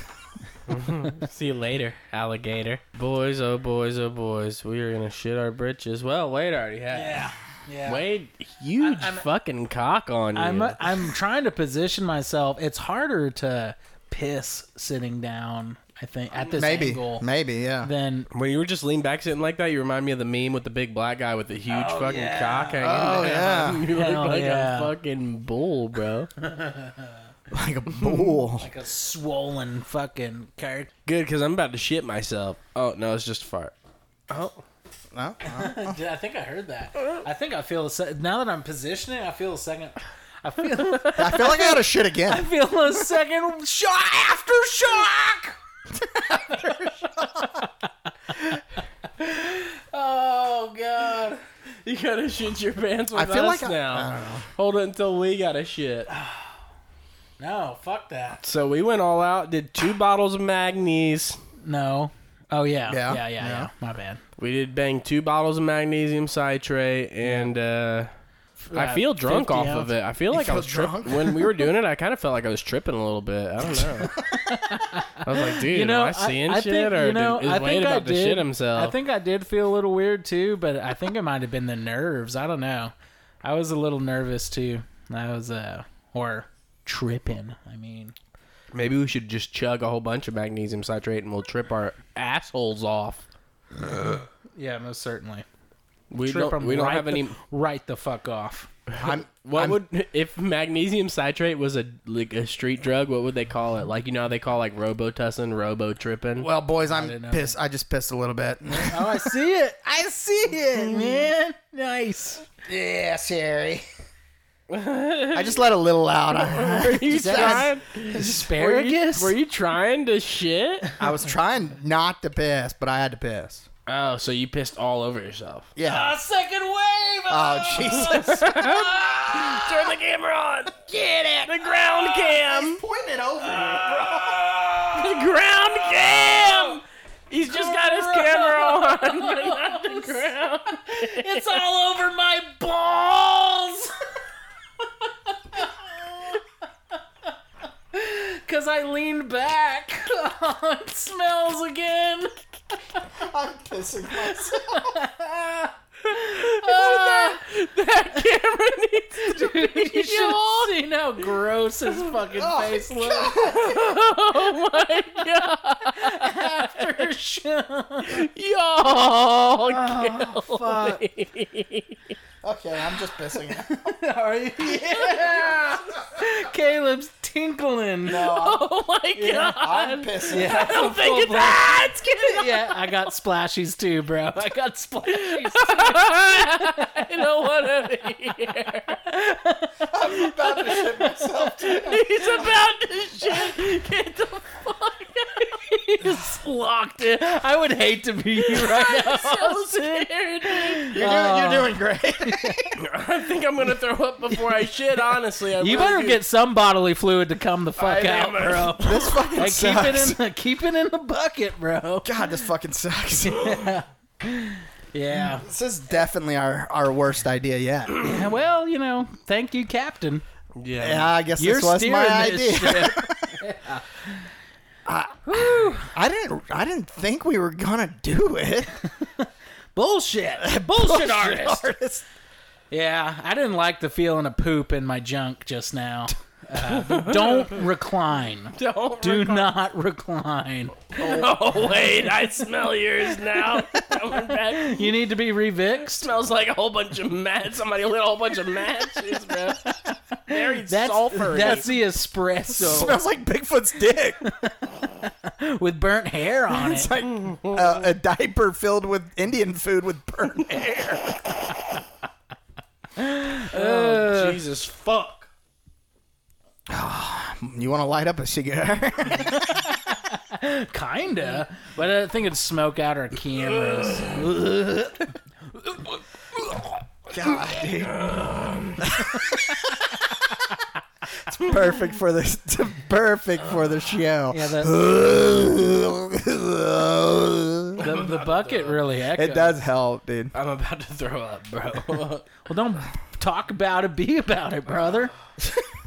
Speaker 4: See you later, alligator. Boys, oh boys, oh boys, we are gonna shit our britches. Well, Wade already had.
Speaker 3: Yeah. Yeah.
Speaker 4: Wade, huge
Speaker 3: I'm-
Speaker 4: fucking cock on you.
Speaker 3: I'm I'm trying to position myself. It's harder to piss sitting down. I think at this
Speaker 2: Maybe.
Speaker 3: angle
Speaker 2: Maybe, yeah.
Speaker 3: than
Speaker 4: when you were just leaned back sitting like that, you remind me of the meme with the big black guy with the huge fucking cock hanging.
Speaker 2: Oh,
Speaker 4: down.
Speaker 2: yeah.
Speaker 4: You look
Speaker 3: Hell,
Speaker 4: like
Speaker 3: yeah.
Speaker 4: a fucking bull, bro.
Speaker 2: Like a bull.
Speaker 3: like a swollen fucking cart.
Speaker 4: Good, cause I'm about to shit myself. Oh no, it's just a fart.
Speaker 2: No?
Speaker 3: Dude, I think I heard that. I think I feel a se- now that I'm positioning. I feel a second. I feel
Speaker 2: I feel like I gotta shit
Speaker 3: I
Speaker 2: again.
Speaker 3: feel a second shot aftershock.
Speaker 4: Oh god, you gotta shit your pants with
Speaker 2: I feel
Speaker 4: us
Speaker 2: like I-
Speaker 4: now.
Speaker 2: I
Speaker 4: Hold it until we gotta shit.
Speaker 3: No, fuck that.
Speaker 4: So we went all out, did two bottles of Magnes.
Speaker 3: No. Oh yeah. Yeah. Yeah.
Speaker 2: Yeah.
Speaker 3: Yeah. yeah. My bad.
Speaker 4: We did bang two bottles of magnesium citrate, and uh, I feel drunk
Speaker 3: 50
Speaker 4: off
Speaker 3: ounce.
Speaker 4: of it. I feel like I
Speaker 2: feel
Speaker 4: was tripping
Speaker 2: drunk?
Speaker 4: when we were doing it. I kind of felt like I was tripping a little bit. I don't know. I was like, dude,
Speaker 3: You know,
Speaker 4: am I seeing
Speaker 3: I,
Speaker 4: shit
Speaker 3: think,
Speaker 4: or
Speaker 3: you know,
Speaker 4: did, is
Speaker 3: I
Speaker 4: Wade
Speaker 3: think I
Speaker 4: about
Speaker 3: did.
Speaker 4: to shit himself?
Speaker 3: I think I did feel a little weird too, but I think it might have been the nerves. I don't know. I was a little nervous too. I was uh or tripping. I mean,
Speaker 4: maybe we should just chug a whole bunch of magnesium citrate and we'll trip our assholes off.
Speaker 3: yeah, most certainly.
Speaker 4: We
Speaker 3: Trip
Speaker 4: don't.
Speaker 3: 'em
Speaker 4: We don't
Speaker 3: right
Speaker 4: have
Speaker 3: the-
Speaker 4: any.
Speaker 3: Right the fuck off.
Speaker 2: I'm,
Speaker 4: What
Speaker 2: I'm-
Speaker 4: would if magnesium citrate was a like a street drug? What would they call it? Like you know how they call like robotussin, robo tripping.
Speaker 2: Well, boys,
Speaker 3: didn't know
Speaker 2: I'm pissed. I just pissed a little bit.
Speaker 3: Oh, I see it. I see it, man. Mm. Nice.
Speaker 2: yeah, Sherry. I just let a little out. I,
Speaker 4: you
Speaker 2: Just add-
Speaker 4: trying?
Speaker 3: Asparagus.
Speaker 4: Were you trying to shit?
Speaker 2: I was trying not to piss, but I had to piss.
Speaker 4: Oh, so you pissed all over yourself.
Speaker 2: Yeah.
Speaker 3: second wave.
Speaker 2: Oh, Jesus.
Speaker 4: Turn the camera on. Get it. The ground cam.
Speaker 5: Point it over.
Speaker 4: The ground cam. He's just got his camera on. but not the ground.
Speaker 3: It's all over my balls. Cause I leaned back. Oh, it smells again.
Speaker 6: I'm pissing myself.
Speaker 3: You should have seen how gross his fucking face looked.
Speaker 4: Oh my god.
Speaker 3: After show.
Speaker 4: Y'all.
Speaker 3: Oh.
Speaker 6: Fuck. Okay, I'm just pissing.
Speaker 3: Are you? Yeah. Caleb's tinkling.
Speaker 6: No,
Speaker 4: Oh my god.
Speaker 6: I'm, I'm pissing.
Speaker 3: Yeah, I don't
Speaker 4: Think it's ah, it's getting
Speaker 3: Yeah, I got splashies too, bro. I got splashies.
Speaker 4: I don't want to be here.
Speaker 6: I'm about to shit myself. Too.
Speaker 4: He's about to shit. Get the fuck out.
Speaker 3: He's locked in. I would hate to be you right now.
Speaker 4: I'm so scared. dude.
Speaker 6: You're, doing, you're doing great.
Speaker 4: I think I'm gonna throw up before I shit. Honestly, I
Speaker 3: You
Speaker 4: really
Speaker 3: better
Speaker 4: do.
Speaker 3: get some bodily fluid to come the fuck
Speaker 4: I
Speaker 3: out,
Speaker 4: am.
Speaker 3: bro.
Speaker 2: This fucking
Speaker 3: Like, keep
Speaker 2: sucks.
Speaker 3: it in the keep it in the bucket, bro.
Speaker 2: God, this fucking sucks.
Speaker 3: Yeah.
Speaker 2: this is definitely our, our worst idea yet.
Speaker 3: Yeah, Well, you know, thank you, Captain.
Speaker 4: Yeah.
Speaker 2: Yeah, I guess
Speaker 3: You're
Speaker 2: this was
Speaker 3: steering
Speaker 2: my
Speaker 3: this
Speaker 2: idea.
Speaker 3: ship.
Speaker 2: I didn't I didn't think we were gonna do it.
Speaker 3: Bullshit. Bullshit, artist.
Speaker 2: Artist.
Speaker 3: Yeah, I didn't like the feeling of poop in my junk just now. Uh, but don't recline.
Speaker 4: Don't
Speaker 3: Do not recline.
Speaker 4: Oh wait, I smell yours now. Coming back.
Speaker 3: You need to be revixed.
Speaker 4: Smells like a whole bunch of matches. Somebody lit a whole bunch of matches, bro. Very
Speaker 3: That's
Speaker 4: sulfur.
Speaker 3: that's the espresso
Speaker 2: Smells like Bigfoot's dick.
Speaker 3: with burnt hair on it.
Speaker 2: It's like a, a diaper filled with Indian food with burnt hair.
Speaker 4: Jesus fuck.
Speaker 2: You want to light up a cigar?
Speaker 3: Kinda, but I think it'd smoke out our cameras.
Speaker 2: God, dude. it's perfect for this. It's perfect for the show.
Speaker 3: Yeah, the, the, the bucket really echoes.
Speaker 2: it does help, dude.
Speaker 4: I'm about to throw up, bro.
Speaker 3: Well, don't talk about it. Be about it, brother.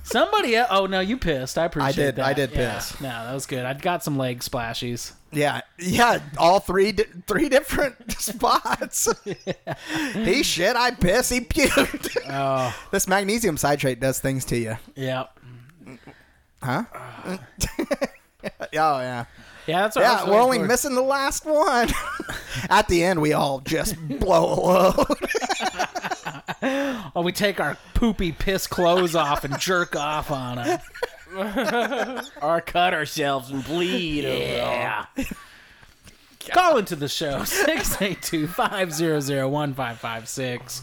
Speaker 3: Somebody. el- Oh no, you pissed. I appreciate
Speaker 2: I did.
Speaker 3: that.
Speaker 2: I did
Speaker 3: Yeah.
Speaker 2: piss.
Speaker 3: No, that was good. I got some leg splashies.
Speaker 2: Yeah, yeah. All three, di- three different spots. He shit. I piss. He puked.
Speaker 3: Oh,
Speaker 2: this magnesium citrate does things to you,
Speaker 3: yeah.
Speaker 2: huh? oh yeah.
Speaker 3: Yeah, that's what I
Speaker 2: Yeah,
Speaker 3: was
Speaker 2: we're only
Speaker 3: looking for.
Speaker 2: missing the last one. At the end, we all just blow a load.
Speaker 3: Oh, we take our poopy piss clothes off and jerk off on them.
Speaker 4: or cut ourselves and bleed.
Speaker 3: Yeah. Call into the show 682 500 1556.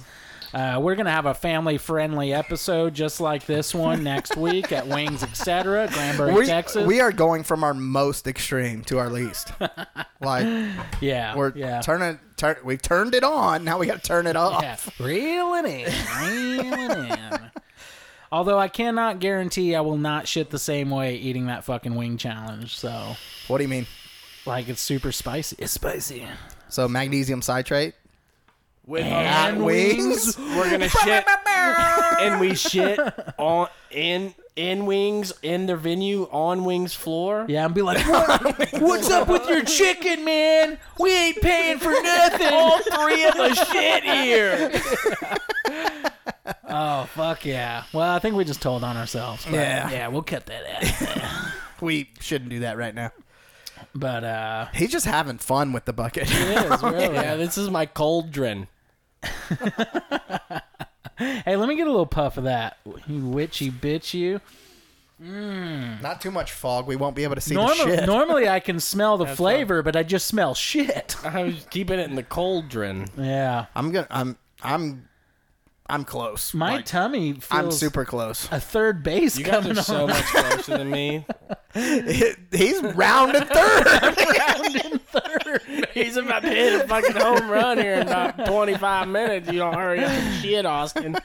Speaker 3: Uh, We're going to have a family friendly episode just like this one next week at Wings, etc., Granbury,
Speaker 2: we,
Speaker 3: Texas.
Speaker 2: we are going from our most extreme to our least. like
Speaker 3: yeah.
Speaker 2: we're
Speaker 3: yeah.
Speaker 2: turning, turn, we've turned it on. Now we got to turn it off.
Speaker 3: yeah. Reel it in. Reel it in. Although I cannot guarantee I will not shit the same way eating that fucking wing challenge. So,
Speaker 2: What do you mean?
Speaker 3: like, it's super spicy. It's spicy.
Speaker 2: So magnesium citrate
Speaker 4: With
Speaker 2: at wings.
Speaker 4: We're gonna shit, and we shit on in in wings in their venue on wings floor.
Speaker 3: Yeah, and be like, "What- what's up with your chicken, man? We ain't paying for nothing.
Speaker 4: All three of us shit here.
Speaker 3: oh, fuck yeah. Well, I think we just told on ourselves. But yeah.
Speaker 2: Yeah.
Speaker 3: we'll cut that out.
Speaker 2: We shouldn't do that right now.
Speaker 3: But, uh,
Speaker 2: He's just having fun with the bucket.
Speaker 3: it is really.
Speaker 4: Yeah, this is my cauldron.
Speaker 3: Hey, let me get a little puff of that. You witchy bitch, you.
Speaker 2: Not too much fog. We won't be able to see the
Speaker 3: Normal,
Speaker 2: shit.
Speaker 3: normally, I can smell the flavor, but I just smell shit.
Speaker 4: I was keeping it in the cauldron.
Speaker 3: Yeah.
Speaker 2: I'm gonna. I'm. I'm. I'm close.
Speaker 3: My
Speaker 2: Like,
Speaker 3: tummy feels
Speaker 2: I'm super close.
Speaker 3: a third base
Speaker 4: You guys
Speaker 3: coming
Speaker 4: are
Speaker 3: on.
Speaker 4: so much closer than me.
Speaker 2: He's round and third.
Speaker 4: He's about to hit a fucking home run here in about 25 minutes. You don't hurry up and shit, Austin.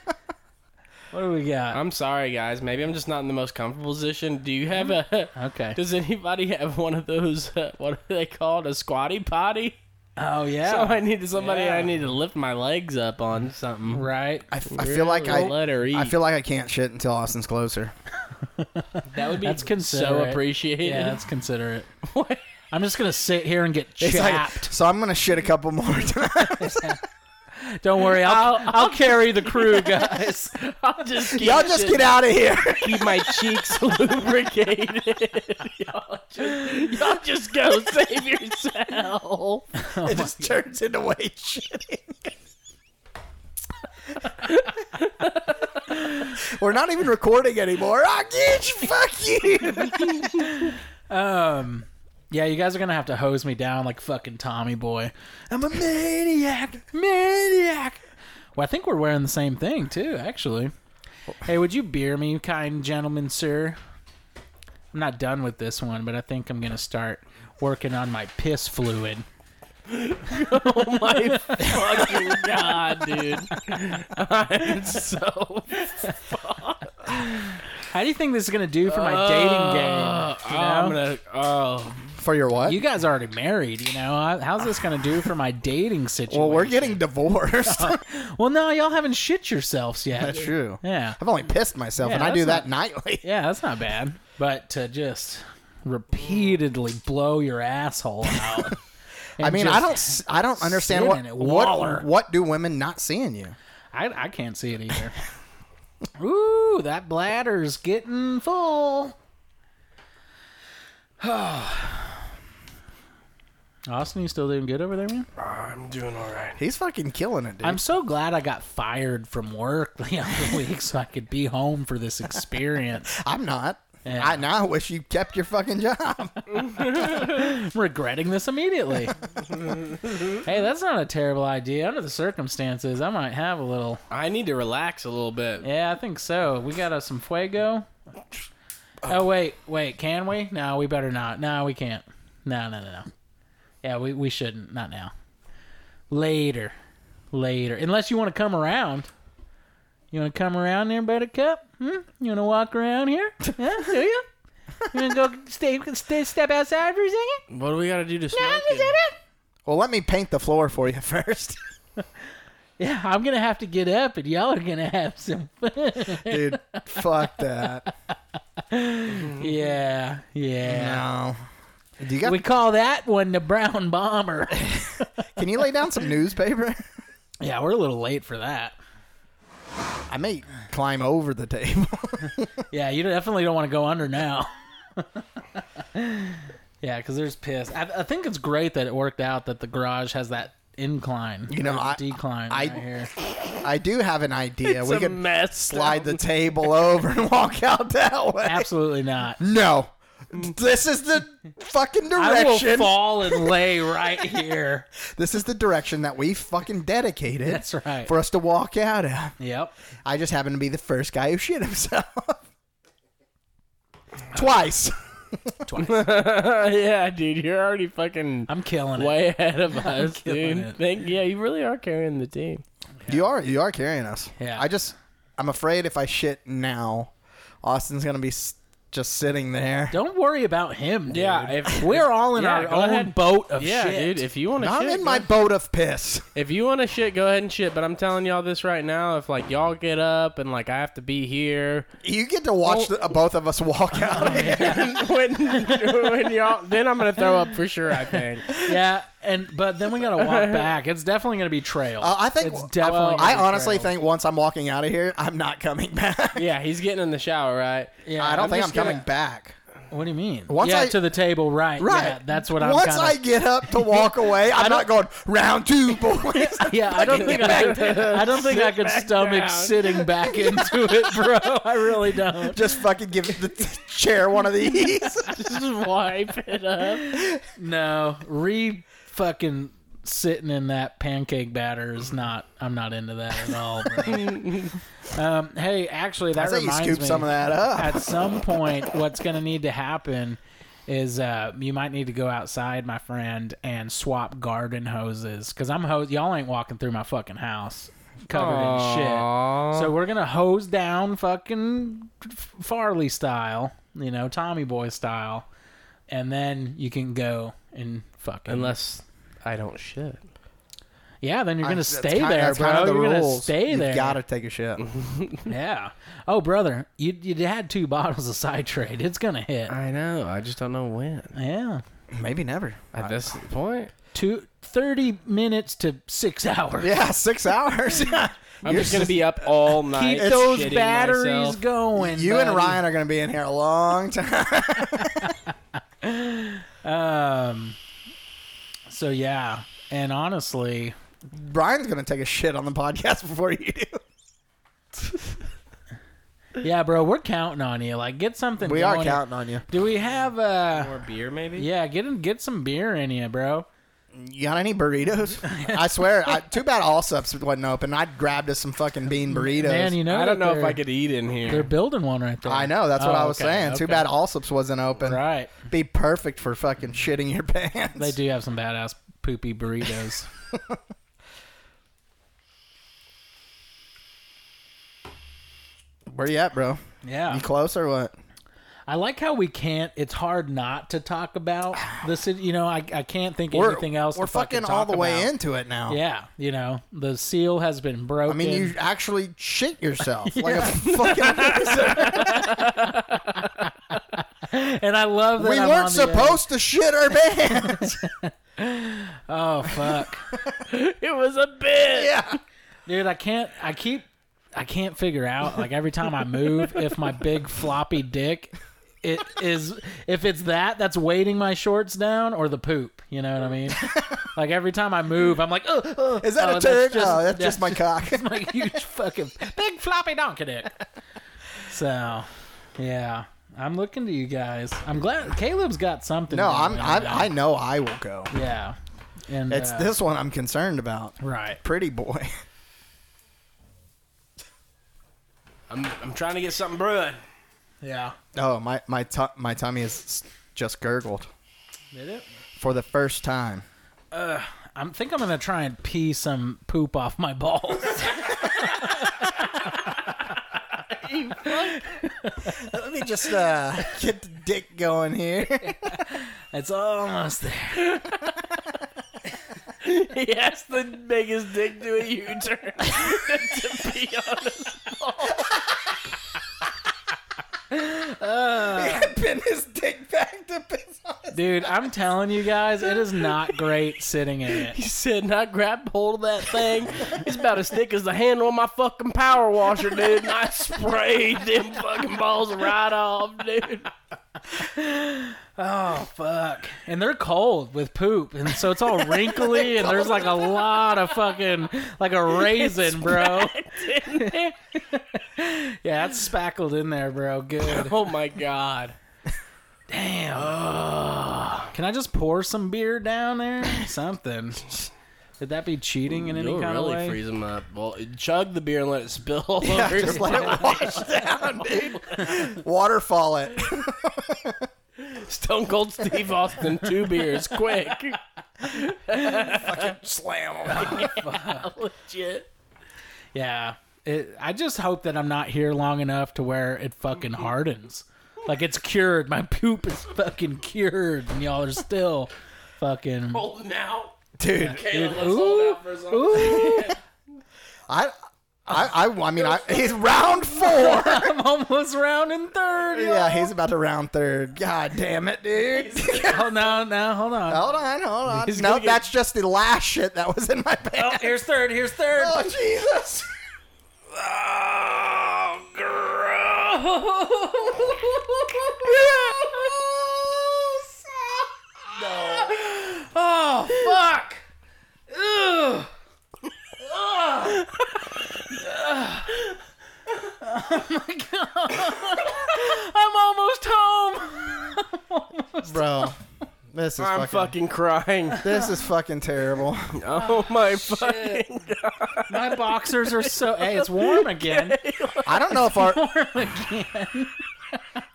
Speaker 3: What do we got?
Speaker 4: I'm sorry, guys. Maybe I'm just not in the most comfortable position. Do you have a?
Speaker 3: Okay.
Speaker 4: Does anybody have one of those? Uh, what are they called? A squatty potty?
Speaker 3: Oh
Speaker 4: So
Speaker 3: yeah.
Speaker 4: I need to, somebody.
Speaker 3: Yeah.
Speaker 4: I need to lift my legs up on something.
Speaker 3: right.
Speaker 2: I, f- I feel like I
Speaker 4: let her eat.
Speaker 2: I feel like I can't shit until Austin's closer.
Speaker 4: that would be
Speaker 3: That's
Speaker 4: so
Speaker 3: considerate.
Speaker 4: appreciated.
Speaker 3: Yeah, that's considerate. I'm just gonna sit here and get
Speaker 2: It's like,
Speaker 3: chapped.
Speaker 2: so I'm gonna shit a couple more times.
Speaker 3: Don't worry, I'll, I'll carry the crew, guys.
Speaker 4: I'll just keep
Speaker 2: Y'all just
Speaker 4: it-
Speaker 2: get out of here.
Speaker 4: keep my cheeks lubricated. y'all, just, y'all just go save yourself.
Speaker 3: Oh
Speaker 2: it just turns into way shitting. We're not even recording anymore. Ah, Gitch, fuck you.
Speaker 3: Um, yeah, you guys are gonna have to hose me down like fucking Tommy Boy. I'm a maniac, maniac. Well, I think we're wearing the same thing too, actually. Hey, would you beer me, kind gentleman, sir? I'm not done with this one, but I think I'm gonna start working on my piss fluid.
Speaker 4: Oh my fucking god, dude! I'm so
Speaker 3: How do you think this is gonna do for my dating game? You know?
Speaker 4: Uh, I'm gonna. Oh,
Speaker 2: For your what?
Speaker 3: You guys are already married, you know. I- How's this gonna do for my dating situation?
Speaker 2: well, we're getting divorced.
Speaker 3: Well, no, y'all haven't shit yourselves yet.
Speaker 2: That's true.
Speaker 3: Yeah,
Speaker 2: I've only pissed myself,
Speaker 3: Yeah,
Speaker 2: and I do
Speaker 3: that's
Speaker 2: that nightly.
Speaker 3: yeah, that's not bad. But to just repeatedly blow your asshole out.
Speaker 2: I
Speaker 3: and
Speaker 2: mean,
Speaker 3: just-
Speaker 2: I don't, s- I don't understand
Speaker 3: sit
Speaker 2: what,
Speaker 3: in it, waller.
Speaker 2: what, what do women not seeing you?
Speaker 3: I, I can't see it either. Ooh, that bladder's getting full. Austin, you still doing good over there, man?
Speaker 4: I'm doing all right.
Speaker 2: He's fucking killing it, dude.
Speaker 3: I'm so glad I got fired from work the other week so I could be home for this experience.
Speaker 2: I'm not.
Speaker 3: Yeah.
Speaker 2: I now wish you kept your fucking job.
Speaker 3: I'm regretting this immediately. hey, that's not a terrible idea. Under the circumstances, I might have a little.
Speaker 4: I need to relax a little bit.
Speaker 3: Yeah, I think so. We got us some fuego. Oh, wait, wait. Can we? No, we better not. No, we can't. No, no, no, no. Yeah, we, we shouldn't. Not now. Later. Later. Unless you want to come around. You want to come around there, Buttercup? Hmm? You want to walk around here? Huh? Do you? You want to go stay, stay, step outside for a second?
Speaker 4: What do we gotta do to smoke?
Speaker 3: Huh?
Speaker 4: it?
Speaker 3: Is that it?
Speaker 2: well, let me paint the floor for you first,
Speaker 3: Yeah, I'm gonna have to get up, and y'all are gonna have some.
Speaker 2: dude. fuck that.
Speaker 3: yeah, yeah.
Speaker 2: No. Do you got?
Speaker 3: We call that one the brown bomber.
Speaker 2: can you lay down some newspaper?
Speaker 3: yeah, we're a little late for that.
Speaker 2: I may climb over the table.
Speaker 3: Yeah, you definitely don't want to go under now. yeah, because there's piss. I, I think it's great that it worked out that the garage has that incline.
Speaker 2: You know,
Speaker 3: or
Speaker 2: I-
Speaker 3: decline
Speaker 2: I-
Speaker 3: right here.
Speaker 2: I do have an idea.
Speaker 4: It's
Speaker 2: we
Speaker 4: a
Speaker 2: could
Speaker 4: mess.
Speaker 2: slide the table over and walk out that way.
Speaker 3: Absolutely not.
Speaker 2: No. This is the fucking
Speaker 3: Mm. I will
Speaker 2: direction.
Speaker 3: fall and lay right here.
Speaker 2: This is the direction that we fucking dedicated.
Speaker 3: That's right.
Speaker 2: For us to walk out of.
Speaker 3: Yep.
Speaker 2: I just happened to be the first guy who shit himself. Twice.
Speaker 4: yeah, dude, you're already fucking
Speaker 3: I'm killing it.
Speaker 4: way ahead of us,
Speaker 3: killing
Speaker 4: dude.
Speaker 3: it.
Speaker 4: Thank, yeah, you really are carrying the team.
Speaker 2: You are you are carrying us.
Speaker 3: Yeah.
Speaker 2: I just I'm afraid if I shit now, Austin's gonna be s- just sitting there.
Speaker 3: Don't worry about him. Dude.
Speaker 4: Yeah, if-
Speaker 3: we're all in
Speaker 4: yeah,
Speaker 3: our
Speaker 4: go
Speaker 3: own
Speaker 4: ahead.
Speaker 3: boat of
Speaker 4: yeah,
Speaker 3: shit.
Speaker 4: dude. If you want to,
Speaker 2: I'm
Speaker 4: shit,
Speaker 2: in
Speaker 4: go
Speaker 2: my boat of piss.
Speaker 4: If you want to shit, go ahead and shit. But I'm telling y'all this right now. If like y'all get up and like I have to be here,
Speaker 2: You get to watch the, both of us walk out.
Speaker 4: when, when y'all, then I'm gonna throw up for sure. I think.
Speaker 3: yeah, and but then we gotta walk back. It's definitely gonna be trail.
Speaker 2: Uh, I think
Speaker 3: it's definitely. gonna
Speaker 2: I
Speaker 3: be
Speaker 2: honestly
Speaker 3: trail.
Speaker 2: think once I'm walking out of here, I'm not coming back.
Speaker 4: Yeah, he's getting in the shower, right?
Speaker 3: Yeah,
Speaker 2: I don't think I'm
Speaker 3: just gonna-
Speaker 2: coming back.
Speaker 3: What do you mean?
Speaker 2: Once
Speaker 3: yeah,
Speaker 2: I-
Speaker 3: to the table, right?
Speaker 2: Right.
Speaker 3: Yeah, that's what I'm.
Speaker 2: Once
Speaker 3: kinda,
Speaker 2: I get up to walk away, I'm not going round two, boys.
Speaker 3: yeah, I don't think I, could- I don't think I could stomach
Speaker 4: down.
Speaker 3: sitting back into it, bro. I really don't.
Speaker 2: just fucking give the t- chair one of these.
Speaker 4: Just wipe it up.
Speaker 3: No, re fucking sitting in that pancake batter is not. I'm not into that at all. bro. um, hey, actually, that
Speaker 2: I thought you
Speaker 3: reminds
Speaker 2: scoop
Speaker 3: me.
Speaker 2: some of that up.
Speaker 3: at some point what's going to need to happen is uh you might need to go outside my friend and swap garden hoses cuz I'm ho- y'all ain't walking through my fucking house covered in shit. So we're gonna hose down, fucking Farley style, you know, Tommy Boy style, and then you can go and fucking.
Speaker 4: Unless I don't shit.
Speaker 3: yeah, then you're
Speaker 2: I-
Speaker 3: gonna
Speaker 2: that's
Speaker 3: stay
Speaker 2: kinda-
Speaker 3: there,
Speaker 2: that's
Speaker 3: bro.
Speaker 2: kinda the
Speaker 3: you're gonna
Speaker 2: rules.
Speaker 3: stay there.
Speaker 2: You gotta take a shit.
Speaker 3: Yeah. Oh, brother, you you had two bottles of side trade. It's gonna hit.
Speaker 4: I know. I just don't know when.
Speaker 3: Yeah.
Speaker 2: Maybe never.
Speaker 4: At this point,
Speaker 3: Two, 30 minutes to six hours.
Speaker 2: Yeah, six hours.
Speaker 4: I'm just gonna be up all night.
Speaker 3: Keep those
Speaker 4: shitting
Speaker 3: batteries
Speaker 4: myself.
Speaker 3: going.
Speaker 2: you and
Speaker 3: buddy.
Speaker 2: Ryan are gonna be in here a long time.
Speaker 3: Um. So yeah, and honestly,
Speaker 2: Brian's gonna take a shit on the podcast before you do.
Speaker 3: yeah, bro, we're counting on you. Like, get something.
Speaker 2: We are
Speaker 3: going.
Speaker 2: counting on you.
Speaker 3: Do we have uh?
Speaker 4: More beer, maybe.
Speaker 3: Yeah, get in- get some beer in you, bro.
Speaker 2: You got any burritos? I swear. I, too bad all subs wasn't open. I grabbed us some fucking bean burritos.
Speaker 3: Man, you know
Speaker 4: I don't
Speaker 3: that
Speaker 4: know if
Speaker 3: they're-
Speaker 4: I could eat in
Speaker 3: They're
Speaker 4: here.
Speaker 3: building one right there.
Speaker 2: I know. That's what
Speaker 3: Oh,
Speaker 2: I was
Speaker 3: okay,
Speaker 2: saying. Too
Speaker 3: okay.
Speaker 2: bad Allsup's wasn't open.
Speaker 3: Right.
Speaker 2: Be perfect for fucking shitting your pants.
Speaker 3: They do have some badass poopy burritos.
Speaker 2: Where you at, bro?
Speaker 3: yeah.
Speaker 2: You close or what?
Speaker 3: I like how we can't. It's hard not to talk about the city. You know, I, I can't think of
Speaker 2: We're-
Speaker 3: anything else.
Speaker 2: We're
Speaker 3: to fucking,
Speaker 2: fucking, all
Speaker 3: talk
Speaker 2: the way
Speaker 3: about.
Speaker 2: into it now.
Speaker 3: Yeah, you know, the seal has been broken.
Speaker 2: I mean, you actually shit yourself like a fucking.
Speaker 3: and I love that
Speaker 2: we
Speaker 3: I'm
Speaker 2: weren't
Speaker 3: on the edge.
Speaker 2: supposed to shit our pants.
Speaker 3: Oh fuck,
Speaker 4: It was a bit.
Speaker 2: yeah.
Speaker 3: dude! I can't. I keep. I can't figure out like every time I move if my big floppy dick it is if it's that that's weighting my shorts down or the poop. You know what I mean? Like every time I move, I'm like, oh, oh,
Speaker 2: Is that
Speaker 3: oh,
Speaker 2: a turd?
Speaker 3: just-
Speaker 2: oh, that's
Speaker 3: yeah,
Speaker 2: just my cock.
Speaker 3: my huge fucking big floppy donkey dick. So, yeah, I'm looking to you guys. I'm glad Caleb's got something.
Speaker 2: No, I'm.
Speaker 3: going,
Speaker 2: I,
Speaker 3: you know?
Speaker 2: I know I will go.
Speaker 3: yeah, and
Speaker 2: It's
Speaker 3: uh,
Speaker 2: this one I'm concerned about.
Speaker 3: right.
Speaker 2: Pretty boy.
Speaker 4: I'm, I'm trying to get something brewing.
Speaker 3: Yeah,
Speaker 2: Oh my my tu- my tummy is s- just gurgled
Speaker 3: did it?
Speaker 2: for the first time.
Speaker 3: I think I'm gonna try and pee some poop off my balls.
Speaker 2: Let me just uh, get the dick going here.
Speaker 3: it's almost there.
Speaker 4: He has the biggest dick to a U-turn. to be honest,
Speaker 2: Pin his dick back to piss on his.
Speaker 3: Dude, I'm telling you guys, it is not great sitting in
Speaker 4: he
Speaker 3: it.
Speaker 4: said, "I grabbed hold of that thing. It's about as thick as the handle on my fucking power washer, dude." And I sprayed them fucking balls right off, dude.
Speaker 3: Oh fuck! And they're cold with poop, and so it's all wrinkly, and there's like a lot of fucking like a raisin, bro. yeah, it's spackled in there, bro. Good.
Speaker 4: Oh my god.
Speaker 3: Damn. Can I just pour some beer down there? Something. Would that be cheating in any
Speaker 4: You'll
Speaker 3: kind
Speaker 4: really
Speaker 3: of way?
Speaker 4: freeze them up. Well, chug the beer and let it spill all
Speaker 2: Yeah,
Speaker 4: over
Speaker 2: just
Speaker 4: your
Speaker 2: let
Speaker 4: body.
Speaker 2: it wash down, dude. Waterfall it.
Speaker 4: Stone Cold Steve Austin, two beers, quick.
Speaker 2: Slam.
Speaker 4: Legit.
Speaker 3: Yeah. It, I just hope that I'm not here long enough to where it fucking hardens. Like it's cured. My poop is fucking cured, and y'all are still fucking.
Speaker 4: Holding out.
Speaker 2: Dude,
Speaker 4: Caleb, let's
Speaker 3: Ooh,
Speaker 4: hold out for a second.
Speaker 3: ooh,
Speaker 2: I, I, I, I mean, I, he's round four.
Speaker 3: I'm almost round in third.
Speaker 2: yeah, he's about to round third. God damn it, dude.
Speaker 3: Oh no, no, hold on.
Speaker 2: hold on, hold on.
Speaker 4: He's
Speaker 2: no,
Speaker 4: gonna get-
Speaker 2: that's just the last shit that was in my
Speaker 3: Oh,
Speaker 2: pants.
Speaker 3: here's third. Here's third.
Speaker 2: Oh, Jesus.
Speaker 4: Oh,
Speaker 3: Oh, I'm almost home.
Speaker 2: Bro, this is
Speaker 4: I'm
Speaker 2: fucking.
Speaker 4: fucking crying.
Speaker 2: This is fucking terrible.
Speaker 4: Oh my fucking
Speaker 3: My boxers are so. Hey, it's warm again.
Speaker 2: I don't know if our.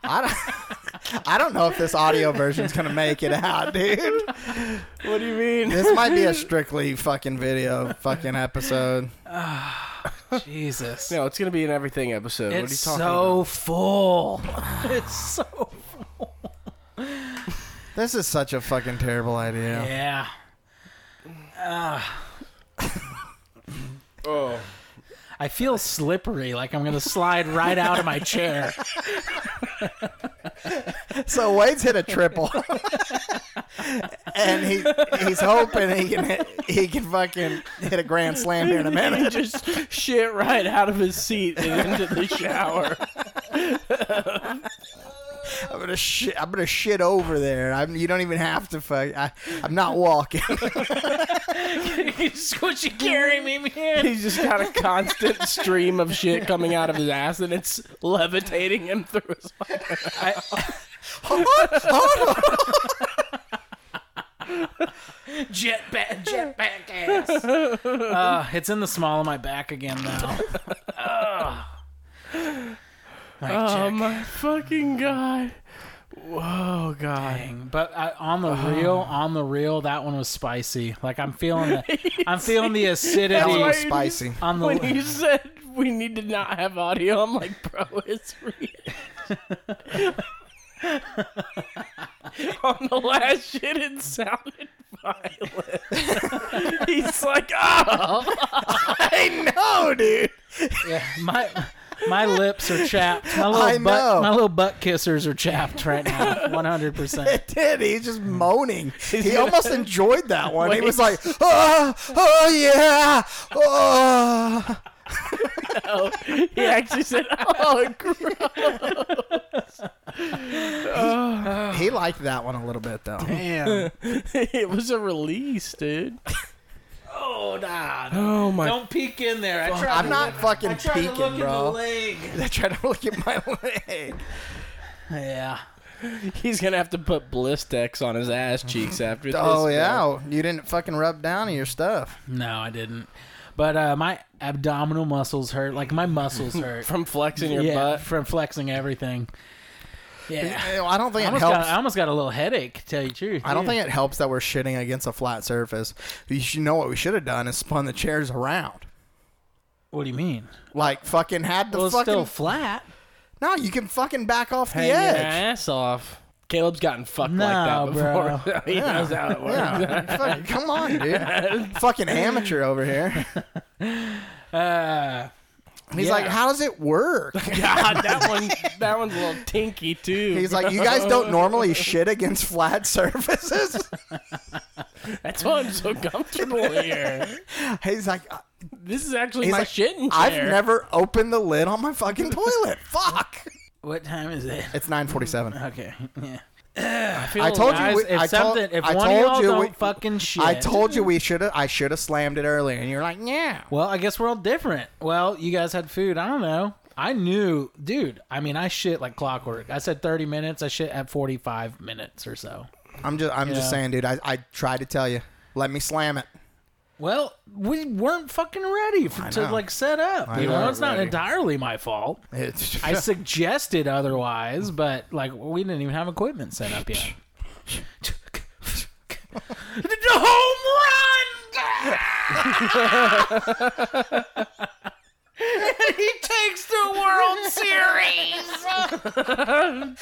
Speaker 2: I don't, I don't know if this audio version's gonna make it out, dude.
Speaker 4: What do you mean?
Speaker 2: This might be a strictly fucking video fucking episode.
Speaker 3: Jesus.
Speaker 4: No, it's gonna be an everything episode. what are you
Speaker 3: It's
Speaker 4: talking
Speaker 3: so full. It's so
Speaker 2: This is such a fucking terrible idea.
Speaker 3: yeah.
Speaker 4: about? Oh,
Speaker 3: I feel slippery, like I'm gonna slide right out of my chair.
Speaker 2: So Wade's hit a triple, and he he's hoping he can hit, he can fucking hit a grand slam here in a minute.
Speaker 4: just shit right out of his seat and into the shower.
Speaker 2: I'm gonna shit. I'm gonna shit over there. I'm, you don't even have to fuck. I, I'm not walking.
Speaker 3: Squishy, carry me, man.
Speaker 4: He's just got a constant stream of shit coming out of his ass, and it's levitating him through his.
Speaker 3: Jet back, jet back ass. Uh, it's in the small of my back again now.
Speaker 4: Oh my fucking god! Whoa, god.
Speaker 3: Dang. But I, on the
Speaker 4: Uh-huh.
Speaker 3: real, on the real, that one was spicy. Like I'm feeling the, I'm feeling the
Speaker 2: That
Speaker 3: acidity
Speaker 2: one was
Speaker 4: Why-
Speaker 2: spicy.
Speaker 3: on the.
Speaker 4: When you said we need to not have audio, I'm like, bro, it's real. On the last shit, it sounded violent. He's like, oh,
Speaker 2: I know, dude.
Speaker 3: my my lips are chapped. My little
Speaker 2: I know.
Speaker 3: butt my little butt kissers are chapped right now. One hundred percent.
Speaker 2: It did. He's just moaning. He almost enjoyed that one. He was like, oh, oh yeah, oh.
Speaker 4: he actually said, oh, gross.
Speaker 2: He liked that one a little bit though.
Speaker 3: Damn.
Speaker 4: it was a release, dude.
Speaker 3: Oh nah.
Speaker 4: Oh my!
Speaker 3: Don't peek in there. I tried
Speaker 2: I'm not fucking
Speaker 3: tried to look
Speaker 2: peeking,
Speaker 3: in the
Speaker 2: bro.
Speaker 3: leg.
Speaker 2: I tried to look at my leg.
Speaker 3: Yeah.
Speaker 4: He's gonna have to put Blistex on his ass cheeks after this.
Speaker 2: Oh
Speaker 4: bro.
Speaker 2: yeah, you didn't fucking rub down on your stuff.
Speaker 3: No, I didn't. But uh, my abdominal muscles hurt. Like my muscles hurt.
Speaker 4: from flexing your
Speaker 3: yeah,
Speaker 4: butt.
Speaker 3: from flexing everything. Yeah.
Speaker 2: Ew, I
Speaker 3: I
Speaker 2: don't think it
Speaker 3: almost,
Speaker 2: helps.
Speaker 3: got, I almost got a little headache, to tell you the truth.
Speaker 2: I don't
Speaker 3: too.
Speaker 2: think it helps that we're shitting against a flat surface. You should know what we should have done is spun the chairs around.
Speaker 3: What do you mean?
Speaker 2: Like fucking had the
Speaker 3: Well, it's
Speaker 2: fucking
Speaker 3: still flat.
Speaker 2: no. You can fucking back off the
Speaker 4: Hang your
Speaker 2: edge.
Speaker 4: ass off. Caleb's gotten fucked
Speaker 3: No,
Speaker 4: like that before. he
Speaker 2: Yeah.
Speaker 4: knows how it works.
Speaker 2: Yeah, fucking, come on, dude. fucking amateur over here.
Speaker 3: Uh,
Speaker 2: He's
Speaker 3: Yeah.
Speaker 2: like, how does it work?
Speaker 4: God, that one, that one's a little tinky too.
Speaker 2: He's like, you guys don't normally shit against flat surfaces.
Speaker 4: That's why I'm so comfortable here.
Speaker 2: He's like, uh,
Speaker 4: This is actually
Speaker 2: He's
Speaker 4: my
Speaker 2: like,
Speaker 4: shitting
Speaker 2: I've
Speaker 4: chair.
Speaker 2: never opened the lid on my fucking toilet. Fuck.
Speaker 3: what time is it?
Speaker 2: It's nine forty-seven.
Speaker 3: Okay. Yeah. Uh,
Speaker 2: I told you.
Speaker 3: Guys,
Speaker 2: We,
Speaker 3: if
Speaker 2: I told,
Speaker 3: something, if
Speaker 2: I
Speaker 3: one
Speaker 2: told
Speaker 3: of y'all
Speaker 2: you.
Speaker 3: don't
Speaker 2: we-
Speaker 3: fucking shit.
Speaker 2: I told you we should have. I should have slammed it earlier, and you're like, yeah.
Speaker 3: Well, I guess we're all different. Well, you guys had food. I don't know. I knew, dude. I mean, I shit like clockwork. I said 30 minutes. I shit at 45 minutes or so.
Speaker 2: I'm just. I'm
Speaker 3: Yeah.
Speaker 2: just saying, dude. I, I tried to tell you. Let me slam it.
Speaker 3: Well, we weren't fucking ready for, to
Speaker 2: know.
Speaker 3: like set up. you know,
Speaker 2: know.
Speaker 3: it's not entirely my fault.
Speaker 2: It's,
Speaker 3: I suggested otherwise, but like we didn't even have equipment set up yet. the home run! and he takes the World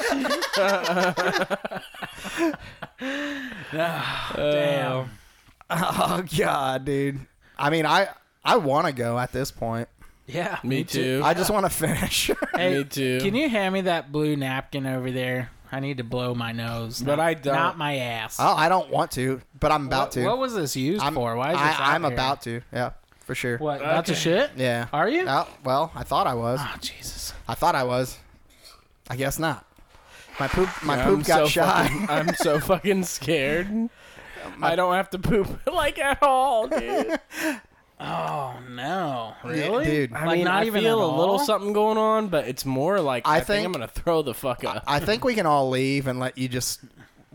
Speaker 3: Series. Ah, damn.
Speaker 2: oh god, dude. I mean, I I want to go at this point.
Speaker 3: Yeah.
Speaker 4: Me too.
Speaker 2: I just want to finish.
Speaker 3: Hey,
Speaker 4: Me too.
Speaker 3: Can you hand me that blue napkin over there? I need to blow my nose.
Speaker 4: But
Speaker 3: not,
Speaker 4: I don't.
Speaker 3: Not my ass.
Speaker 2: oh, I don't want to, but I'm about
Speaker 3: what,
Speaker 2: to.
Speaker 3: What was this used
Speaker 2: I'm,
Speaker 3: for? Why is this out
Speaker 2: I, I'm
Speaker 3: here?
Speaker 2: about to. Yeah, for sure.
Speaker 3: What? About to shit?
Speaker 2: Yeah.
Speaker 3: Are you?
Speaker 2: Oh, well, I thought I was.
Speaker 3: Oh, Jesus.
Speaker 2: I thought I was. I guess not. My poop. My
Speaker 4: I'm
Speaker 2: poop got
Speaker 4: so
Speaker 2: shy.
Speaker 4: fucking- I'm so fucking scared. I don't have to poop like at all, dude.
Speaker 3: Oh no.
Speaker 2: Yeah,
Speaker 3: Really?
Speaker 2: dude.
Speaker 4: I
Speaker 3: Like,
Speaker 4: mean,
Speaker 3: not
Speaker 4: I
Speaker 3: even
Speaker 4: feel
Speaker 3: at
Speaker 4: a little
Speaker 3: all?
Speaker 4: something going on, but it's more like
Speaker 2: I
Speaker 4: I, think,
Speaker 2: think-
Speaker 4: I'm gonna throw the fuck up.
Speaker 2: I think we can all leave and let you just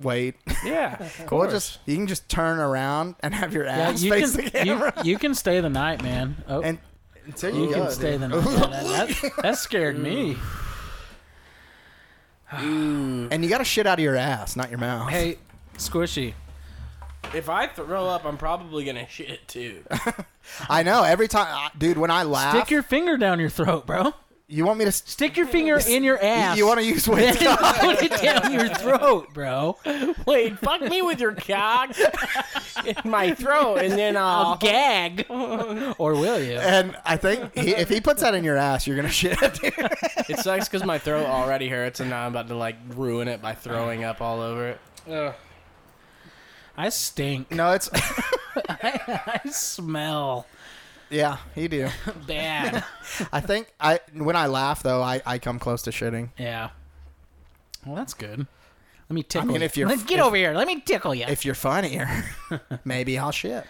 Speaker 2: wait.
Speaker 4: yeah, of
Speaker 2: We'll
Speaker 4: course.
Speaker 2: just you can just turn around and have your
Speaker 3: Yeah,
Speaker 2: ass
Speaker 3: you
Speaker 2: face the
Speaker 3: can, you,
Speaker 2: camera
Speaker 3: you can stay the night, man. Oh,
Speaker 2: and until
Speaker 3: you
Speaker 2: you,
Speaker 3: can
Speaker 2: go,
Speaker 3: stay
Speaker 2: dude.
Speaker 3: the night. Yeah, that, that, that scared me.
Speaker 2: And you got to shit out of your ass, not your mouth.
Speaker 3: Hey, Squishy.
Speaker 4: If I throw up, I'm probably gonna shit it too.
Speaker 2: I know. Every time, ah, dude, when I laugh,
Speaker 3: Stick your finger down your throat, bro.
Speaker 2: you want me to. St-
Speaker 3: Stick your finger in your ass.
Speaker 2: you want to use Wade Cox?
Speaker 3: put it down your throat, bro.
Speaker 4: Wait, fuck me with your cock in my throat, and then
Speaker 3: I'll
Speaker 4: I'll.
Speaker 3: gag. or will you?
Speaker 2: And I think he, if he puts that in your ass, you're gonna shit. dude.
Speaker 4: It sucks because my throat already hurts, and now I'm about to like ruin it by throwing up all over it.
Speaker 3: I stink.
Speaker 2: no, it's
Speaker 3: I smell
Speaker 2: yeah, you do.
Speaker 3: bad.
Speaker 2: I think I when I laugh though, I, I come close to shitting.
Speaker 3: Yeah. Well, that's good. Let me tickle.
Speaker 2: mean,
Speaker 3: you.
Speaker 2: if you're-
Speaker 3: Let's get
Speaker 2: if-
Speaker 3: over here. Let me tickle you.
Speaker 2: If you're funnier, maybe I'll shit.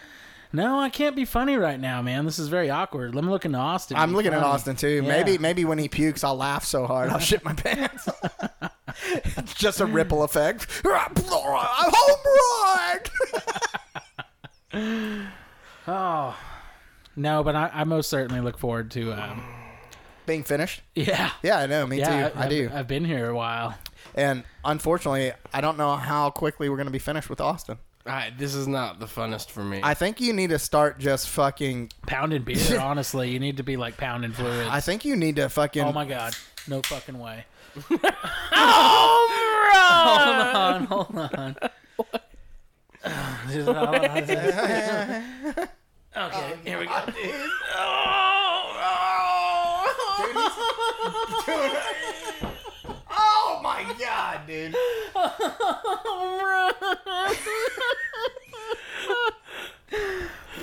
Speaker 3: no, I can't be funny right now, man. This is very awkward. Let me look into Austin.
Speaker 2: I'm
Speaker 3: Be
Speaker 2: looking at
Speaker 3: funny.
Speaker 2: Austin too.
Speaker 3: Yeah.
Speaker 2: Maybe maybe when he pukes, I'll laugh so hard I'll shit my pants. It's Just a ripple effect. Home run.
Speaker 3: Oh. No, but I, I most certainly look forward to. Um,
Speaker 2: Being finished.
Speaker 3: yeah.
Speaker 2: Yeah, I know. Me
Speaker 3: Yeah,
Speaker 2: too. I, do.
Speaker 3: I've been here a while.
Speaker 2: and unfortunately, I don't know how quickly we're gonna be finished with Austin.
Speaker 4: All right, this is not the funnest for me.
Speaker 2: I think you need to start just fucking.
Speaker 3: Pounding beer, honestly. You need to be like pounding fluids.
Speaker 2: I think you need to fucking.
Speaker 3: Oh my god. No fucking way. Hold on, hold on. okay, here we go.
Speaker 2: Oh my god, dude.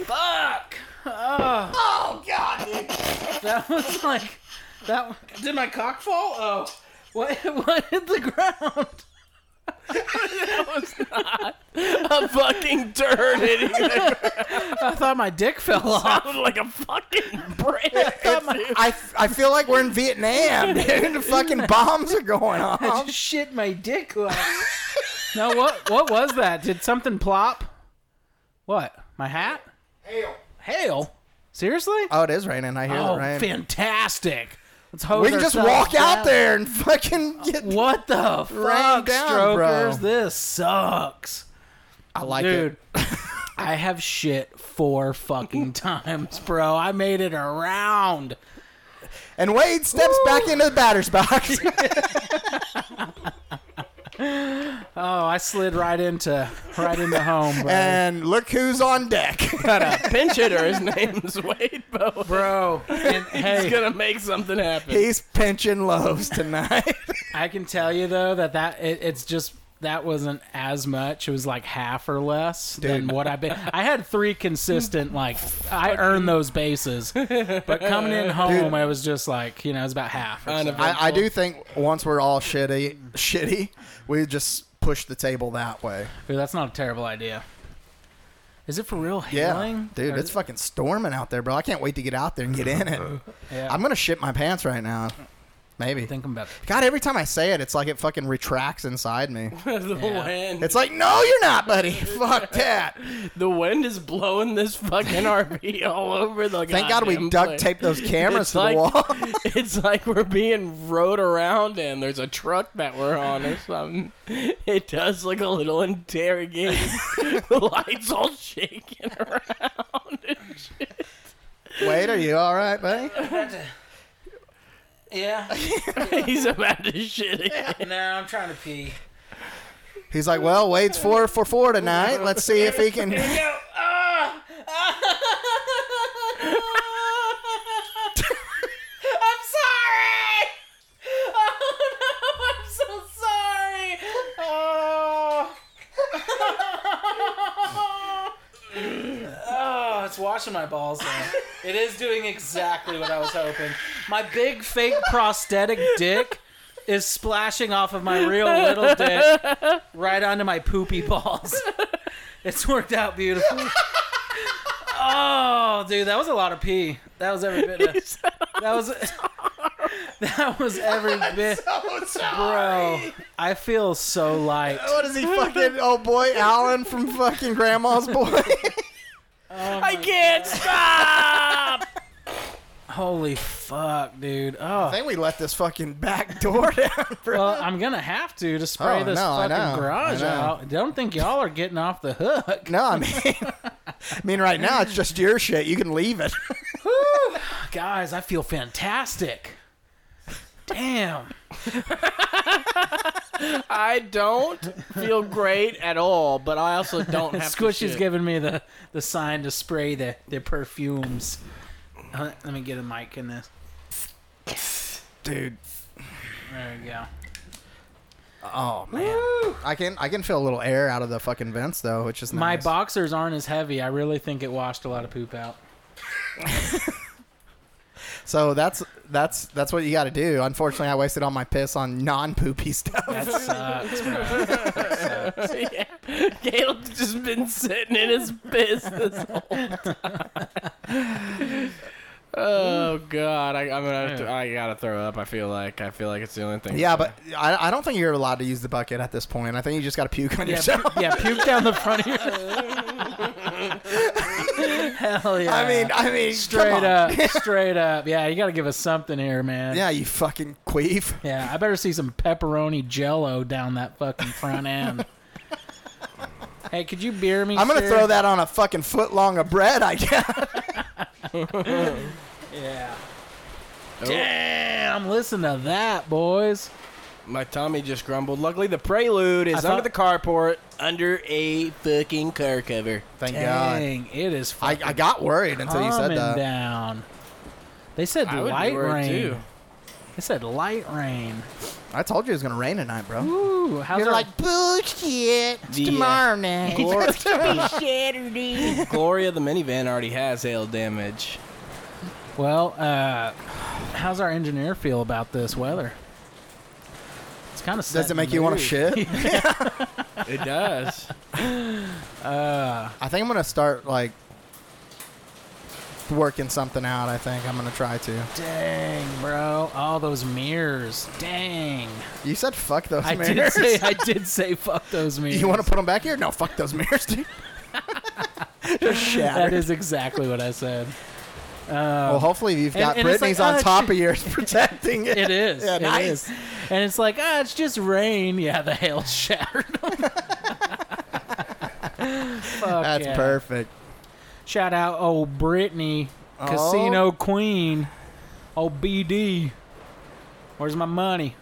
Speaker 3: Fuck!
Speaker 2: Oh god, dude.
Speaker 3: That was like that. w- Did my cock fall? Oh, what? What hit the ground?
Speaker 4: a fucking turd hitting the
Speaker 3: I thought my dick fell off.
Speaker 4: ground like a fucking brick.
Speaker 2: I, I feel like we're in Vietnam, dude. The fucking bombs are going off.
Speaker 3: Shit, my dick. Off. no, what? What was that? Did something plop? What? My hat? Hail! Hail! Seriously?
Speaker 2: Oh, it is raining. I hear
Speaker 3: Oh,
Speaker 2: it rain.
Speaker 3: fantastic! Let's hose
Speaker 2: we can just
Speaker 3: ourselves
Speaker 2: walk out
Speaker 3: down.
Speaker 2: there and fucking get.
Speaker 3: What the fuck,
Speaker 2: down,
Speaker 3: strokers?
Speaker 2: bro.
Speaker 3: This sucks,
Speaker 2: I like
Speaker 3: dude.
Speaker 2: it.
Speaker 3: I have shit four fucking times, bro. I made it around.
Speaker 2: And Wade steps back into the batter's box.
Speaker 3: Oh, I slid right into right into home, bro.
Speaker 2: and look who's on deck.
Speaker 4: Pinch hitter. His name's Wade Bowen.
Speaker 3: bro, and hey,
Speaker 4: He's gonna make something happen.
Speaker 2: He's pinching loaves tonight.
Speaker 3: I can tell you though that that it, it's just that wasn't as much. It was like half or less than what I've been. I had three consistent like I earned those bases, but coming in home, I was just like you know it was about half. Or something.
Speaker 2: I, I do think once we're all shitty, shitty, we just push the table that way.
Speaker 3: Dude, that's not a terrible idea. Is it for real
Speaker 2: Yeah,
Speaker 3: hailing?
Speaker 2: dude,
Speaker 3: Or-
Speaker 2: it's fucking storming out there, bro. I can't wait to get out there and get in it.
Speaker 3: Yeah.
Speaker 2: I'm gonna shit my pants right now. Maybe.
Speaker 3: thinking about it.
Speaker 2: God, every time I say it, it's like it fucking retracts inside me.
Speaker 4: the wind.
Speaker 2: It's like, no, you're not, buddy. Fuck that.
Speaker 4: The wind is blowing this fucking RV all over the.
Speaker 2: Thank God we
Speaker 4: goddamn
Speaker 2: duct
Speaker 4: place.
Speaker 2: taped those cameras
Speaker 4: It's
Speaker 2: to
Speaker 4: like-
Speaker 2: the wall.
Speaker 4: It's like we're being rode around and there's a truck that we're on or something. It does look a little interrogating. the lights all shaking around and shit.
Speaker 2: Wait, are you all right, buddy?
Speaker 3: Yeah.
Speaker 4: He's about to shit again.
Speaker 3: no, I'm trying to pee.
Speaker 2: He's like, well, Wade's four for four tonight. Let's see if he can.
Speaker 3: I'm sorry. Oh no, I'm so sorry. Oh. oh, it's washing my balls though. It is doing exactly what I was hoping. My big fake prosthetic dick is splashing off of my real little dick right onto my poopy balls. It's worked out beautifully. Oh, dude, that was a lot of pee. That was every bit. Of, that was that was every bit, bro. I feel so light.
Speaker 2: What is he fucking? Oh boy, Alan from fucking Grandma's Boy.
Speaker 4: I can't stop.
Speaker 3: Holy fuck, dude. Oh.
Speaker 2: I think we let this fucking back door down, bro.
Speaker 3: Well, I'm gonna have to to spray
Speaker 2: Oh,
Speaker 3: this
Speaker 2: no, I
Speaker 3: fucking
Speaker 2: know.
Speaker 3: garage
Speaker 2: I know.
Speaker 3: out. Don't think y'all are getting off the hook.
Speaker 2: no, I mean, I mean, right now it's just your shit. You can leave it.
Speaker 3: Woo! Guys, I feel fantastic. Damn.
Speaker 4: I don't feel great at all, but I also don't have to
Speaker 3: Squishy's
Speaker 4: shit.
Speaker 3: giving me the, the sign to spray the, the perfumes. Uh, Let me get a mic in this.
Speaker 2: Dude,
Speaker 3: There we go.
Speaker 2: oh man, I can I can feel a little air out of the fucking vents though, which is
Speaker 3: My
Speaker 2: nice.
Speaker 3: boxers aren't as heavy. I really think it washed a lot of poop out.
Speaker 2: So that's that's that's what you got to do. Unfortunately, I wasted all my piss on non-poopy stuff.
Speaker 3: That sucks, bro.
Speaker 4: yeah. Caleb's just been sitting in his piss this whole time. oh god, I, I'm gonna have to, I gotta throw up. I feel like I feel like it's the only thing.
Speaker 2: Yeah, but I, I don't think you're allowed to use the bucket at this point. I think you just got to puke on
Speaker 3: Yeah,
Speaker 2: yourself.
Speaker 3: pu- yeah, puke down the front of your. Hell yeah.
Speaker 2: I mean, I mean,
Speaker 3: straight
Speaker 2: come
Speaker 3: up,
Speaker 2: on.
Speaker 3: straight up. Yeah, you got to give us something here, man.
Speaker 2: Yeah, you fucking queef.
Speaker 3: Yeah, I better see some pepperoni jello down that fucking front end. hey, could you beer me?
Speaker 2: I'm gonna
Speaker 3: sir?
Speaker 2: throw that on a fucking foot long of bread. I guess.
Speaker 3: Yeah.
Speaker 4: Oh.
Speaker 3: Damn! Listen to that, boys.
Speaker 4: My tummy just grumbled. Luckily, the prelude is
Speaker 3: I
Speaker 4: under the
Speaker 3: thought-
Speaker 4: carport, under a fucking car cover.
Speaker 2: Thank
Speaker 3: Dang, it is
Speaker 2: Oh I,
Speaker 3: fucking
Speaker 2: I got worried until you said
Speaker 3: calming
Speaker 2: that.
Speaker 3: down. They said
Speaker 4: I would be
Speaker 3: light
Speaker 4: worried,
Speaker 3: rain.
Speaker 4: too.
Speaker 3: They said light rain.
Speaker 2: I told you it was gonna rain tonight, bro.
Speaker 3: Ooh, how's
Speaker 2: You're
Speaker 3: our-
Speaker 2: like bullshit. It's
Speaker 4: Yeah.
Speaker 2: tomorrow night.
Speaker 4: Gloria the minivan already has hail damage.
Speaker 3: Well, uh, how's our engineer feel about this weather? It's kind of
Speaker 2: Does it make you want to shit?
Speaker 4: It does.
Speaker 2: I think I'm gonna start like working something out. I think I'm gonna try to.
Speaker 3: Dang, bro! All those mirrors. Dang.
Speaker 2: You said fuck those
Speaker 3: I did
Speaker 2: mirrors.
Speaker 3: say I did say fuck those mirrors.
Speaker 2: you want to put them back here? No, fuck those mirrors, dude. Just
Speaker 3: That
Speaker 2: shattered.
Speaker 3: is exactly what I said. Um,
Speaker 2: well, hopefully you've got
Speaker 3: and it's like,
Speaker 2: Brittany's on
Speaker 3: oh,
Speaker 2: top
Speaker 3: shit.
Speaker 2: of yours protecting it.
Speaker 3: It is.
Speaker 2: Yeah,
Speaker 3: it
Speaker 2: nice.
Speaker 3: is. And it's like, ah, it's just rain. Yeah, the hail shattered. Fuck
Speaker 2: That's
Speaker 3: yeah.
Speaker 2: perfect.
Speaker 3: Shout out old Brittany, Casino Queen, old BD. Where's my money?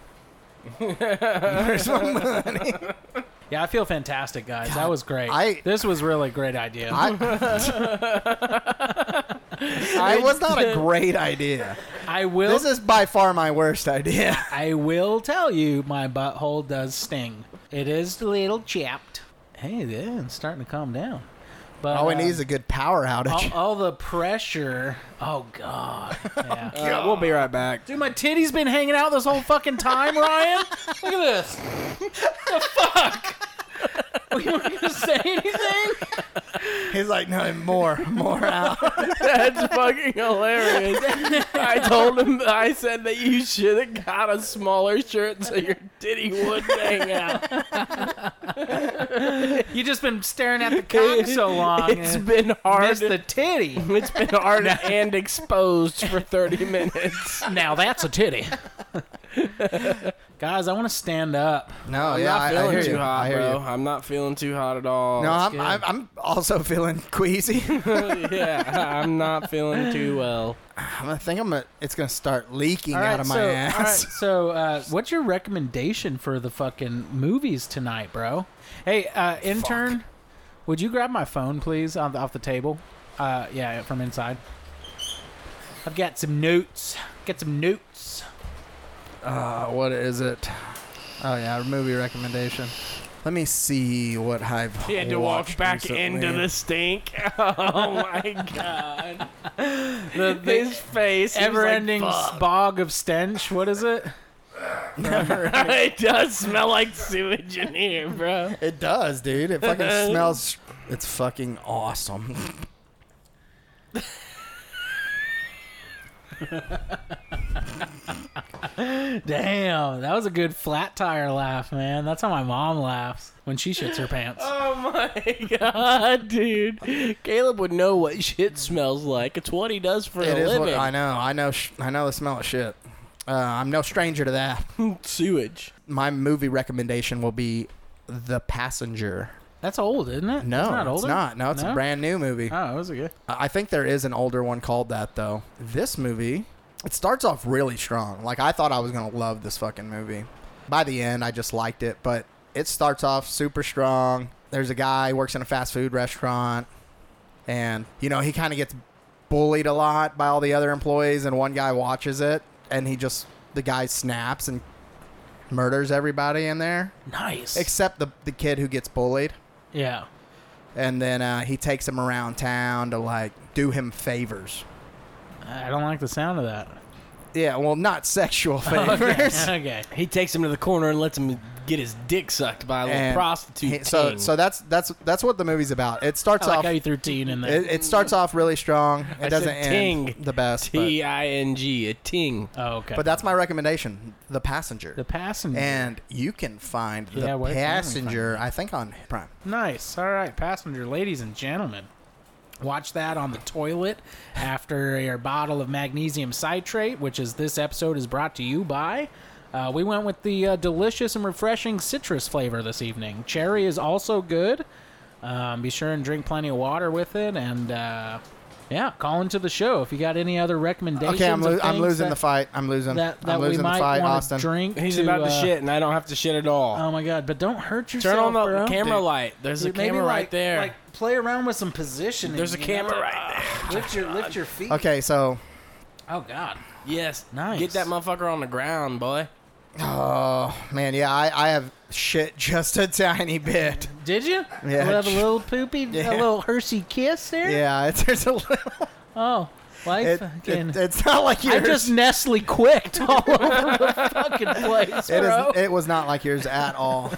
Speaker 2: There's my money.
Speaker 3: Yeah, I feel fantastic, guys. that was great.
Speaker 2: I-
Speaker 3: this was really a great idea. I,
Speaker 2: I, it was not a great idea.
Speaker 3: will.
Speaker 2: This is by far my worst idea.
Speaker 3: I will tell you, my butthole does sting. It is a little chapped. Hey, yeah, it's starting to calm down. But
Speaker 2: All we
Speaker 3: uh,
Speaker 2: need is a good power
Speaker 3: all,
Speaker 2: outage.
Speaker 3: all the pressure. Oh God. Yeah.
Speaker 4: Uh, we'll be right back.
Speaker 3: Dude, my titty's been hanging out this whole fucking time, Ryan. Look at this. the fuck? You weren't gonna say anything?
Speaker 2: He's like, no, more, more out.
Speaker 4: That's fucking hilarious. I told him, I said that you should have got a smaller shirt so your titty would hang out.
Speaker 3: You just been staring at the cock so long.
Speaker 4: It's
Speaker 3: and
Speaker 4: been hard.
Speaker 3: missed the titty.
Speaker 4: it's been hard and exposed for 30 minutes.
Speaker 3: Now that's a titty. Guys, I want to stand up.
Speaker 2: No,
Speaker 4: I'm
Speaker 2: yeah,
Speaker 4: not
Speaker 2: I, I
Speaker 4: feeling
Speaker 2: hear
Speaker 4: too
Speaker 2: you.
Speaker 4: hot,
Speaker 2: I hear
Speaker 4: bro.
Speaker 2: you. Oh,
Speaker 4: I'm not feeling too hot at all.
Speaker 2: No, I'm, I'm, I'm also feeling queasy.
Speaker 4: yeah, I'm not feeling too well.
Speaker 2: I'm gonna think I'm gonna, it's gonna start leaking out of my
Speaker 3: so,
Speaker 2: ass.
Speaker 3: all right, so uh, what's your recommendation for the fucking movies tonight, bro? Hey, uh, intern, would you grab my phone, please, on the, off the table? Uh, yeah, from inside. I've got some notes. Got some notes.
Speaker 2: Uh, what is it? Oh yeah, a movie recommendation. Let me see what I've
Speaker 4: He had to walk
Speaker 2: watched
Speaker 4: back
Speaker 2: recently.
Speaker 4: into the stink. Oh my god. His face. he was
Speaker 3: Ever-ending
Speaker 4: Like, "Fuck."
Speaker 3: bog of stench. What is it?
Speaker 4: it does smell like sewage in here, bro.
Speaker 2: It does, dude. It fucking smells. It's fucking awesome.
Speaker 3: Damn, that was a good flat tire laugh, man. That's how my mom laughs when she shits her pants.
Speaker 4: Oh my god, dude! Caleb would know what shit smells like. It's what he does for
Speaker 2: It
Speaker 4: a
Speaker 2: is
Speaker 4: living.
Speaker 2: what I know. I know. Sh- I know the smell of shit. Uh, I'm no stranger to that.
Speaker 4: Sewage.
Speaker 2: My movie recommendation will be The Passenger.
Speaker 3: That's old, isn't it?
Speaker 2: No,
Speaker 3: it's not
Speaker 2: it's
Speaker 3: older.
Speaker 2: not. No, it's a
Speaker 3: No?
Speaker 2: brand new movie.
Speaker 3: Oh, that was a good.
Speaker 2: I I think there is an older one called that though. This movie, it starts off really strong. Like I thought I was gonna love this fucking movie. By the end, I just liked it, but it starts off super strong. There's a guy works in a fast food restaurant, and you know he kind of gets bullied a lot by all the other employees, and one guy watches it, and he just the guy snaps and murders everybody in there
Speaker 3: Nice.
Speaker 2: except the the kid who gets bullied
Speaker 3: yeah.
Speaker 2: and then uh, he takes him around town to like do him favors.
Speaker 3: I don't like the sound of that.
Speaker 2: Yeah, well, not sexual favors.
Speaker 3: Okay.
Speaker 4: He takes him to the corner and lets him get his dick sucked by a little
Speaker 2: And
Speaker 4: prostitute.
Speaker 2: he- so,
Speaker 4: ting.
Speaker 2: so that's that's that's what the movie's about. It starts
Speaker 3: Oh, I like
Speaker 2: off.
Speaker 3: how you threw teen in there.
Speaker 2: it, it starts off really strong. It
Speaker 4: I
Speaker 2: doesn't
Speaker 4: said
Speaker 2: end
Speaker 4: ting.
Speaker 2: the best. But,
Speaker 4: T I N G, a ting.
Speaker 3: oh, okay.
Speaker 2: but that's my recommendation. The passenger.
Speaker 3: the passenger.
Speaker 2: and you can find
Speaker 3: Yeah, where
Speaker 2: the
Speaker 3: can we find
Speaker 2: passenger. I think on Prime.
Speaker 3: Nice. All right, passenger, ladies and gentlemen. Watch that on the toilet after your bottle of magnesium citrate, which is this episode is brought to you by. Uh, we went with the uh, delicious and refreshing citrus flavor this evening. Cherry is also good. Um, be sure and drink plenty of water with it, and uh, yeah, call into the show if you got any other recommendations.
Speaker 2: Okay, I'm,
Speaker 3: of
Speaker 2: lo- I'm
Speaker 3: things
Speaker 2: losing
Speaker 3: that,
Speaker 2: the fight. I'm losing.
Speaker 3: That, that
Speaker 2: I'm
Speaker 3: we
Speaker 2: losing the
Speaker 3: might
Speaker 2: fight,
Speaker 3: wanna
Speaker 2: Austin.
Speaker 3: drink.
Speaker 4: He's about to
Speaker 3: uh,
Speaker 4: shit, and I don't have to shit at all.
Speaker 3: Oh my god! But don't hurt yourself.
Speaker 4: Turn on the
Speaker 3: bro.
Speaker 4: camera light. There's a
Speaker 3: Dude, maybe
Speaker 4: camera
Speaker 3: like-
Speaker 4: right there.
Speaker 3: Like play around with some positioning.
Speaker 4: There's a
Speaker 3: you
Speaker 4: camera
Speaker 3: know? uh,
Speaker 4: right there.
Speaker 3: Lift your lift your feet.
Speaker 2: Okay, so
Speaker 3: Oh god.
Speaker 4: Yes.
Speaker 3: Nice.
Speaker 4: Get that motherfucker on the ground, boy.
Speaker 2: oh man, yeah, I, I have shit just a tiny bit.
Speaker 3: Did you? We'll
Speaker 2: Yeah.
Speaker 3: have a little poopy,
Speaker 2: Yeah.
Speaker 3: a little Hershey kiss there.
Speaker 2: Yeah, it's there's a little.
Speaker 3: Oh, life
Speaker 2: It,
Speaker 3: fucking.
Speaker 2: it, it's not like yours.
Speaker 3: I just Nestle quicked all over the fucking place,
Speaker 2: It
Speaker 3: bro.
Speaker 2: is. It was not like yours at all.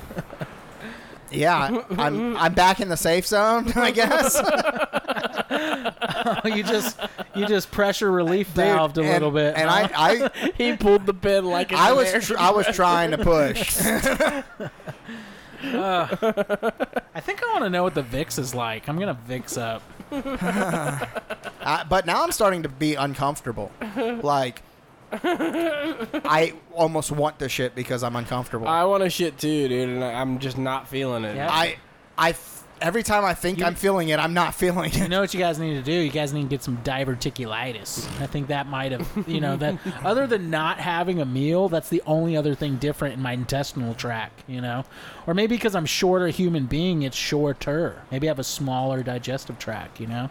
Speaker 2: Yeah, I'm. I'm back in the safe zone, I guess.
Speaker 3: you just you just pressure relief
Speaker 2: Dude,
Speaker 3: valved a
Speaker 2: and-
Speaker 3: little bit.
Speaker 2: And
Speaker 3: huh?
Speaker 2: I, I,
Speaker 4: He pulled the pin like an
Speaker 2: I was,
Speaker 4: American
Speaker 2: tr- I was trying to push.
Speaker 3: I think I want to know what the Vix is like. I'm gonna Vix up.
Speaker 2: I, but now I'm starting to be uncomfortable. Like, I almost want to shit because I'm uncomfortable. I,
Speaker 4: I want to shit too, dude, and I- I'm just not feeling it.
Speaker 3: Yeah.
Speaker 2: I, f- every time I think
Speaker 3: You-
Speaker 2: I'm feeling it, I'm not feeling
Speaker 3: You
Speaker 2: it.
Speaker 3: know what you guys need to do? You guys need to get some diverticulitis. I think that might have, you know, that other than not having a meal, that's the only other thing different in my intestinal tract, you know? Or maybe because I'm shorter human being, it's shorter. Maybe I have a smaller digestive tract, you know?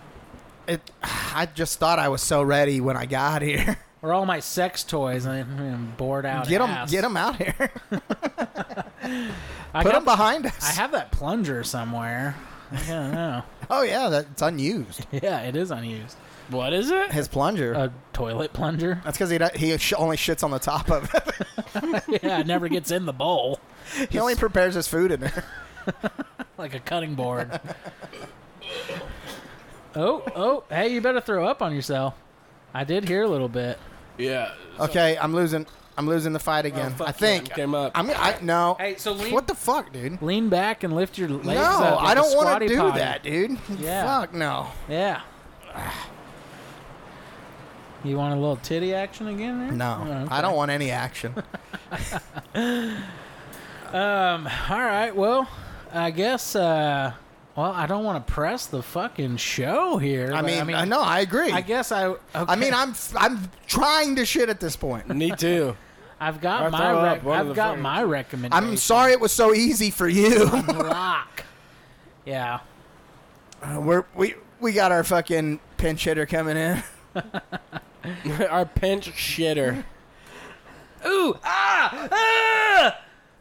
Speaker 2: it. I just thought I was so ready when I got here.
Speaker 3: Or all my sex toys, I- I'm bored out.
Speaker 2: Get them,
Speaker 3: ass.
Speaker 2: get them out here.
Speaker 3: I
Speaker 2: Put
Speaker 3: got-
Speaker 2: them behind us.
Speaker 3: I have that plunger somewhere. I don't know.
Speaker 2: Oh yeah, that's unused.
Speaker 3: yeah, it is unused.
Speaker 4: What is it?
Speaker 2: His plunger.
Speaker 3: A toilet plunger?
Speaker 2: That's because he do- he sh- only shits on the top of it.
Speaker 3: yeah, it never gets in the bowl.
Speaker 2: he only prepares his food in there.
Speaker 3: like a cutting board. oh, oh, hey, you better throw up on yourself. I did hear a little bit.
Speaker 4: Yeah.
Speaker 2: Okay, I'm losing. I'm losing the
Speaker 3: Oh,
Speaker 2: fight again. I think.
Speaker 4: Came up.
Speaker 2: I'm. I no.
Speaker 3: Hey, so lean,
Speaker 2: What the fuck, dude?
Speaker 3: lean back and lift your legs
Speaker 2: No,
Speaker 3: up. like
Speaker 2: I
Speaker 3: a
Speaker 2: don't want
Speaker 3: squatty
Speaker 2: to do
Speaker 3: potty.
Speaker 2: that, dude.
Speaker 3: Yeah.
Speaker 2: Fuck no.
Speaker 3: Yeah. You want a little titty action again? There?
Speaker 2: No,
Speaker 3: Oh, okay.
Speaker 2: I don't want any action.
Speaker 3: Um. All right. Well, I guess. uh Well, I don't want to press the fucking show here.
Speaker 2: I
Speaker 3: but,
Speaker 2: mean, uh, no, I agree.
Speaker 3: I
Speaker 2: I,
Speaker 3: guess I. okay.
Speaker 2: mean, I'm f- I'm trying to shit at this point.
Speaker 4: Me too.
Speaker 3: I've
Speaker 4: I
Speaker 3: got
Speaker 4: throw
Speaker 3: my.
Speaker 4: up,
Speaker 3: Rec-
Speaker 4: one of
Speaker 3: I've
Speaker 4: the
Speaker 3: got
Speaker 4: fucking-
Speaker 3: my recommendation.
Speaker 2: I'm sorry it was so easy for you.
Speaker 3: Block. Yeah. Uh,
Speaker 2: We're, we we got our fucking pinch hitter coming in.
Speaker 4: Our pinch shitter.
Speaker 3: Ooh! Ah! Ah!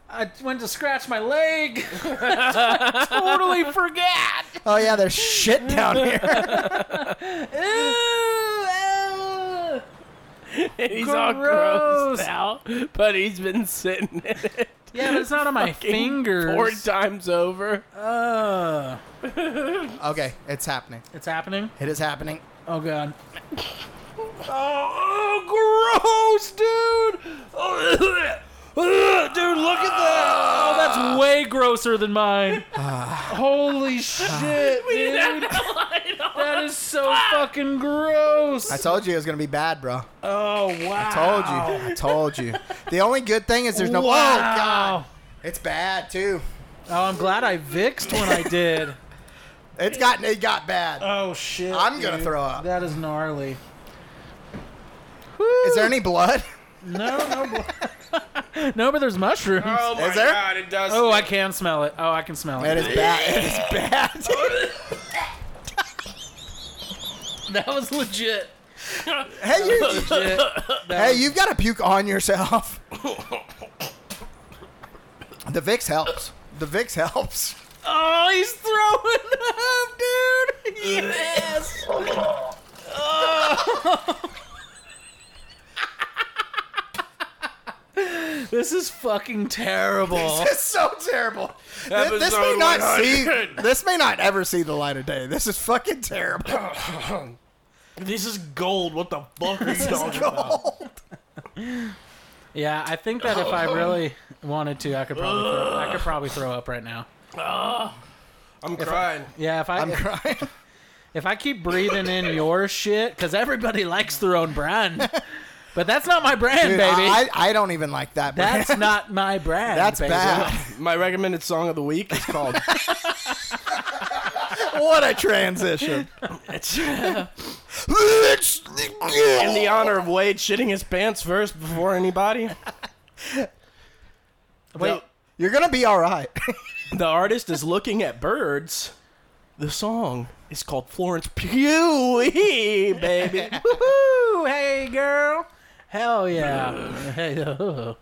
Speaker 3: I went to scratch my leg. totally forgot.
Speaker 2: Oh yeah, there's shit down here.
Speaker 3: Ooh! ah.
Speaker 4: he's all
Speaker 3: Gross.
Speaker 4: grossed out, but he's been sitting in it
Speaker 3: Yeah, but it's not on my
Speaker 4: four
Speaker 3: fingers.
Speaker 4: times over.
Speaker 3: Uh,
Speaker 2: Okay, it's happening.
Speaker 3: it's happening.
Speaker 2: It is happening.
Speaker 3: Oh god.
Speaker 4: Oh, oh gross, dude! Oh, ugh, dude, look at that!
Speaker 3: Oh, that's way grosser than mine.
Speaker 4: Holy shit, dude!
Speaker 3: That is so fucking gross.
Speaker 2: I told you it was gonna be bad, bro.
Speaker 3: oh wow.
Speaker 2: Told you. I told you. The only good thing is there's no. Oh God, it's bad too.
Speaker 3: Oh, I'm glad I vixed when I did.
Speaker 2: It's gotten it got bad.
Speaker 3: Oh shit.
Speaker 2: I'm gonna
Speaker 3: dude.
Speaker 2: throw up.
Speaker 3: That is gnarly.
Speaker 2: Is there any blood?
Speaker 3: No, no, blo- no, but there's mushrooms. Oh,
Speaker 2: Is there?
Speaker 4: it does.
Speaker 3: I can smell it. Oh, I can smell
Speaker 2: It
Speaker 3: it.
Speaker 2: is bad. It is bad.
Speaker 3: That was legit.
Speaker 2: hey, you,
Speaker 3: Legit.
Speaker 2: hey, you've got to puke on yourself. The Vicks helps. The Vicks helps.
Speaker 3: Oh, he's throwing up, dude. Yes. Oh. this is fucking terrible.
Speaker 2: It's so terrible. Th- This, may not see. This may not ever see the light of day. This is fucking terrible.
Speaker 4: This is gold. What the fuck are you talking
Speaker 3: Yeah, I think that if I
Speaker 2: Oh.
Speaker 3: really wanted to, I could probably throw, I could probably throw up right now.
Speaker 4: I'm crying.
Speaker 3: Yeah, if I
Speaker 2: I'm crying.
Speaker 3: if I keep breathing in your shit, because everybody likes their own brand, but that's not my brand,
Speaker 2: Dude,
Speaker 3: baby.
Speaker 2: I, I I don't even like that. brand.
Speaker 3: that's not my brand.
Speaker 2: That's
Speaker 3: baby.
Speaker 2: bad.
Speaker 4: My recommended song of the week is called
Speaker 2: what a transition.
Speaker 4: It's in the honor of Wade shitting his pants first before anybody. Wait,
Speaker 2: You're gonna be all right.
Speaker 4: the artist is looking at birds. The song is called Florence Pugh, baby.
Speaker 3: Woohoo! Hey, girl. Hell yeah. hey, oh.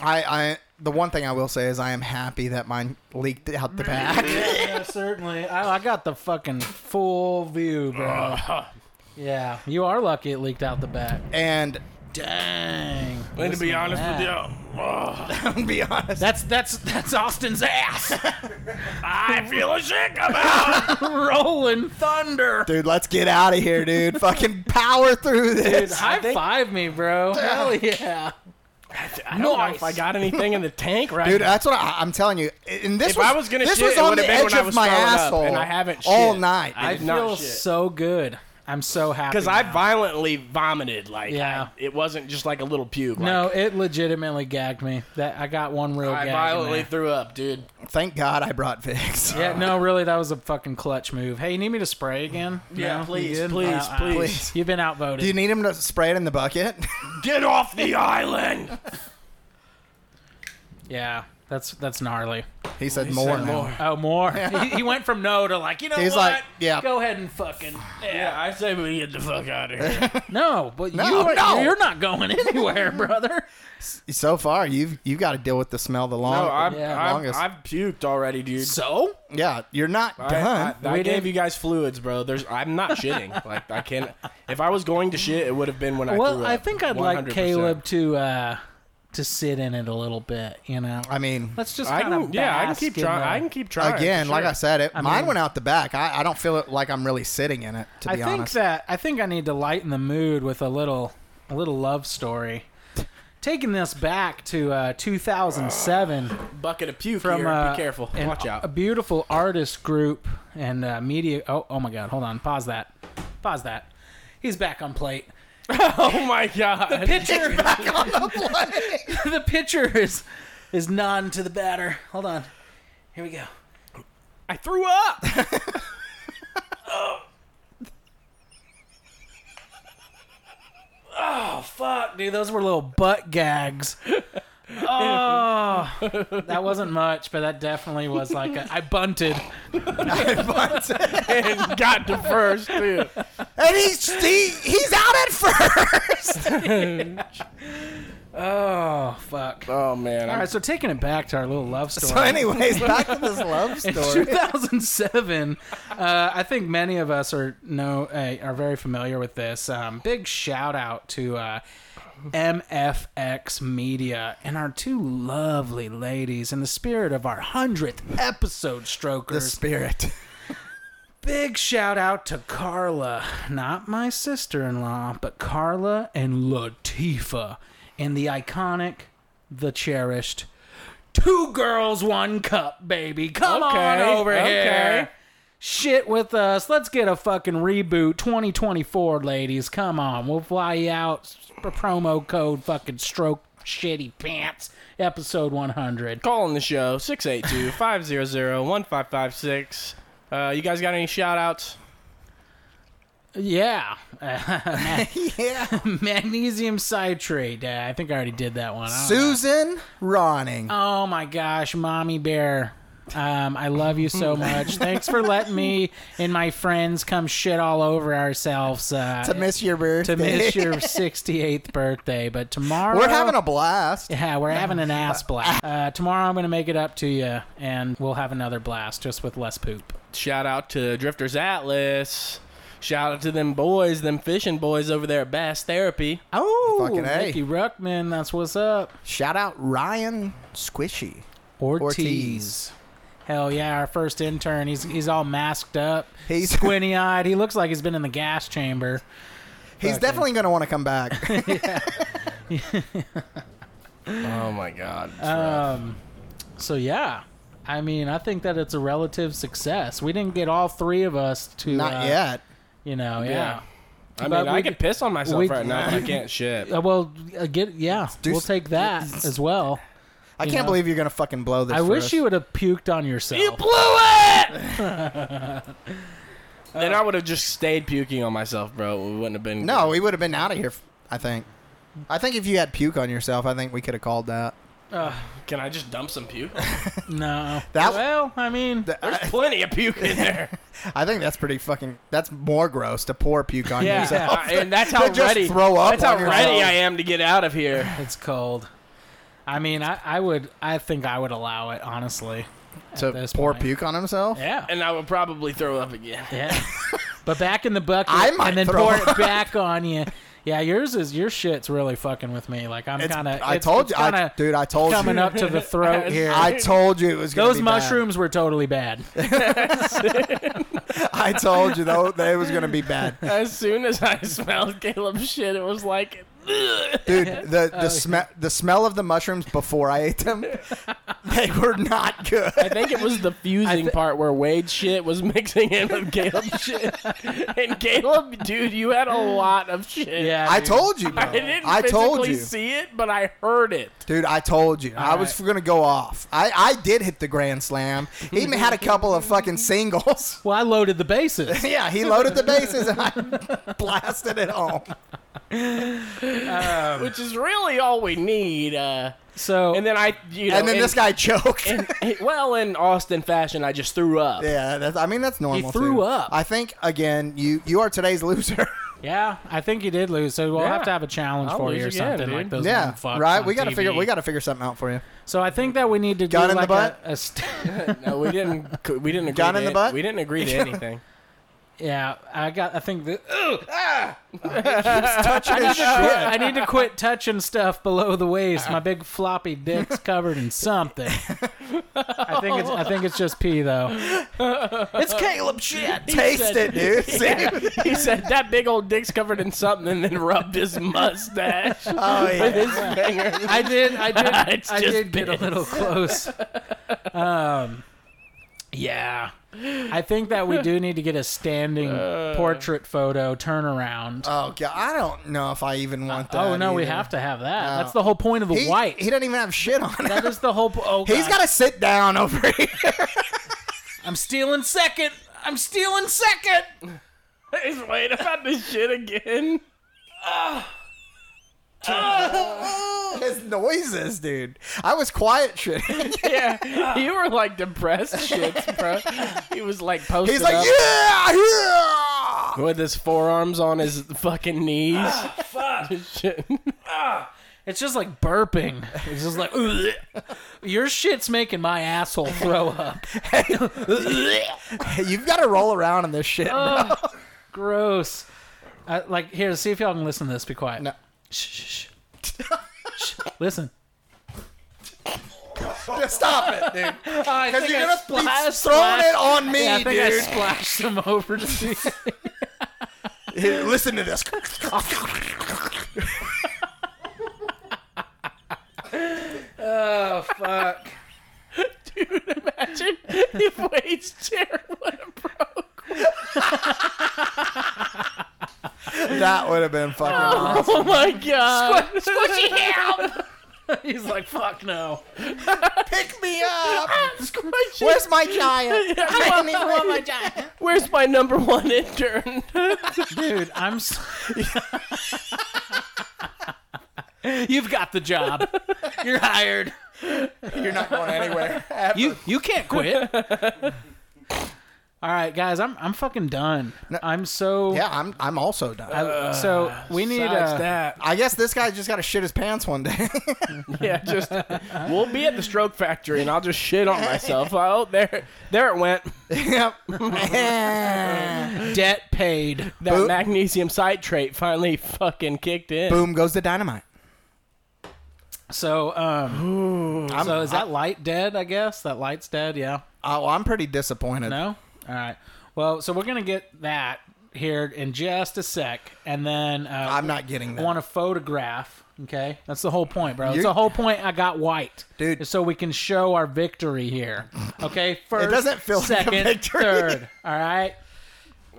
Speaker 2: I, I the one thing I will say is I am happy that mine leaked out the back.
Speaker 3: yeah, certainly. I, I got the fucking full view, bro. Yeah, you are lucky it leaked out the back.
Speaker 2: and
Speaker 3: Dang.
Speaker 4: And to be honest with you, ugh,
Speaker 2: I'm gonna be honest,
Speaker 3: That's that's that's Austin's ass.
Speaker 4: I feel a shit come out.
Speaker 3: Rolling thunder.
Speaker 2: dude, let's get out of here, dude. Fucking power through
Speaker 3: Dude,
Speaker 2: this.
Speaker 3: high five me, bro. Hell yeah.
Speaker 4: I don't know if I got anything in the tank right
Speaker 2: Dude,
Speaker 4: now.
Speaker 2: that's what I, I'm telling you. And this
Speaker 4: If
Speaker 2: was
Speaker 4: I was gonna
Speaker 2: this
Speaker 4: shit,
Speaker 2: was
Speaker 4: it
Speaker 2: on
Speaker 4: would've
Speaker 2: the
Speaker 4: been
Speaker 2: edge
Speaker 4: when I
Speaker 2: of
Speaker 4: was
Speaker 2: my
Speaker 4: throwing up,
Speaker 2: asshole,
Speaker 4: and I haven't
Speaker 2: all
Speaker 4: shit.
Speaker 2: night.
Speaker 4: I
Speaker 3: I
Speaker 4: did not
Speaker 3: feel
Speaker 4: shit.
Speaker 3: so good. I'm so happy.
Speaker 4: Because I
Speaker 3: now.
Speaker 4: violently vomited. Like,
Speaker 3: Yeah.
Speaker 4: I- it wasn't just like a little puke. Like,
Speaker 3: No, it legitimately gagged me. That I got one real
Speaker 4: I
Speaker 3: gag. in
Speaker 4: violently uh,
Speaker 3: there.
Speaker 4: threw up, dude.
Speaker 2: Thank God I brought Vicks.
Speaker 3: Yeah, no, really, that was a fucking clutch move. Hey, you need me to spray again?
Speaker 4: Yeah,
Speaker 3: No?
Speaker 4: please,
Speaker 3: You good?
Speaker 4: please,
Speaker 3: Uh, uh,
Speaker 4: please.
Speaker 3: You've been outvoted.
Speaker 2: Do you need him to spray it in the bucket?
Speaker 4: Get off the island!
Speaker 3: yeah, that's that's gnarly.
Speaker 2: he said more. now.
Speaker 3: Oh, more. he, he went from no to like, you know
Speaker 2: He's
Speaker 3: what?
Speaker 2: like, yeah.
Speaker 3: Go ahead and fucking. eh."
Speaker 4: Yeah, I say we get the fuck out of here.
Speaker 3: No, but
Speaker 2: No,
Speaker 3: you are,
Speaker 2: no.
Speaker 3: you're not going anywhere, brother.
Speaker 2: So far, you've you've got to deal with the smell the long.
Speaker 4: No, I'm,
Speaker 3: Yeah.
Speaker 4: I'm,
Speaker 2: Longest.
Speaker 4: I've puked already, dude.
Speaker 3: So
Speaker 2: yeah, you're not
Speaker 4: I,
Speaker 2: done.
Speaker 4: I, I
Speaker 3: We
Speaker 4: gave
Speaker 3: didn't-
Speaker 4: you guys fluids, bro. There's, I'm not shitting. Like I can't. If I was going to shit, it would have been when I.
Speaker 3: well,
Speaker 4: threw
Speaker 3: I
Speaker 4: up,
Speaker 3: think I'd like
Speaker 4: 100%.
Speaker 3: Caleb to uh to sit in it a little bit. You know,
Speaker 2: I mean,
Speaker 3: let's just
Speaker 4: I
Speaker 3: kind
Speaker 4: can,
Speaker 3: of
Speaker 4: yeah, I can keep trying. I can keep trying.
Speaker 2: again,
Speaker 4: for
Speaker 2: like
Speaker 4: sure.
Speaker 2: I said, it mine went out the back. I, I don't feel it like I'm really sitting in it, to
Speaker 3: I
Speaker 2: be
Speaker 3: think
Speaker 2: honest.
Speaker 3: that I think I need to lighten the mood with a little a little love story. Taking this back to uh, 2007
Speaker 4: bucket of puke
Speaker 3: from
Speaker 4: here.
Speaker 3: uh,
Speaker 4: Be careful.
Speaker 3: an-
Speaker 4: Watch
Speaker 3: a
Speaker 4: out.
Speaker 3: beautiful artist group and uh, media. Oh, oh my God! Hold on, pause that, pause that. He's back on plate.
Speaker 4: Oh my god.
Speaker 3: Pitcher back on the plate. the pitcher is is none to the batter. Hold on, here we go.
Speaker 4: I threw up.
Speaker 3: Oh, Fuck, dude, those were little butt gags. Oh, that wasn't much, but that definitely was like a, I bunted.
Speaker 4: and got to first too.
Speaker 2: and he's he, he's out at first.
Speaker 3: Oh, fuck. All
Speaker 4: Oh man. I'm-
Speaker 3: right, so taking it back to our little love story.
Speaker 2: so, anyways, back to this love
Speaker 3: in
Speaker 2: story.
Speaker 3: 2007, uh, I think many of us are know uh, are very familiar with this. Um, big shout out to uh, MFX Media and our two lovely ladies. In the spirit of our hundredth episode, strokers,
Speaker 2: The spirit.
Speaker 3: Big shout out to Carla, not my sister in law, but Carla and Latifa and the iconic, the cherished Two Girls, One Cup, baby. Come on
Speaker 4: Okay,
Speaker 3: over
Speaker 4: okay.
Speaker 3: here. Shit with us. Let's get a fucking reboot 2024, ladies. Come on. We'll fly you out. S- Promo code fucking stroke shitty pants. Episode 100.
Speaker 4: Call in the show 682 500 1556. Uh, You guys got any shout outs?
Speaker 3: Yeah. Magnesium citrate. Uh, I think I already did that one. I don't
Speaker 2: Susan Ronning.
Speaker 3: Oh my gosh, mommy bear. Um, I love you so much. Thanks for letting me and my friends come shit all over ourselves uh,
Speaker 2: to miss your birthday.
Speaker 3: to miss your 68th birthday. But tomorrow
Speaker 2: We're having a blast.
Speaker 3: yeah, we're having an ass blast. Uh, tomorrow I'm gonna make it up to you, and we'll have another blast just with less poop.
Speaker 4: Shout out to Drifters Atlas. Shout out to them boys, them fishing boys over there at Bass Therapy.
Speaker 3: Oh,
Speaker 2: Fucking A.
Speaker 3: Mickey Ruckman, that's what's up.
Speaker 2: Shout out Ryan Squishy.
Speaker 3: Ortiz.
Speaker 2: Ortiz.
Speaker 3: Hell yeah, our first intern. He's he's all masked up,
Speaker 2: He's-
Speaker 3: squinty eyed. He looks like he's been in the gas chamber.
Speaker 2: He's definitely going to want to come back.
Speaker 4: Oh my God.
Speaker 3: Um, so yeah, I mean, I think that it's a relative success. We didn't get all three of us to
Speaker 2: Not
Speaker 3: uh,
Speaker 2: yet.
Speaker 3: You know, yeah.
Speaker 4: I
Speaker 3: but
Speaker 4: mean, I
Speaker 3: we-
Speaker 4: could piss on myself
Speaker 3: we-
Speaker 4: right now, but I can't shit.
Speaker 3: Uh, well, uh, get yeah,
Speaker 2: do
Speaker 3: we'll
Speaker 2: s-
Speaker 3: take that as well.
Speaker 2: I
Speaker 3: you
Speaker 2: can't
Speaker 3: know.
Speaker 2: believe you're going to fucking blow this.
Speaker 3: I
Speaker 2: for
Speaker 3: wish
Speaker 2: us.
Speaker 3: you would have puked on yourself.
Speaker 4: You blew it! then I would have just stayed puking on myself, bro. We wouldn't have been.
Speaker 2: No, we would have been out of here, I think. I think if you had puke on yourself, I think we could have called that.
Speaker 4: Can I just dump some puke?
Speaker 3: No.
Speaker 2: That-
Speaker 3: well, I mean,
Speaker 2: Th-
Speaker 4: There's plenty of puke in there.
Speaker 2: I think that's pretty fucking. That's more gross to pour puke on
Speaker 4: Yeah,
Speaker 2: yourself.
Speaker 4: Uh, and that's how
Speaker 2: They just
Speaker 4: ready.
Speaker 2: throw up
Speaker 4: that's how
Speaker 2: on
Speaker 4: ready
Speaker 2: yourself.
Speaker 4: I am to get out of here.
Speaker 3: it's cold. I mean, I, I would, I think I would allow it honestly. at
Speaker 2: To
Speaker 3: this
Speaker 2: pour
Speaker 3: point.
Speaker 2: puke on himself.
Speaker 3: Yeah.
Speaker 4: And I would probably throw up again.
Speaker 3: Yeah. but back in the bucket
Speaker 2: I might
Speaker 3: and then
Speaker 2: throw
Speaker 3: pour
Speaker 2: up.
Speaker 3: it back on you. Yeah, yours is your shit's really fucking with me. Like I'm
Speaker 2: It's-
Speaker 3: kind of.
Speaker 2: I told you, I-
Speaker 3: kinda
Speaker 2: dude. I told
Speaker 3: coming
Speaker 2: you.
Speaker 3: up to the throat here.
Speaker 2: I told you it was. gonna
Speaker 3: Those
Speaker 2: be bad.
Speaker 3: mushrooms were totally bad.
Speaker 2: I told you though that it was gonna be bad,
Speaker 4: As soon as I smelled Caleb's shit, it was like, "Ugh."
Speaker 2: dude.
Speaker 3: Oh,
Speaker 2: The the smell the smell of the mushrooms before I ate them, they were not good.
Speaker 4: I think it was the fusing part where Wade's shit was mixing in with Caleb's shit. and Caleb, dude, you had a lot of shit.
Speaker 3: Yeah,
Speaker 2: I
Speaker 3: dude.
Speaker 2: told you, bro.
Speaker 4: I didn't
Speaker 2: I
Speaker 4: physically
Speaker 2: told you,
Speaker 4: see it, but I heard it.
Speaker 2: dude. I told you. I was gonna go off. I I did hit the grand slam. He even had a couple of fucking singles.
Speaker 3: Well, I loaded the bases.
Speaker 2: yeah, he loaded the bases and I blasted it home.
Speaker 4: which is really all we need. Uh,
Speaker 3: So
Speaker 4: and then I, you know,
Speaker 2: And then
Speaker 4: in-
Speaker 2: this guy choked.
Speaker 4: in- well, in Austin fashion, I just threw up.
Speaker 2: yeah, that's, I mean that's normal.
Speaker 3: threw
Speaker 2: too.
Speaker 3: up.
Speaker 2: I think again, you you are today's loser.
Speaker 3: yeah, I think you did lose. So we'll
Speaker 4: Yeah.
Speaker 3: have to have a challenge
Speaker 4: I'll
Speaker 3: for
Speaker 4: lose
Speaker 3: you or
Speaker 4: again,
Speaker 3: something
Speaker 4: dude.
Speaker 3: like those.
Speaker 2: yeah,
Speaker 3: dumb fucks
Speaker 2: right.
Speaker 3: on
Speaker 2: We gotta
Speaker 3: TV.
Speaker 2: figure we gotta figure something out for you.
Speaker 3: So I think that we need to
Speaker 2: Gun
Speaker 3: do
Speaker 2: in the
Speaker 3: like
Speaker 2: butt?
Speaker 3: a, a st-
Speaker 4: No, we didn't. We didn't agree.
Speaker 2: Gun
Speaker 4: to
Speaker 2: in the
Speaker 4: it-
Speaker 2: butt?
Speaker 4: We didn't agree to anything.
Speaker 3: yeah. I got. I think that
Speaker 2: Touching his shit.
Speaker 3: I need to quit touching stuff below the waist. My big floppy dick's covered in something. I think it's I think it's just pee though.
Speaker 2: It's Caleb shit. Taste it, dude. See?
Speaker 4: he said that big old dick's covered in something, and then rubbed his mustache
Speaker 2: Oh
Speaker 4: with
Speaker 2: yeah.
Speaker 4: his finger.
Speaker 3: I did I did
Speaker 4: It's
Speaker 3: I
Speaker 4: just
Speaker 3: did get a
Speaker 4: piss.
Speaker 3: little close. Um yeah. I think that we do need to get a standing
Speaker 4: Uh.
Speaker 3: portrait photo turnaround.
Speaker 2: Oh god, I don't know if I even want that.
Speaker 3: oh no, we
Speaker 2: either.
Speaker 3: have to have that.
Speaker 2: No.
Speaker 3: That's the whole point of the
Speaker 2: He,
Speaker 3: white.
Speaker 2: He doesn't even have shit on.
Speaker 3: that
Speaker 2: Him.
Speaker 3: is the whole. Po- oh,
Speaker 2: He's
Speaker 3: God.
Speaker 2: got to sit down over here.
Speaker 3: I'm stealing second. I'm stealing second.
Speaker 4: He's waiting about this shit again.
Speaker 2: His noises, dude. I was quiet shit.
Speaker 4: Yeah, you were like depressed shits, bro. He was like posted
Speaker 2: He's like,
Speaker 4: up
Speaker 2: yeah, yeah.
Speaker 4: with his forearms on his fucking knees. Shit.
Speaker 3: It's just like burping. It's just like "Ugh." your shit's making my asshole throw up.
Speaker 2: Hey, You've got to roll around in this shit.
Speaker 3: Oh.
Speaker 2: bro.
Speaker 3: Gross. I, like here, see if y'all can listen to this. Be quiet.
Speaker 2: No.
Speaker 3: Shh, shh, shh. Shh, Listen.
Speaker 5: Just stop it, dude.
Speaker 3: I
Speaker 5: Because
Speaker 3: think
Speaker 5: you're
Speaker 3: I
Speaker 5: gonna be
Speaker 3: splashed-
Speaker 5: throwing it on me,
Speaker 3: Yeah, I think I
Speaker 5: dude.
Speaker 3: splashed them over to you.
Speaker 5: Here, listen to this.
Speaker 4: Oh fuck.
Speaker 7: Imagine if Wade's chair would have broke.
Speaker 2: That would have been fucking awesome.
Speaker 7: Oh my god. Squishy down. He's like, fuck no.
Speaker 5: Pick me up.
Speaker 7: Squishy.
Speaker 2: Where's my giant?
Speaker 4: Where's my number one intern?
Speaker 3: Dude, I'm. s You've got the job. You're hired.
Speaker 5: You're not going anywhere.
Speaker 3: You you can't quit. All right, guys, I'm I'm fucking done. I'm so
Speaker 2: Yeah, I'm. I'm also done.
Speaker 3: I- so we need
Speaker 4: Besides
Speaker 3: uh,
Speaker 4: that.
Speaker 2: I guess this guy just got to shit his pants one day.
Speaker 4: Yeah, just we'll be at the stroke factory and I'll just shit on myself. Oh, there there it went.
Speaker 2: yep. Eh.
Speaker 3: debt paid.
Speaker 4: That magnesium citrate finally fucking kicked in.
Speaker 2: Boom goes the dynamite.
Speaker 3: So um,
Speaker 2: I'm,
Speaker 3: so is that light dead? I guess that light's dead. Yeah.
Speaker 2: oh, I'm pretty disappointed.
Speaker 3: No. All right. Well, so we're gonna get that here in just a sec, and then uh,
Speaker 2: I'm not getting that.
Speaker 3: want to photograph. Okay, that's the whole point, bro. It's
Speaker 2: You're-
Speaker 3: the whole point. I got white,
Speaker 2: Dude.
Speaker 3: is so we can show our victory here. Okay, first,
Speaker 2: doesn't feel like a
Speaker 3: second,
Speaker 2: victory.
Speaker 3: third. All right,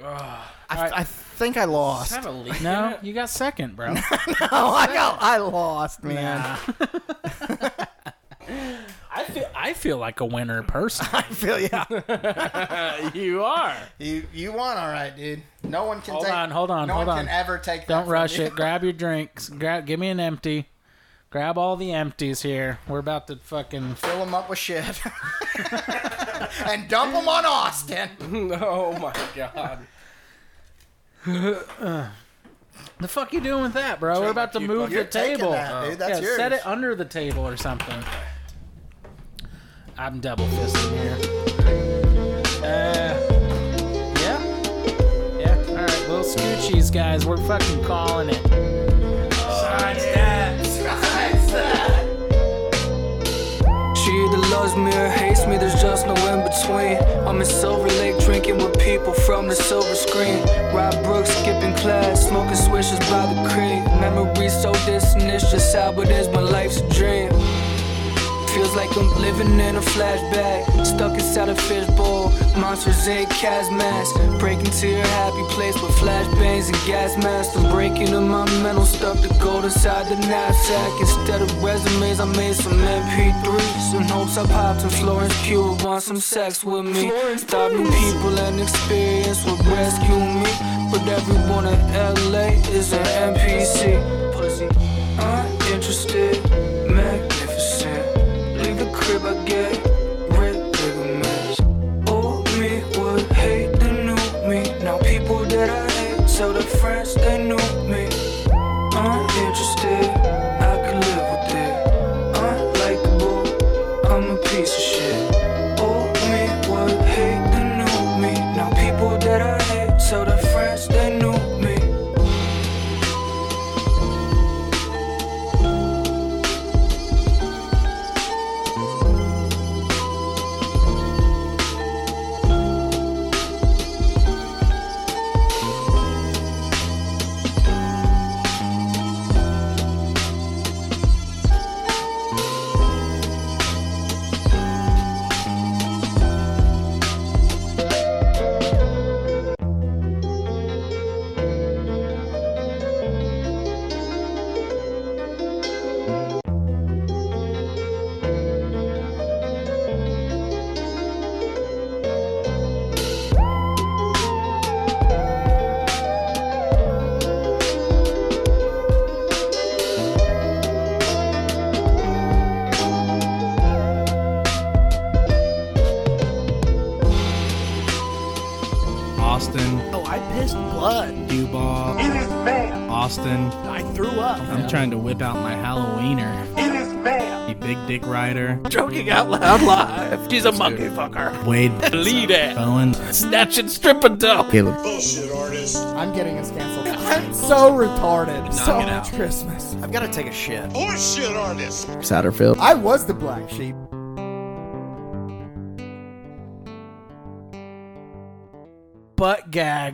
Speaker 2: I, I think I lost.
Speaker 4: Have a leak.
Speaker 3: no, you got second, bro.
Speaker 2: Oh, I got. I lost, man.
Speaker 3: I feel I feel like a winner person.
Speaker 2: I feel yeah.
Speaker 4: You are.
Speaker 5: You you won, all right, dude. No one can
Speaker 3: Hold
Speaker 5: take.
Speaker 3: on, hold on,
Speaker 5: no
Speaker 3: hold
Speaker 5: one
Speaker 3: on.
Speaker 5: can ever take. that
Speaker 3: Don't
Speaker 5: from
Speaker 3: rush
Speaker 5: you.
Speaker 3: it. Grab your drinks. Grab, give me an empty. Grab all the empties here. We're about to fucking.
Speaker 5: Fill them up with shit, and dump them on Austin.
Speaker 4: Oh my god.
Speaker 3: The fuck you doing with that, bro? We're about to
Speaker 4: you
Speaker 3: move
Speaker 4: fucking-
Speaker 3: the
Speaker 5: You're taking
Speaker 3: table.
Speaker 5: that, dude. That's
Speaker 3: yeah,
Speaker 5: yours.
Speaker 3: set it under the table or something. I'm double fisting here. Uh, yeah, yeah. All right, little scoochies, guys. We're fucking calling it.
Speaker 8: She either loves me or hates me, there's just no in between. I'm in Silver Lake drinking with people from the silver screen. Rob Brooks skipping class, smoking swishes by the creek. Memories so distant, it's just how it is, my life's a dream. Feels like I'm living in a flashback, stuck inside a fishbowl. Monsters in gas masks, breaking to your happy place with flashbangs and gas masks. I'm breaking up my mental stuff to gold inside the knapsack. Instead of resumes, I made some MP3s. In hopes I popped in Florence Pugh would want some sex with me. Stop new people and experience would rescue me. But everyone in LA is an NPC. Pussy, uninterested, magnificent. Leave the crib, I get rid ligaments. Old me would hate the new me. Now people that I hate tell their friends they knew me. Uninterested, I could live with it. Unlikable, I'm a piece of shit. Old me would hate the new me. Now people that I hate tell their friends they knew me.
Speaker 9: Austin,
Speaker 5: Oh, I pissed blood.
Speaker 9: Dubois. It is bad. Austin,
Speaker 5: I threw up.
Speaker 9: I'm trying to whip out my Halloweener.
Speaker 5: It is bad.
Speaker 9: You big dick rider.
Speaker 5: Joking out loud live. She's a monkey fucker.
Speaker 9: Wade.
Speaker 5: Lead it.
Speaker 9: Bowen.
Speaker 5: Snatch and strip and dope.
Speaker 2: I'm getting us canceled. I'm so retarded. so
Speaker 9: it out.
Speaker 2: much Christmas. I've got to take a shit.
Speaker 10: Horseshit artist.
Speaker 2: I was the black sheep.
Speaker 7: butt gag